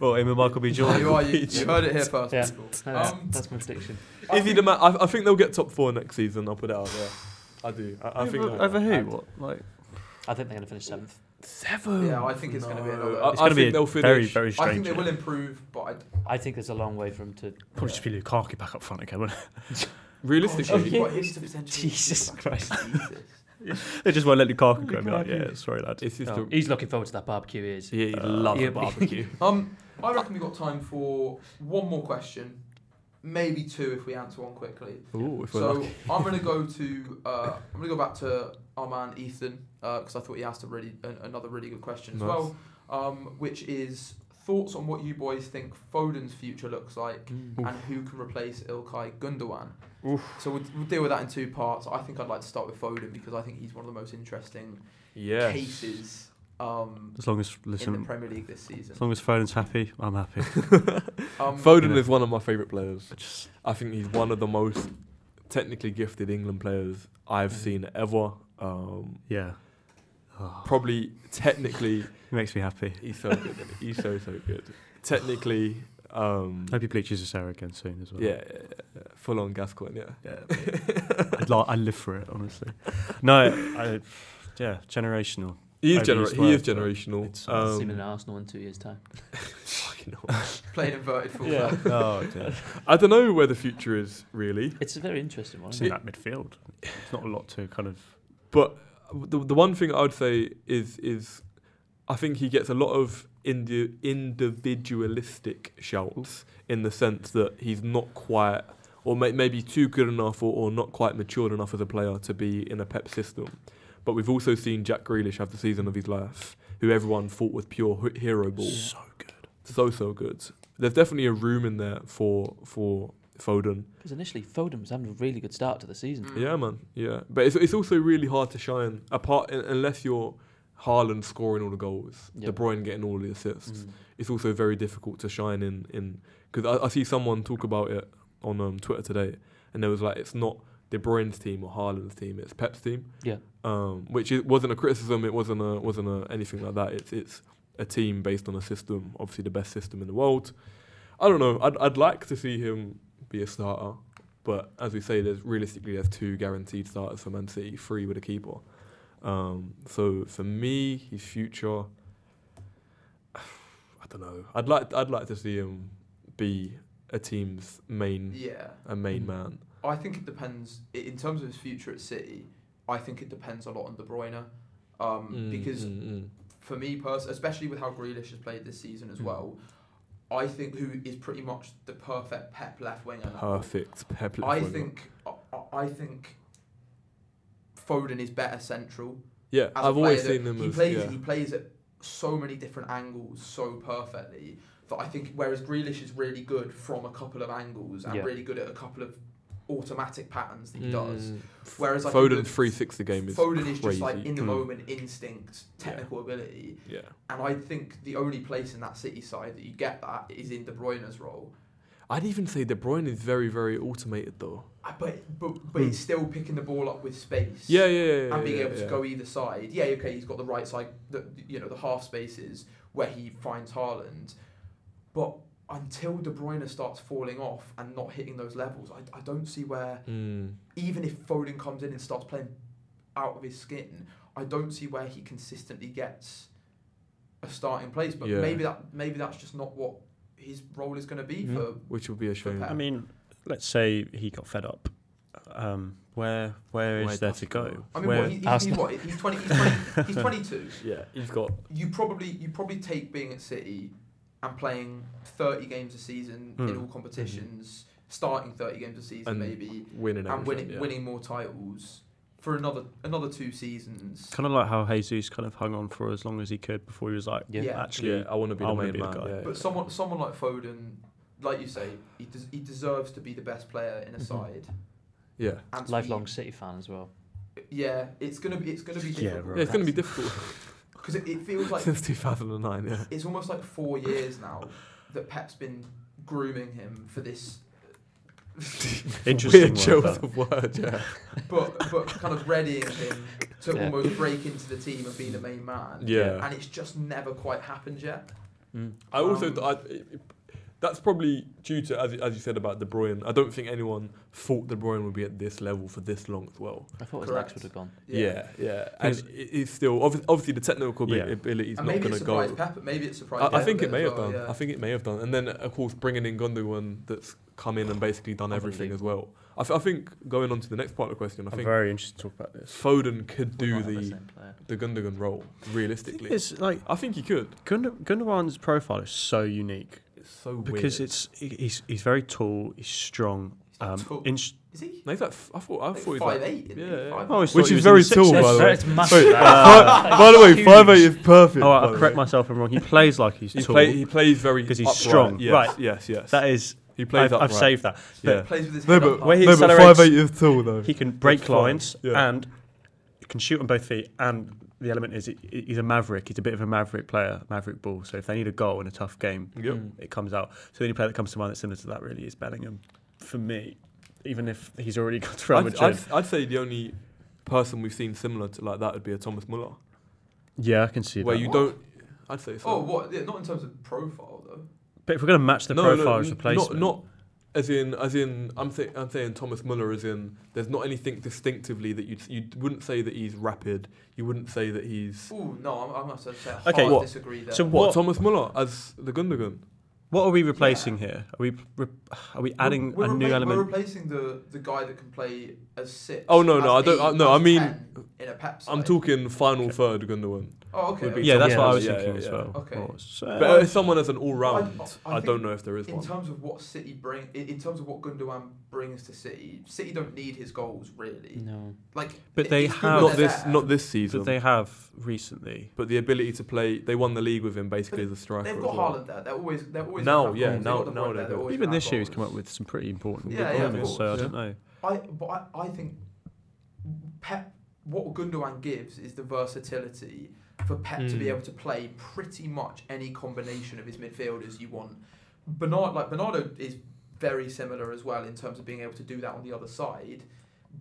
Speaker 3: Oh, him and Michael B.
Speaker 1: There
Speaker 3: Jordan.
Speaker 1: you are. You, you heard it here first.
Speaker 4: Yeah.
Speaker 1: people.
Speaker 4: That's,
Speaker 1: Um,
Speaker 4: that's my prediction.
Speaker 1: I
Speaker 2: Is he
Speaker 1: think-
Speaker 2: the man? I, I think they'll get top four next season. I'll put it out there. I do. I, I think. they'll-
Speaker 3: over
Speaker 4: I-
Speaker 3: who? What? Like
Speaker 4: I think they're going to finish seventh.
Speaker 2: Seven.
Speaker 1: Yeah, I think it's going to be another.
Speaker 2: I-
Speaker 3: it's going to be
Speaker 2: think
Speaker 3: a
Speaker 2: they'll
Speaker 3: very
Speaker 2: finish-
Speaker 3: very
Speaker 1: I
Speaker 3: strange.
Speaker 1: think they will improve, but I,
Speaker 4: I think there's a long way for him to.
Speaker 3: Probably just be Lukaku back up front again. wouldn't
Speaker 1: Oh, you've
Speaker 2: Realistically,
Speaker 1: got him to potentially-
Speaker 4: Jesus Christ.
Speaker 3: it? they just won't let Lukaku go. and be Like, yeah, sorry, lad.
Speaker 2: it's just.
Speaker 4: Oh,
Speaker 2: a-
Speaker 4: he's looking forward to that barbecue, he is.
Speaker 2: Yeah, he'd love
Speaker 4: yeah,
Speaker 2: a
Speaker 4: but-
Speaker 2: barbecue.
Speaker 1: Um, I reckon we have got time for one more question, maybe two if we answer one quickly.
Speaker 2: Ooh, if we're
Speaker 1: so
Speaker 2: lucky.
Speaker 1: I'm gonna go to uh, I'm gonna go back to our man Ethan because I thought he asked a really an, another really good question as
Speaker 2: Nice.
Speaker 1: well, um, which is thoughts on what you boys think Foden's future looks like
Speaker 2: Mm.
Speaker 1: and who can replace Ilkay Gundogan. So we'll, we'll deal with that in two parts. I think I'd like to start with Foden because I think he's one of the most interesting
Speaker 2: Yeah.
Speaker 1: cases um,
Speaker 3: As long as
Speaker 1: in the
Speaker 3: listen,
Speaker 1: Premier League this season.
Speaker 3: as long as Foden's happy, I'm happy.
Speaker 1: Um,
Speaker 2: Foden
Speaker 3: Yeah.
Speaker 2: is one of my favourite players.
Speaker 3: I just
Speaker 2: I think he's one of the most technically gifted England players I've
Speaker 3: Mm.
Speaker 2: seen ever. Um,
Speaker 3: yeah, oh,
Speaker 2: probably technically,
Speaker 3: it makes me happy.
Speaker 2: he's so good. isn't he? He's so so good. Technically, um,
Speaker 3: Hope he bleaches his hair again soon as well.
Speaker 2: yeah, full on Gascoigne. Yeah.
Speaker 3: yeah. I'd li- I live for it honestly. No, I, yeah, generational.
Speaker 2: He is,
Speaker 3: Overused
Speaker 2: gener- he is
Speaker 3: word, but
Speaker 2: generational.
Speaker 3: it's-
Speaker 4: See him in
Speaker 2: Um,
Speaker 4: Arsenal in two years' time.
Speaker 2: fucking hell.
Speaker 1: playing inverted fullback.
Speaker 3: oh dear.
Speaker 2: I don't know where the future is really,
Speaker 4: It's a very interesting one.
Speaker 3: It's
Speaker 4: Isn't
Speaker 3: in
Speaker 4: it?
Speaker 3: that midfield. It's not a lot to kind of.
Speaker 2: but the, the one thing I would say is is I think he gets a lot of indi- individualistic shouts in the sense that he's not quite, or may- maybe too good enough, or, or not quite matured enough as a player to be in a Pep system. But we've also seen Jack Grealish have the season of his life, who everyone thought was pure h- hero ball.
Speaker 3: So good.
Speaker 2: so so good. There's definitely a room in there for for Foden.
Speaker 4: Because initially, Foden was having a really good start to the season.
Speaker 1: Mm.
Speaker 2: Yeah, man. Yeah, but it's it's also really hard to shine apart un- unless you're Haaland scoring all the goals,
Speaker 4: Yeah.
Speaker 2: De Bruyne getting all the assists.
Speaker 4: Mm.
Speaker 2: It's also very difficult to shine in in because I, I see someone talk about it on um, Twitter today, and there was like it's not De Bruyne's team or Haaland's team, it's Pep's team.
Speaker 4: Yeah.
Speaker 2: Um, which it wasn't a criticism. It wasn't a wasn't a anything like that. It's it's a team based on a system, obviously the best system in the world. I don't know. I'd I'd like to see him be a starter, but as we say, there's realistically there's two guaranteed starters for Man City, three with a keeper. Um, so for me, his future, I don't know. I'd like I'd like to see him be a team's main
Speaker 1: Yeah,
Speaker 2: a main man.
Speaker 1: I think it depends i- in terms of his future at City. I think it depends a lot on De Bruyne, um,
Speaker 2: Mm,
Speaker 3: Mm,
Speaker 1: because for me personally, especially with how Grealish has played this season as
Speaker 2: Mm.
Speaker 1: well, I think who is pretty much the perfect Pep left winger.
Speaker 2: perfect Pep.
Speaker 1: I
Speaker 2: Guardiola.
Speaker 1: think I- I, I think Foden is better central.
Speaker 2: Yeah,
Speaker 1: as a
Speaker 2: I've always
Speaker 1: player
Speaker 2: seen
Speaker 1: that
Speaker 2: them
Speaker 1: He
Speaker 2: as
Speaker 1: plays
Speaker 2: yeah.
Speaker 1: he plays at so many different angles so perfectly that I think whereas Grealish is really good from a couple of angles and
Speaker 4: Yeah.
Speaker 1: really good at a couple of automatic patterns that he
Speaker 2: Mm.
Speaker 1: does. Whereas I think
Speaker 2: Foden's
Speaker 1: that
Speaker 2: three sixty game is
Speaker 1: Foden is just like
Speaker 2: crazy.
Speaker 1: in the
Speaker 3: Mm.
Speaker 1: moment instinct, technical ability,
Speaker 2: yeah.
Speaker 1: and I think the only place in that City side that you get that is in De Bruyne's role.
Speaker 2: I'd even say De Bruyne is very very automated though.
Speaker 1: Uh, But but but he's still picking the ball up with space.
Speaker 2: Hmm. Yeah, yeah, yeah. yeah
Speaker 1: and being
Speaker 2: yeah,
Speaker 1: able to
Speaker 2: yeah.
Speaker 1: go either side. Yeah, okay, he's got the right side, the, you know, the half spaces where he finds Haaland. But until De Bruyne starts falling off and not hitting those levels, I, I don't see where,
Speaker 2: Mm.
Speaker 1: even if Foden comes in and starts playing out of his skin, I don't see where he consistently gets a starting place. But
Speaker 2: Yeah.
Speaker 1: maybe that maybe that's just not what his role is going to be
Speaker 3: Mhm.
Speaker 1: for.
Speaker 2: Mm-hmm. Which would be a shame.
Speaker 1: Pep.
Speaker 3: I mean, let's say he got fed up. Um, where where is
Speaker 2: Where
Speaker 3: there
Speaker 2: does
Speaker 3: to
Speaker 2: he
Speaker 3: go?
Speaker 2: go?
Speaker 1: I mean,
Speaker 3: where,
Speaker 1: what, he, he's, he's
Speaker 4: Arsenal.
Speaker 1: what? He's twenty. He's, 20, he's twenty-two.
Speaker 2: Yeah, he's got.
Speaker 1: you probably you probably take being at City and playing 30 games a season in
Speaker 3: Hmm.
Speaker 1: all competitions, starting 30 games a season
Speaker 2: And
Speaker 1: maybe,
Speaker 2: winning
Speaker 1: and winning
Speaker 2: yeah.
Speaker 1: winning more titles for another another two seasons.
Speaker 3: kind of like how Jesus kind of hung on for as long as he could before he was like,
Speaker 4: Yeah.
Speaker 1: Yeah.
Speaker 3: actually,
Speaker 2: yeah, I want to be
Speaker 3: I
Speaker 2: the
Speaker 3: wanna
Speaker 2: main
Speaker 3: be the
Speaker 2: man.
Speaker 3: guy.
Speaker 2: yeah,
Speaker 1: But
Speaker 2: yeah.
Speaker 1: someone someone like Foden, like you say, he des- he deserves to be the best player in a
Speaker 4: Mhm.
Speaker 1: side.
Speaker 2: yeah,
Speaker 1: And to be-
Speaker 4: Lifelong City fan as well.
Speaker 1: yeah, it's gonna be it's gonna be
Speaker 3: Yeah,
Speaker 1: difficult.
Speaker 3: right.
Speaker 2: yeah, it's going to be difficult
Speaker 1: because it, it feels like
Speaker 2: since 2009. Yeah,
Speaker 1: it's almost like four years now that Pep's been grooming him for this,
Speaker 3: Interesting
Speaker 2: Weird
Speaker 3: one,
Speaker 2: choice
Speaker 3: but-
Speaker 2: of word, yeah.
Speaker 1: but but kind of readying him to
Speaker 4: Yeah.
Speaker 1: almost break into the team and be the main man.
Speaker 2: Yeah.
Speaker 1: And it's just never quite happened yet.
Speaker 2: I also,
Speaker 1: Um,
Speaker 2: th- I, it- it- that's probably due to, as, you- as you said about De Bruyne, I don't think anyone thought De Bruyne would be at this level for this long as well.
Speaker 4: I thought his
Speaker 1: Correct.
Speaker 4: legs would have gone.
Speaker 2: Yeah, yeah.
Speaker 3: Because-
Speaker 2: And it, it's still, obvi- obviously, the technical abi-
Speaker 3: Yeah.
Speaker 2: ability is
Speaker 1: and
Speaker 2: not
Speaker 1: maybe
Speaker 2: going
Speaker 1: it
Speaker 2: to go.
Speaker 1: surprised Pepper. Maybe it surprised.
Speaker 2: I, I
Speaker 1: Pep a
Speaker 2: think
Speaker 1: bit
Speaker 2: it may
Speaker 1: as
Speaker 2: have
Speaker 1: well,
Speaker 2: done.
Speaker 1: yeah.
Speaker 2: I think it may have done. And then, of course, bringing in Gundogan that's come in and basically done everything as well. I, th- I think going on to the next part of the question, I
Speaker 3: I'm
Speaker 2: think
Speaker 3: very interested to talk about this.
Speaker 2: Foden could
Speaker 4: We
Speaker 2: do
Speaker 4: might have
Speaker 2: the,
Speaker 4: same player.
Speaker 2: the Gundogan role realistically.
Speaker 3: It's like
Speaker 2: I think he could.
Speaker 3: Gund- Gundogan's profile is so unique
Speaker 2: It's so
Speaker 3: because
Speaker 2: weird.
Speaker 3: it's he- he's he's very tall, he's strong.
Speaker 1: He's not
Speaker 3: Um,
Speaker 1: tall.
Speaker 3: in sh-
Speaker 1: Is he?
Speaker 2: No, he's like, f- I thought I
Speaker 1: Like
Speaker 2: thought he was
Speaker 1: five
Speaker 2: like,
Speaker 1: eight.
Speaker 2: yeah, yeah.
Speaker 3: I always thought
Speaker 6: Which
Speaker 3: he
Speaker 6: is
Speaker 3: was in
Speaker 6: very
Speaker 3: the
Speaker 6: tall,
Speaker 3: 60s.
Speaker 6: by the way.
Speaker 4: That's massive.
Speaker 6: Wait, By, by the way, five eight is perfect.
Speaker 3: Oh,
Speaker 2: by
Speaker 3: I'll
Speaker 2: the
Speaker 3: correct
Speaker 2: way.
Speaker 3: myself if I'm wrong. He plays like he's
Speaker 2: He,
Speaker 3: tall.
Speaker 2: play, he plays very
Speaker 3: 'Cause he's
Speaker 2: upright.
Speaker 3: strong.
Speaker 2: Yes,
Speaker 3: Right.
Speaker 2: Yes, yes.
Speaker 3: that is.
Speaker 2: he plays
Speaker 3: I've, I've
Speaker 2: upright.
Speaker 3: saved that.
Speaker 2: Yeah.
Speaker 1: Plays with his
Speaker 6: No,
Speaker 1: head
Speaker 6: but
Speaker 1: up
Speaker 3: where
Speaker 1: high.
Speaker 3: he
Speaker 6: no, but
Speaker 3: accelerates-
Speaker 6: five eight is tall though.
Speaker 3: He can break
Speaker 2: fine,
Speaker 3: lines
Speaker 2: yeah.
Speaker 3: and can shoot on both feet. And the element is he, he's a maverick. He's a bit of a maverick player, maverick ball. So if they need a goal in a tough game,
Speaker 2: Yep.
Speaker 3: it comes out. So the only player that comes to mind that's similar to that really is Bellingham. For me, even if he's already got to Real
Speaker 2: I'd,
Speaker 3: Madrid.
Speaker 2: I'd, I'd say the only person we've seen similar to like that would be a Thomas Muller,
Speaker 3: yeah, I can see
Speaker 2: where
Speaker 3: that.
Speaker 2: you
Speaker 1: What?
Speaker 2: don't. I'd say so.
Speaker 1: Oh, what? Yeah, not in terms of profile though.
Speaker 3: but if we're going to match the profile as
Speaker 2: n-
Speaker 3: replacement,
Speaker 2: Not, not as in as in I'm saying I'm saying Thomas Muller as in there's not anything distinctively that you you wouldn't say that he's rapid. You wouldn't say that he's
Speaker 1: Oh no, I'm, I'm gonna have to say I
Speaker 3: Okay,
Speaker 1: hard
Speaker 3: what-
Speaker 1: disagree there.
Speaker 3: so
Speaker 2: what,
Speaker 3: What-
Speaker 2: Thomas Muller as the Gundogan.
Speaker 3: what are we replacing here? Are we re- are we adding
Speaker 1: We're-
Speaker 3: a
Speaker 1: we're
Speaker 3: new
Speaker 1: repla- We're
Speaker 3: element?
Speaker 1: replacing the the guy that can play as six.
Speaker 2: Oh, no,
Speaker 1: as
Speaker 2: no, I don't-
Speaker 1: eight,
Speaker 2: I- no, I
Speaker 1: as
Speaker 2: mean-
Speaker 1: 10 in a Pep
Speaker 2: I'm
Speaker 1: side.
Speaker 2: talking final
Speaker 3: Okay.
Speaker 2: third Gundogan.
Speaker 1: Oh, okay.
Speaker 2: would be
Speaker 3: Yeah, that's
Speaker 2: Yeah,
Speaker 3: what I was
Speaker 2: yeah,
Speaker 3: thinking
Speaker 2: yeah,
Speaker 3: as
Speaker 2: yeah.
Speaker 3: well.
Speaker 1: Okay.
Speaker 3: Well, so-
Speaker 2: But as someone as an all round,
Speaker 1: Uh, I-
Speaker 2: I,
Speaker 1: I
Speaker 2: don't
Speaker 1: think
Speaker 2: know if there is
Speaker 1: In
Speaker 2: one.
Speaker 1: terms of what City bring, in, in terms of what Gundogan brings to City, City don't need his goals really.
Speaker 4: No.
Speaker 1: Like,
Speaker 3: But
Speaker 1: it-
Speaker 3: they
Speaker 1: it's good when
Speaker 3: have-
Speaker 2: not
Speaker 1: they're
Speaker 2: this
Speaker 1: there.
Speaker 2: not this season.
Speaker 3: that they have recently.
Speaker 2: but the ability to play, they won the league with him basically as a striker.
Speaker 1: They've
Speaker 2: as
Speaker 1: got
Speaker 2: well.
Speaker 1: Haaland there. They're always they're always
Speaker 2: Now,
Speaker 1: gonna have
Speaker 2: yeah,
Speaker 1: goals. They've
Speaker 2: now-
Speaker 1: got the
Speaker 2: now
Speaker 1: point
Speaker 2: they
Speaker 1: there. They're
Speaker 2: do.
Speaker 1: always
Speaker 3: Even
Speaker 1: gonna have
Speaker 3: this year, he's come
Speaker 1: goals.
Speaker 3: up with some pretty important
Speaker 1: Yeah,
Speaker 2: yeah, of
Speaker 3: performances. so I
Speaker 1: course.
Speaker 3: don't know.
Speaker 1: I but I, I think Pep what Gundogan gives is the versatility for Pep to be
Speaker 2: Mm.
Speaker 1: able to play pretty much any combination of his midfielders you want. Bernard like Bernardo is very similar as well in terms of being able to do that on the other side,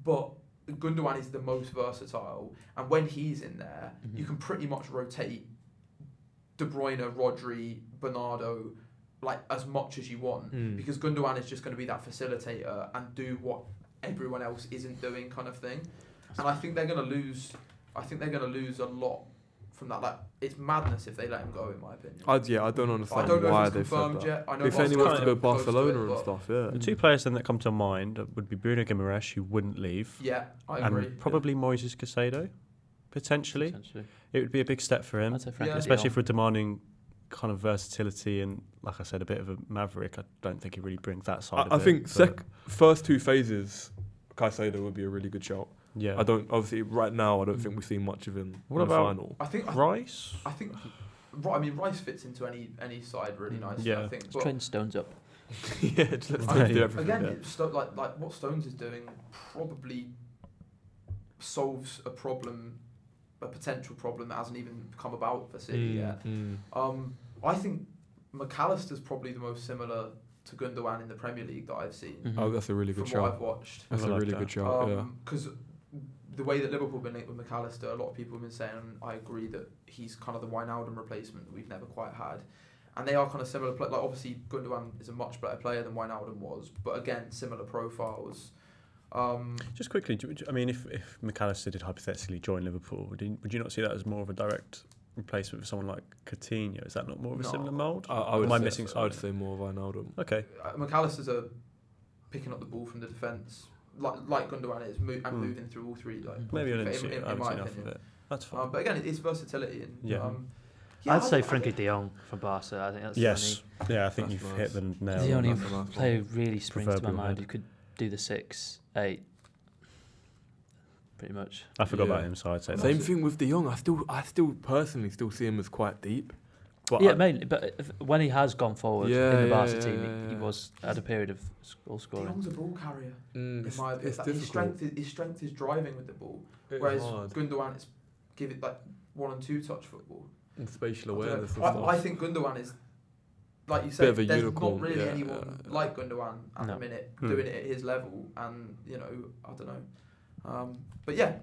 Speaker 1: but Gundogan is the most versatile, and when he's in there, you
Speaker 4: Mhm.
Speaker 1: can pretty much rotate De Bruyne, Rodri, Bernardo, like as much as you want
Speaker 2: Mm.
Speaker 1: because Gundogan is just going to be that facilitator and do what everyone else isn't doing, kind of thing. And I think they're going to lose. I think they're going to lose a lot from that. Like it's madness if they let him go, in my opinion. I,
Speaker 2: I'd, yeah, I don't understand
Speaker 1: don't know
Speaker 2: why
Speaker 1: if it's
Speaker 2: they've said
Speaker 1: confirmed
Speaker 2: that.
Speaker 1: yet. I know
Speaker 2: If anyone wants to go
Speaker 1: Barcelona's close to it,
Speaker 2: Barcelona and
Speaker 1: but-
Speaker 2: stuff, yeah.
Speaker 3: The two players then that come to mind would be Bruno Guimaraes, who wouldn't leave,
Speaker 1: Yeah, I agree.
Speaker 3: and probably Moises Casado, potentially.
Speaker 4: Potentially.
Speaker 3: It would be a big step for him,
Speaker 4: I'd say Frankie
Speaker 1: Yeah.
Speaker 4: de
Speaker 3: especially
Speaker 4: Jong.
Speaker 3: if we're demanding kind of versatility and, like I said, a bit of a maverick. I don't think he really brings that side.
Speaker 2: I,
Speaker 3: of
Speaker 2: I
Speaker 3: it,
Speaker 2: think
Speaker 3: but-
Speaker 2: sec- first two phases, Caicedo would be a really good shout.
Speaker 3: Yeah.
Speaker 2: I don't obviously right now. I don't think we've seen much of him.
Speaker 3: What
Speaker 2: in the
Speaker 3: about-
Speaker 2: final?
Speaker 1: I think. I,
Speaker 3: Rice.
Speaker 1: I think. Ri- I mean, Rice fits into any any side really
Speaker 4: Mm.
Speaker 1: nicely. I
Speaker 3: Yeah.
Speaker 1: think.
Speaker 4: Let's
Speaker 1: But
Speaker 4: train Stones up.
Speaker 2: yeah, just let's
Speaker 1: I-
Speaker 2: do everything.
Speaker 1: again,
Speaker 2: yeah.
Speaker 1: it's sto- like like what Stones is doing probably solves a problem, a potential problem that hasn't even come about for City
Speaker 2: Mm,
Speaker 1: yet.
Speaker 2: mm.
Speaker 1: Um, I think McAllister's probably the most similar to Gundogan in the Premier League that I've seen
Speaker 2: Oh, that's a really
Speaker 1: from
Speaker 2: good
Speaker 1: what
Speaker 2: shout.
Speaker 1: I've Um, watched.
Speaker 2: That's
Speaker 3: I
Speaker 2: a
Speaker 3: like
Speaker 2: really
Speaker 3: that.
Speaker 2: good shout.
Speaker 1: Because the way that Liverpool have been linked with McAllister, a lot of people have been saying, and I agree that he's kind of the Wijnaldum replacement that we've never quite had. And they are kind of similar. Play- like obviously Gundogan is a much better player than Wijnaldum was, but again similar profiles. Um,
Speaker 3: Just quickly, do, do- I mean, if, if McAllister did hypothetically join Liverpool, would you, would you not see that as more of a direct replacement for someone like Coutinho? Is that not more of a
Speaker 1: No.
Speaker 3: similar mould?
Speaker 2: yeah. I, I would
Speaker 3: Am I
Speaker 2: say,
Speaker 3: missing
Speaker 2: I would
Speaker 3: something?
Speaker 2: say more Wijnaldum.
Speaker 3: Okay.
Speaker 1: uh, McAllister's a picking up the ball from the defence, like like Gundogan is, mo- and
Speaker 3: Hmm.
Speaker 1: moving through all three. Like,
Speaker 3: Maybe I
Speaker 1: in-
Speaker 3: didn't see,
Speaker 1: in- in
Speaker 3: I haven't
Speaker 1: my
Speaker 3: seen enough of
Speaker 1: opinion.
Speaker 3: it. That's fine.
Speaker 1: Um, but again, it's versatility. And,
Speaker 3: Yeah.
Speaker 1: Um,
Speaker 4: I'd
Speaker 1: I-
Speaker 4: say
Speaker 1: I-
Speaker 4: Frankie de Jong from Barca. I think that's
Speaker 3: yes. Yeah, I think
Speaker 2: That's
Speaker 3: you've hit
Speaker 2: nice.
Speaker 3: the nail.
Speaker 4: The
Speaker 3: on
Speaker 4: only
Speaker 3: that.
Speaker 2: That's a nice
Speaker 4: player who really springs to my
Speaker 3: Proverbial
Speaker 4: mind
Speaker 3: head.
Speaker 4: who could do the six, eight, pretty much.
Speaker 3: I forgot about
Speaker 2: Yeah.
Speaker 3: him, so I'd say
Speaker 2: one.
Speaker 3: that.
Speaker 2: Same thing with De Jong. I still, I still personally still see him as quite deep. But
Speaker 4: yeah,
Speaker 2: I-
Speaker 4: mainly. But if, when he has gone forward
Speaker 2: Yeah,
Speaker 4: in the
Speaker 2: yeah,
Speaker 4: Barca
Speaker 2: yeah,
Speaker 4: team,
Speaker 2: yeah,
Speaker 4: he- he
Speaker 2: yeah.
Speaker 4: was at a period of s- goal
Speaker 1: De
Speaker 4: scoring.
Speaker 1: Jong's a ball carrier.
Speaker 2: mm,
Speaker 1: In
Speaker 2: it's,
Speaker 1: my opinion,
Speaker 2: it's
Speaker 1: Like, his
Speaker 2: difficult.
Speaker 1: strength is his strength is driving with the ball,
Speaker 2: It's
Speaker 1: whereas
Speaker 2: hard.
Speaker 1: Gundogan is give it like one and two touch football.
Speaker 2: And spatial
Speaker 1: I,
Speaker 2: awareness.
Speaker 1: don't
Speaker 2: and
Speaker 1: know. I, I
Speaker 2: stuff.
Speaker 1: think Gundogan is like you
Speaker 2: Bit
Speaker 1: said,
Speaker 2: of a
Speaker 1: there's
Speaker 2: unicorn,
Speaker 1: not really
Speaker 2: yeah,
Speaker 1: anyone
Speaker 2: yeah.
Speaker 1: like Gundogan at
Speaker 3: No.
Speaker 1: the minute
Speaker 3: Hmm.
Speaker 1: doing it at his level, and you know, I don't know. Um, but yeah.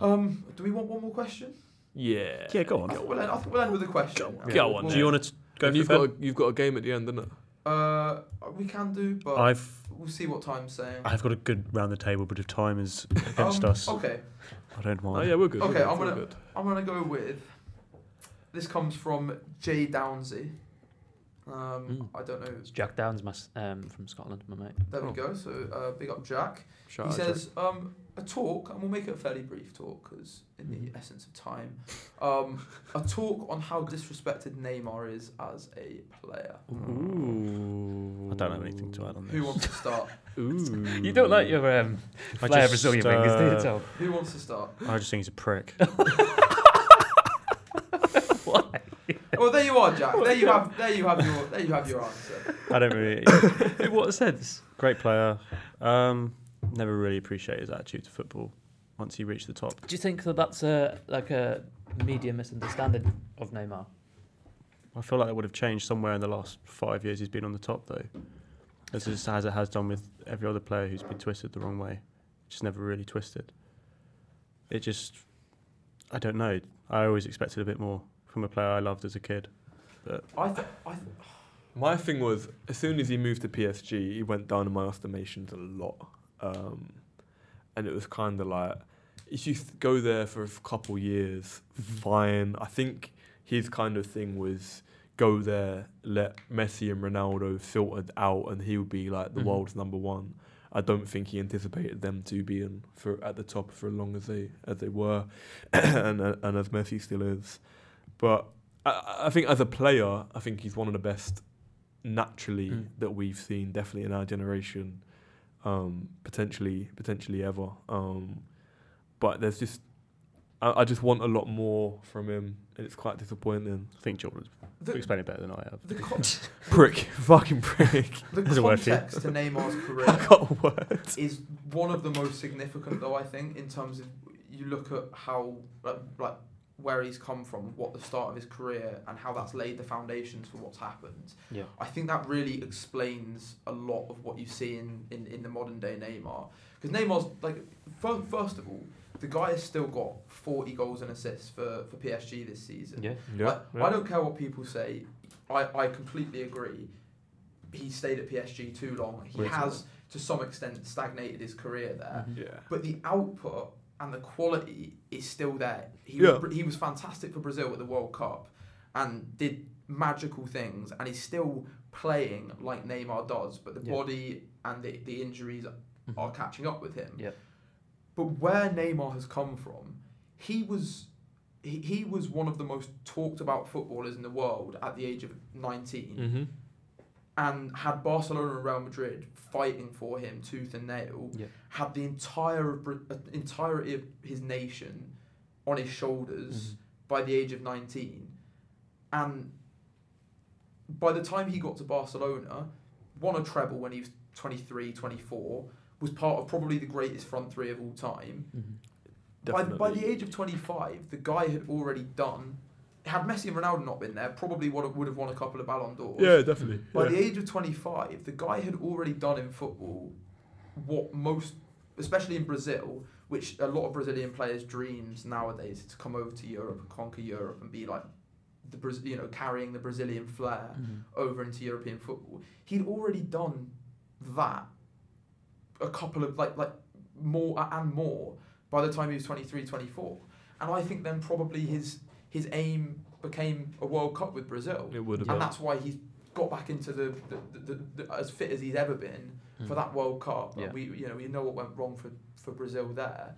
Speaker 1: Um, do we want one more question?
Speaker 2: Yeah.
Speaker 3: Yeah, go on.
Speaker 1: I think we'll end, I think we'll end with a question.
Speaker 2: Yeah. Go
Speaker 3: Do
Speaker 2: on
Speaker 3: you
Speaker 2: then.
Speaker 3: want to go
Speaker 2: and
Speaker 3: for
Speaker 2: you've
Speaker 3: Ben?
Speaker 2: got a, you've got a game at the end, isn't it?
Speaker 1: Uh, we can do, but
Speaker 3: I've
Speaker 1: we'll see what time's saying.
Speaker 3: I've got a good round the table, but if time is against
Speaker 1: Um,
Speaker 3: us,
Speaker 1: Okay,
Speaker 3: I don't
Speaker 2: Oh
Speaker 3: mind.
Speaker 2: yeah, we're good.
Speaker 1: Okay,
Speaker 2: we're good,
Speaker 1: I'm
Speaker 2: we're
Speaker 1: gonna-
Speaker 2: good.
Speaker 1: I'm gonna go with. This comes from Jay Downsy. Um, I don't know.
Speaker 4: It's Jack Downs, my, s- um, from Scotland, my mate.
Speaker 1: There
Speaker 2: Hmm. Oh.
Speaker 1: we go. So uh, big up Jack.
Speaker 2: Shout
Speaker 1: he
Speaker 2: out to-
Speaker 1: says um, a talk, and we'll make it a fairly brief talk because, in the
Speaker 2: Hmm.
Speaker 1: essence of time, um, a talk on how disrespected Neymar is as a player.
Speaker 2: Oh, Ooh.
Speaker 3: I don't have anything to add on this.
Speaker 1: Who wants to start?
Speaker 2: Ooh.
Speaker 4: You don't like your um,
Speaker 3: I
Speaker 4: flair
Speaker 3: just,
Speaker 4: Brazilian fingers, do you,
Speaker 3: uh,
Speaker 4: Tom?
Speaker 1: Who wants to start?
Speaker 3: I just think he's a prick.
Speaker 1: Well, there you are, Jack. There you have. There you have your. There you have your answer.
Speaker 3: I don't really. in what sense? Great player. Um, never really appreciate his attitude to football. Once he reached the top,
Speaker 4: Do you think that that's a like a media misunderstanding of Neymar?
Speaker 3: I feel like that would have changed somewhere in the last five years. He's been on the top though, as it, as it has done with every other player who's been twisted the wrong way, just never really twisted. It just, I don't know. I always expected a bit more from a player I loved as a kid.
Speaker 1: I. Th- I. Th-
Speaker 2: My thing was, as soon as he moved to PSG, he went down in my estimations a lot. Um, and it was kind of like, if you th- go there for a f- couple years, fine. I think his kind of thing was go there, let Messi and Ronaldo filtered out, and he would be like the
Speaker 4: Mhm.
Speaker 2: world's number one. I don't think he anticipated them to being for at the top for as long as they as they were, and uh, and as Messi still is. But I- I, I think as a player, I think he's one of the best naturally
Speaker 4: Mm.
Speaker 2: that we've seen, definitely in our generation, um, potentially potentially ever. Um, but there's just I, I just want a lot more from him, and it's quite disappointing.
Speaker 3: I think Jordan's
Speaker 1: the,
Speaker 3: explained it better than I have.
Speaker 1: the, con-
Speaker 2: Prick, fucking prick.
Speaker 1: the
Speaker 3: Doesn't work for you.
Speaker 1: context to Neymar's
Speaker 2: I
Speaker 1: career
Speaker 2: got a word.
Speaker 1: is one of the most significant though I think in terms of you look at how like, like where he's come from, what the start of his career and how that's laid the foundations for what's happened.
Speaker 4: Yeah.
Speaker 1: I think that really explains a lot of what you see in, in, in the modern day Neymar. Because Neymar's like fir- first of all, the guy has still got forty goals and assists for, for PSG this season.
Speaker 4: Yeah.
Speaker 1: Like, I don't care what people say. I, I completely agree. He stayed at PSG too long. He
Speaker 2: Way too
Speaker 1: has, to some extent, stagnated his career there.
Speaker 4: Mhm.
Speaker 2: Yeah.
Speaker 1: But the output and the quality is still there. He,
Speaker 2: Yeah.
Speaker 1: was, br- he was fantastic for Brazil at the World Cup and did magical things. And he's still playing like Neymar does, but the
Speaker 4: Yeah.
Speaker 1: body and the, the injuries
Speaker 4: Mhm.
Speaker 1: are catching up with him.
Speaker 4: Yep.
Speaker 1: But where Neymar has come from, he was he, he was one of the most talked about footballers in the world at the age of 19
Speaker 2: Mm-hmm.
Speaker 1: and had Barcelona and Real Madrid fighting for him tooth and nail,
Speaker 4: Yeah.
Speaker 1: had the entire of Br- uh, entirety of his nation on his shoulders
Speaker 4: Mm-hmm.
Speaker 1: by the age of 19. And by the time he got to Barcelona, won a treble when he was 23, 24, was part of probably the greatest front three of all time
Speaker 4: Mhm.
Speaker 1: by, by the age of 25, the guy had already done. Had Messi and Ronaldo not been there, probably would have, would have won a couple of Ballon d'Ors.
Speaker 2: yeah, definitely.
Speaker 1: By
Speaker 2: yeah.
Speaker 1: the age of 25, the guy had already done in football what most, especially in Brazil, which a lot of Brazilian players' dreams nowadays is to come over to Europe and conquer Europe and be like the Braz- you know carrying the Brazilian flair
Speaker 4: Mhm.
Speaker 1: over into European football. He'd already done that a couple of like like more a- and more by the time he was 23, 24. And I think then probably his his aim became a World Cup with Brazil.
Speaker 2: It would have
Speaker 1: And
Speaker 2: been.
Speaker 1: that's why he's got back into the, the, the, the, the as fit as he's ever been for
Speaker 2: Hmm.
Speaker 4: Mm.
Speaker 1: that World Cup.
Speaker 4: Yeah.
Speaker 1: And we you know we know what went wrong for, for Brazil there,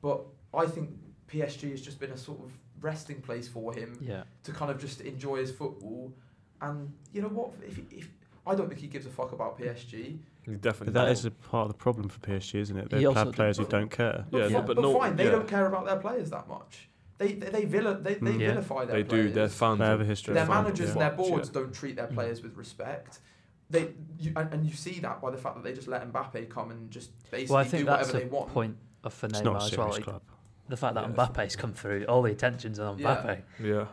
Speaker 1: but I think PSG has just been a sort of resting place for him
Speaker 4: Mm-hmm. Yeah.
Speaker 1: to kind of just enjoy his football, and you know what if, if I don't think he gives a fuck about PSG.
Speaker 2: Definitely.
Speaker 3: But that is a part of the problem for PSG, isn't it?
Speaker 4: He
Speaker 3: They've
Speaker 4: also
Speaker 3: had players who don't care.
Speaker 1: But,
Speaker 2: Yeah,
Speaker 1: fi-
Speaker 2: but
Speaker 1: but,
Speaker 2: no-
Speaker 1: fine, they
Speaker 2: yeah.
Speaker 1: don't care about their players that much. They they, they, villi- they, they
Speaker 3: Mm.
Speaker 4: Yeah.
Speaker 1: vilify their
Speaker 2: Hmm. They
Speaker 1: players.
Speaker 2: do. Their fans.
Speaker 3: They have
Speaker 2: are
Speaker 3: a history.
Speaker 1: their
Speaker 3: of finding
Speaker 1: managers and
Speaker 3: fault.
Speaker 1: their
Speaker 2: fucked, yeah.
Speaker 1: boards don't treat
Speaker 4: Mm-hmm.
Speaker 1: their players with respect. They you, and, and you see that by the fact that they just let Mbappe come and just basically
Speaker 4: Well, I think
Speaker 1: do
Speaker 4: that's
Speaker 1: whatever
Speaker 4: a
Speaker 1: they want.
Speaker 4: point of for
Speaker 3: It's not a
Speaker 4: Neymar as well.
Speaker 3: serious
Speaker 4: like,
Speaker 3: club.
Speaker 4: the fact that
Speaker 2: Yeah.
Speaker 4: Mbappe's come through, all the attention's on
Speaker 1: Yeah.
Speaker 4: Mbappe.
Speaker 2: Yeah.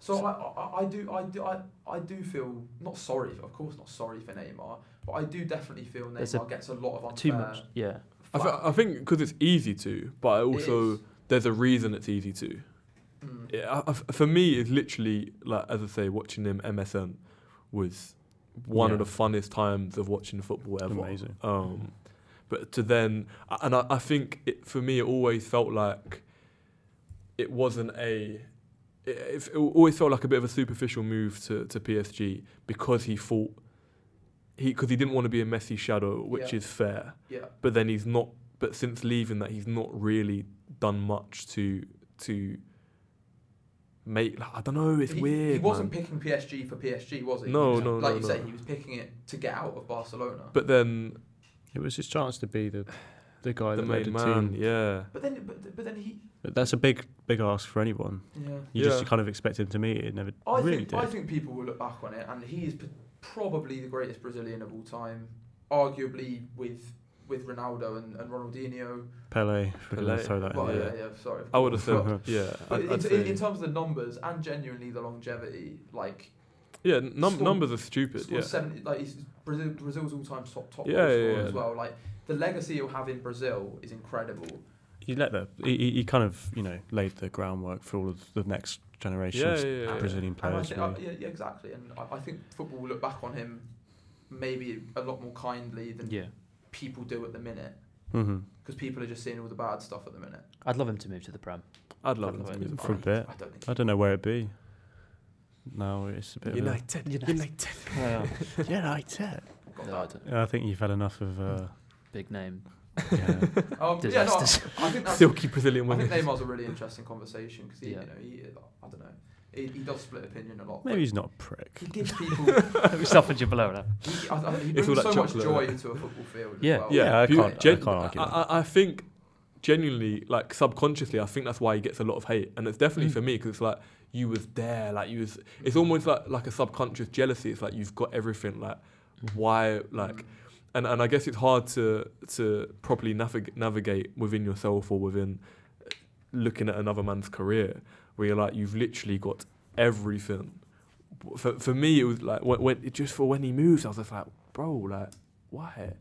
Speaker 1: So I, I, I do I do I, I do feel not sorry of course not sorry for Neymar but I do definitely feel
Speaker 4: There's a-
Speaker 1: Neymar gets a lot of uh, unfair
Speaker 4: Too much. Yeah.
Speaker 2: I,
Speaker 1: flack.
Speaker 2: th- I think because it's easy to, but I
Speaker 1: It
Speaker 2: also
Speaker 1: is.
Speaker 2: there's a reason it's easy to.
Speaker 1: Mm.
Speaker 2: Yeah, I- I f- for me, it's literally like as I say, watching him MSN was one of
Speaker 3: Yeah.
Speaker 2: the funnest times of watching football ever.
Speaker 3: Amazing.
Speaker 2: Um, but to then, a- and I, I think it, for me, it always felt like it wasn't a. It, it always felt like a bit of a superficial move to, to PSG because he thought he because he didn't want to be a messy shadow, which
Speaker 1: Yeah.
Speaker 2: is fair
Speaker 1: Yeah.
Speaker 2: but then he's not but since leaving that he's not really done much to to make like, I don't know it's
Speaker 1: he,
Speaker 2: weird
Speaker 1: He wasn't
Speaker 2: man.
Speaker 1: picking PSG for PSG, was he?
Speaker 2: No,
Speaker 1: He was-
Speaker 2: no,
Speaker 1: Like
Speaker 2: no,
Speaker 1: you
Speaker 2: no.
Speaker 1: say, he was picking it to get out of Barcelona.
Speaker 2: but then
Speaker 3: It was his chance to be the the guy
Speaker 2: the
Speaker 3: that made
Speaker 2: main
Speaker 3: the
Speaker 2: man
Speaker 3: team.
Speaker 2: yeah
Speaker 1: But then, but, but then he.
Speaker 3: But that's a big big ask for anyone.
Speaker 1: Yeah.
Speaker 3: You
Speaker 2: Yeah.
Speaker 3: just kind of expect him to meet it. It never
Speaker 1: I
Speaker 3: really
Speaker 1: think
Speaker 3: did.
Speaker 1: I think people will look back on it, and he is p- probably the greatest Brazilian of all time, arguably with with Ronaldo and, and Ronaldinho.
Speaker 3: Pele, if we're gonna
Speaker 2: Pele.
Speaker 3: throw that
Speaker 1: well,
Speaker 3: in
Speaker 1: yeah,
Speaker 3: there.
Speaker 1: yeah, sorry.
Speaker 2: Uh, I would have said
Speaker 3: Well,
Speaker 2: yeah
Speaker 1: But
Speaker 2: I'd, I'd
Speaker 1: in, in,
Speaker 2: say-
Speaker 1: in terms of the numbers and genuinely the longevity, like
Speaker 2: yeah num-
Speaker 1: scored-
Speaker 2: numbers are stupid
Speaker 1: scored
Speaker 2: yeah
Speaker 1: 70, like he's Brazil, Brazil's all time top top
Speaker 2: Yeah,
Speaker 1: goal scorer
Speaker 2: yeah, yeah.
Speaker 1: as well. Like the legacy he'll have in Brazil is incredible.
Speaker 3: He let the he, he- he kind of you know laid the groundwork for all of the next
Speaker 2: yeah
Speaker 3: generations
Speaker 2: yeah, yeah, yeah.
Speaker 3: Brazilian
Speaker 1: And I
Speaker 3: players.
Speaker 1: think, uh,
Speaker 3: really.
Speaker 1: yeah, yeah, exactly. And I, I think football will look back on him maybe a lot more kindly than
Speaker 4: Yeah.
Speaker 1: people do at the minute
Speaker 3: Mhm.
Speaker 1: because people are just seeing all the bad stuff at the minute.
Speaker 4: I'd love him to move to the Prem.
Speaker 2: I'd love him
Speaker 4: By
Speaker 2: to
Speaker 4: the
Speaker 2: be
Speaker 4: way.
Speaker 2: the
Speaker 3: For a
Speaker 1: I-
Speaker 3: bit.
Speaker 1: I don't think.
Speaker 3: I don't know where it'd be. No, it's a bit. of a-
Speaker 2: United
Speaker 3: United.
Speaker 1: I've got
Speaker 4: No, I
Speaker 1: that.
Speaker 4: don't-
Speaker 3: I think you've had enough of. Uh,
Speaker 4: Big name.
Speaker 3: yeah.
Speaker 1: Um, yeah, no, I,
Speaker 4: Disasters.
Speaker 1: I think that's.
Speaker 2: silky Brazilian
Speaker 1: I think
Speaker 2: women
Speaker 1: Neymar's a really interesting conversation because he,
Speaker 4: Yeah.
Speaker 1: you know, he, I don't know, he, he does split opinion a lot. but
Speaker 3: Maybe he's not a prick.
Speaker 1: he gives people. he,
Speaker 4: we suffered your below now.
Speaker 1: I, I, he
Speaker 2: It's
Speaker 1: brings
Speaker 2: all
Speaker 1: so
Speaker 2: that
Speaker 1: much
Speaker 2: chocolate.
Speaker 1: joy into a football field.
Speaker 4: Yeah.
Speaker 1: as well.
Speaker 2: yeah,
Speaker 3: Yeah, I
Speaker 2: bu-
Speaker 3: can't- I
Speaker 2: gen-
Speaker 3: can't argue
Speaker 2: I,
Speaker 3: that.
Speaker 2: I- I think genuinely, like subconsciously, I think that's why he gets a lot of hate, and it's definitely
Speaker 4: Mm.
Speaker 2: for me because it's like you was there, like you was. It's almost like like a subconscious jealousy. It's like you've got everything, like why,
Speaker 1: Mm.
Speaker 2: like, and and I guess it's hard to to properly navig- navigate within yourself or within uh, looking at another man's career, where you're like you've literally got everything. For for me, it was like when, when it just for when he moves, I was just like, bro, like why?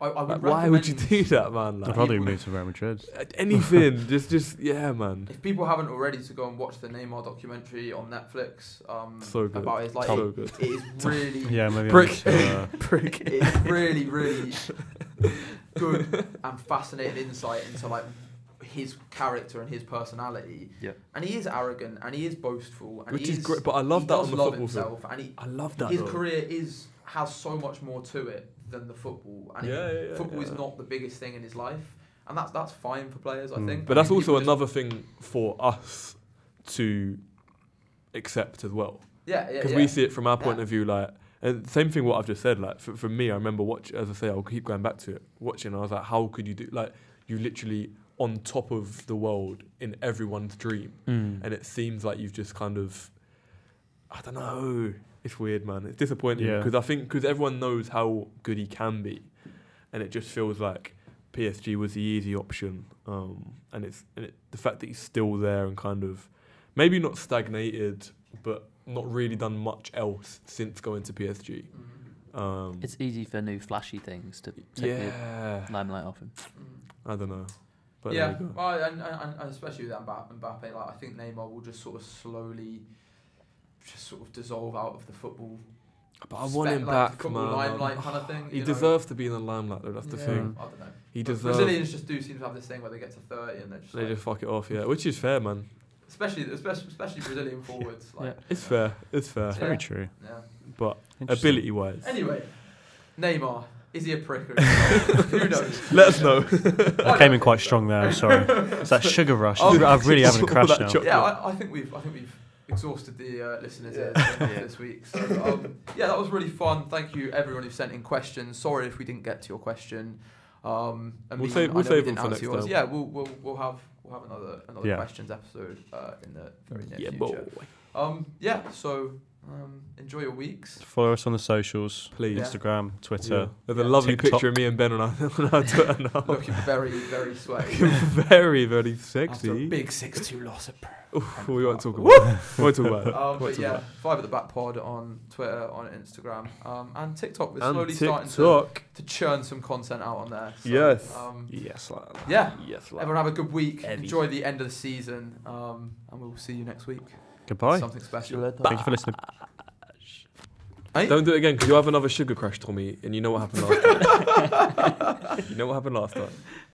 Speaker 1: I, I would
Speaker 2: Like, why would you
Speaker 1: recommend-
Speaker 2: do that, man?
Speaker 3: I'd
Speaker 2: Like, uh,
Speaker 3: rather he moved to Real Madrid.
Speaker 2: anything, just, just, yeah, man.
Speaker 1: If people haven't already, to go and watch the Neymar documentary on Netflix. Um,
Speaker 2: So good.
Speaker 1: About his like,
Speaker 2: so
Speaker 1: it,
Speaker 2: good.
Speaker 1: it is really,
Speaker 3: Yeah, maybe.
Speaker 2: Prick.
Speaker 3: I'm to, uh,
Speaker 2: Prick.
Speaker 1: it's really, really good and fascinating insight into like his character and his personality.
Speaker 4: Yeah.
Speaker 1: And he is arrogant and he is boastful and
Speaker 2: Which
Speaker 1: he
Speaker 2: is great, but I
Speaker 1: he
Speaker 2: love that
Speaker 1: does
Speaker 2: on the
Speaker 1: love
Speaker 2: football field.
Speaker 1: himself and he,
Speaker 2: I love that.
Speaker 1: his
Speaker 2: though.
Speaker 1: career is has so much more to it than the football. And
Speaker 2: Yeah, yeah, yeah,
Speaker 1: football is
Speaker 2: yeah.
Speaker 1: not the biggest thing in his life, and that's that's fine for players, I
Speaker 3: Mm.
Speaker 1: think.
Speaker 2: But
Speaker 1: I
Speaker 2: that's
Speaker 1: mean,
Speaker 2: also
Speaker 1: people just-
Speaker 2: another thing for us to accept as well,
Speaker 1: yeah, yeah,
Speaker 2: because
Speaker 1: yeah.
Speaker 2: we see it from our point
Speaker 1: Yeah.
Speaker 2: of view, like. And same thing what I've just said, like for, for me, I remember watch as I say, I'll keep going back to it, watching. I was like, how could you do like you literally on top of the world in everyone's dream,
Speaker 3: Hmm.
Speaker 2: and it seems like you've just kind of I don't know. It's weird, man. It's disappointing
Speaker 3: Yeah.
Speaker 2: because I think because everyone knows how good he can be, and it just feels like PSG was the easy option. Um, and it's and it, the fact that he's still there and kind of maybe not stagnated, but not really done much else since going to PSG.
Speaker 1: Mm,
Speaker 2: Um,
Speaker 4: It's easy for new flashy things to take
Speaker 2: yeah,
Speaker 4: the limelight off him.
Speaker 1: mm.
Speaker 2: I don't know. But there
Speaker 1: yeah,
Speaker 2: you go.
Speaker 1: well, and, and, and especially with Mba- Mbappe, like I think Neymar will just sort of slowly, just sort of dissolve out of the football.
Speaker 2: but I want
Speaker 1: spec-
Speaker 2: him
Speaker 1: like,
Speaker 2: back, man. Oh,
Speaker 1: football
Speaker 2: I-
Speaker 1: Limelight kind of thing.
Speaker 2: He
Speaker 1: you know?
Speaker 2: deserves to be in the limelight, though. That's the
Speaker 1: Yeah,
Speaker 2: thing.
Speaker 1: I don't know.
Speaker 2: He
Speaker 1: But
Speaker 2: deserves.
Speaker 1: Brazilians just do seem to have this thing where they get to thirty and they're just,
Speaker 2: They
Speaker 1: like,
Speaker 2: just fuck it off, yeah. Which is fair, man.
Speaker 1: especially especially especially Brazilian forwards. Like,
Speaker 2: It's fair. It's fair.
Speaker 3: it's very
Speaker 1: Yeah.
Speaker 3: true.
Speaker 1: Yeah.
Speaker 2: But
Speaker 3: Interesting.
Speaker 2: ability wise,
Speaker 1: Anyway, Neymar is he a prick or is he not? who knows?
Speaker 2: let us know.
Speaker 3: I came in quite strong there. I'm sorry. It's that sugar rush.
Speaker 1: Oh,
Speaker 3: I'm really having a
Speaker 2: all
Speaker 3: crash
Speaker 2: that
Speaker 3: now.
Speaker 2: chocolate.
Speaker 1: Yeah, I, I think we've I think we've exhausted the uh, listeners here this week. So um, yeah, that was really fun. Thank you everyone who sent in questions. Sorry if we didn't get to your question. Um, and
Speaker 2: We'll
Speaker 1: Mean,
Speaker 2: save-
Speaker 1: I
Speaker 2: we'll
Speaker 1: know
Speaker 2: save
Speaker 1: we
Speaker 2: them
Speaker 1: didn't
Speaker 2: for
Speaker 1: answer
Speaker 2: next
Speaker 1: yours.
Speaker 2: time.
Speaker 1: Yeah, we'll, we'll we'll have we'll have another another
Speaker 3: Yeah.
Speaker 1: questions episode uh, in the very near
Speaker 2: Yeah,
Speaker 1: future.
Speaker 2: boy.
Speaker 1: Um, yeah, so Um, enjoy your weeks.
Speaker 3: Follow us on the socials
Speaker 2: Please.
Speaker 1: Yeah.
Speaker 3: Instagram,
Speaker 2: Yeah.
Speaker 3: Twitter.
Speaker 2: There's a lovely
Speaker 3: TikTok.
Speaker 2: picture of me and Ben on our, on our Twitter now.
Speaker 1: Looking very, very sweaty.
Speaker 2: very, very
Speaker 1: After a
Speaker 2: sexy.
Speaker 1: big 6-2 loss at
Speaker 2: Oof, we won't talk about it. We won't talk about it.
Speaker 1: Um,
Speaker 2: Won't
Speaker 1: but
Speaker 2: talk
Speaker 1: yeah,
Speaker 2: about
Speaker 1: five at the back pod on Twitter, on Instagram, um, and TikTok. We're
Speaker 2: it. And
Speaker 1: slowly starting to,
Speaker 2: TikTok.
Speaker 1: to churn some content out on there. So,
Speaker 2: Yes.
Speaker 1: Um,
Speaker 3: Yes, lad.
Speaker 1: yeah.
Speaker 3: Yes,
Speaker 1: Everyone have a good week.
Speaker 3: Heavy.
Speaker 1: Enjoy the end of the season, um, and we'll see you next week.
Speaker 3: Goodbye.
Speaker 1: Something special.
Speaker 3: Thank you for listening.
Speaker 1: Hey?
Speaker 2: Don't do it again because you'll have another sugar crash, Tommy, and you know what happened last time. you know what happened last time.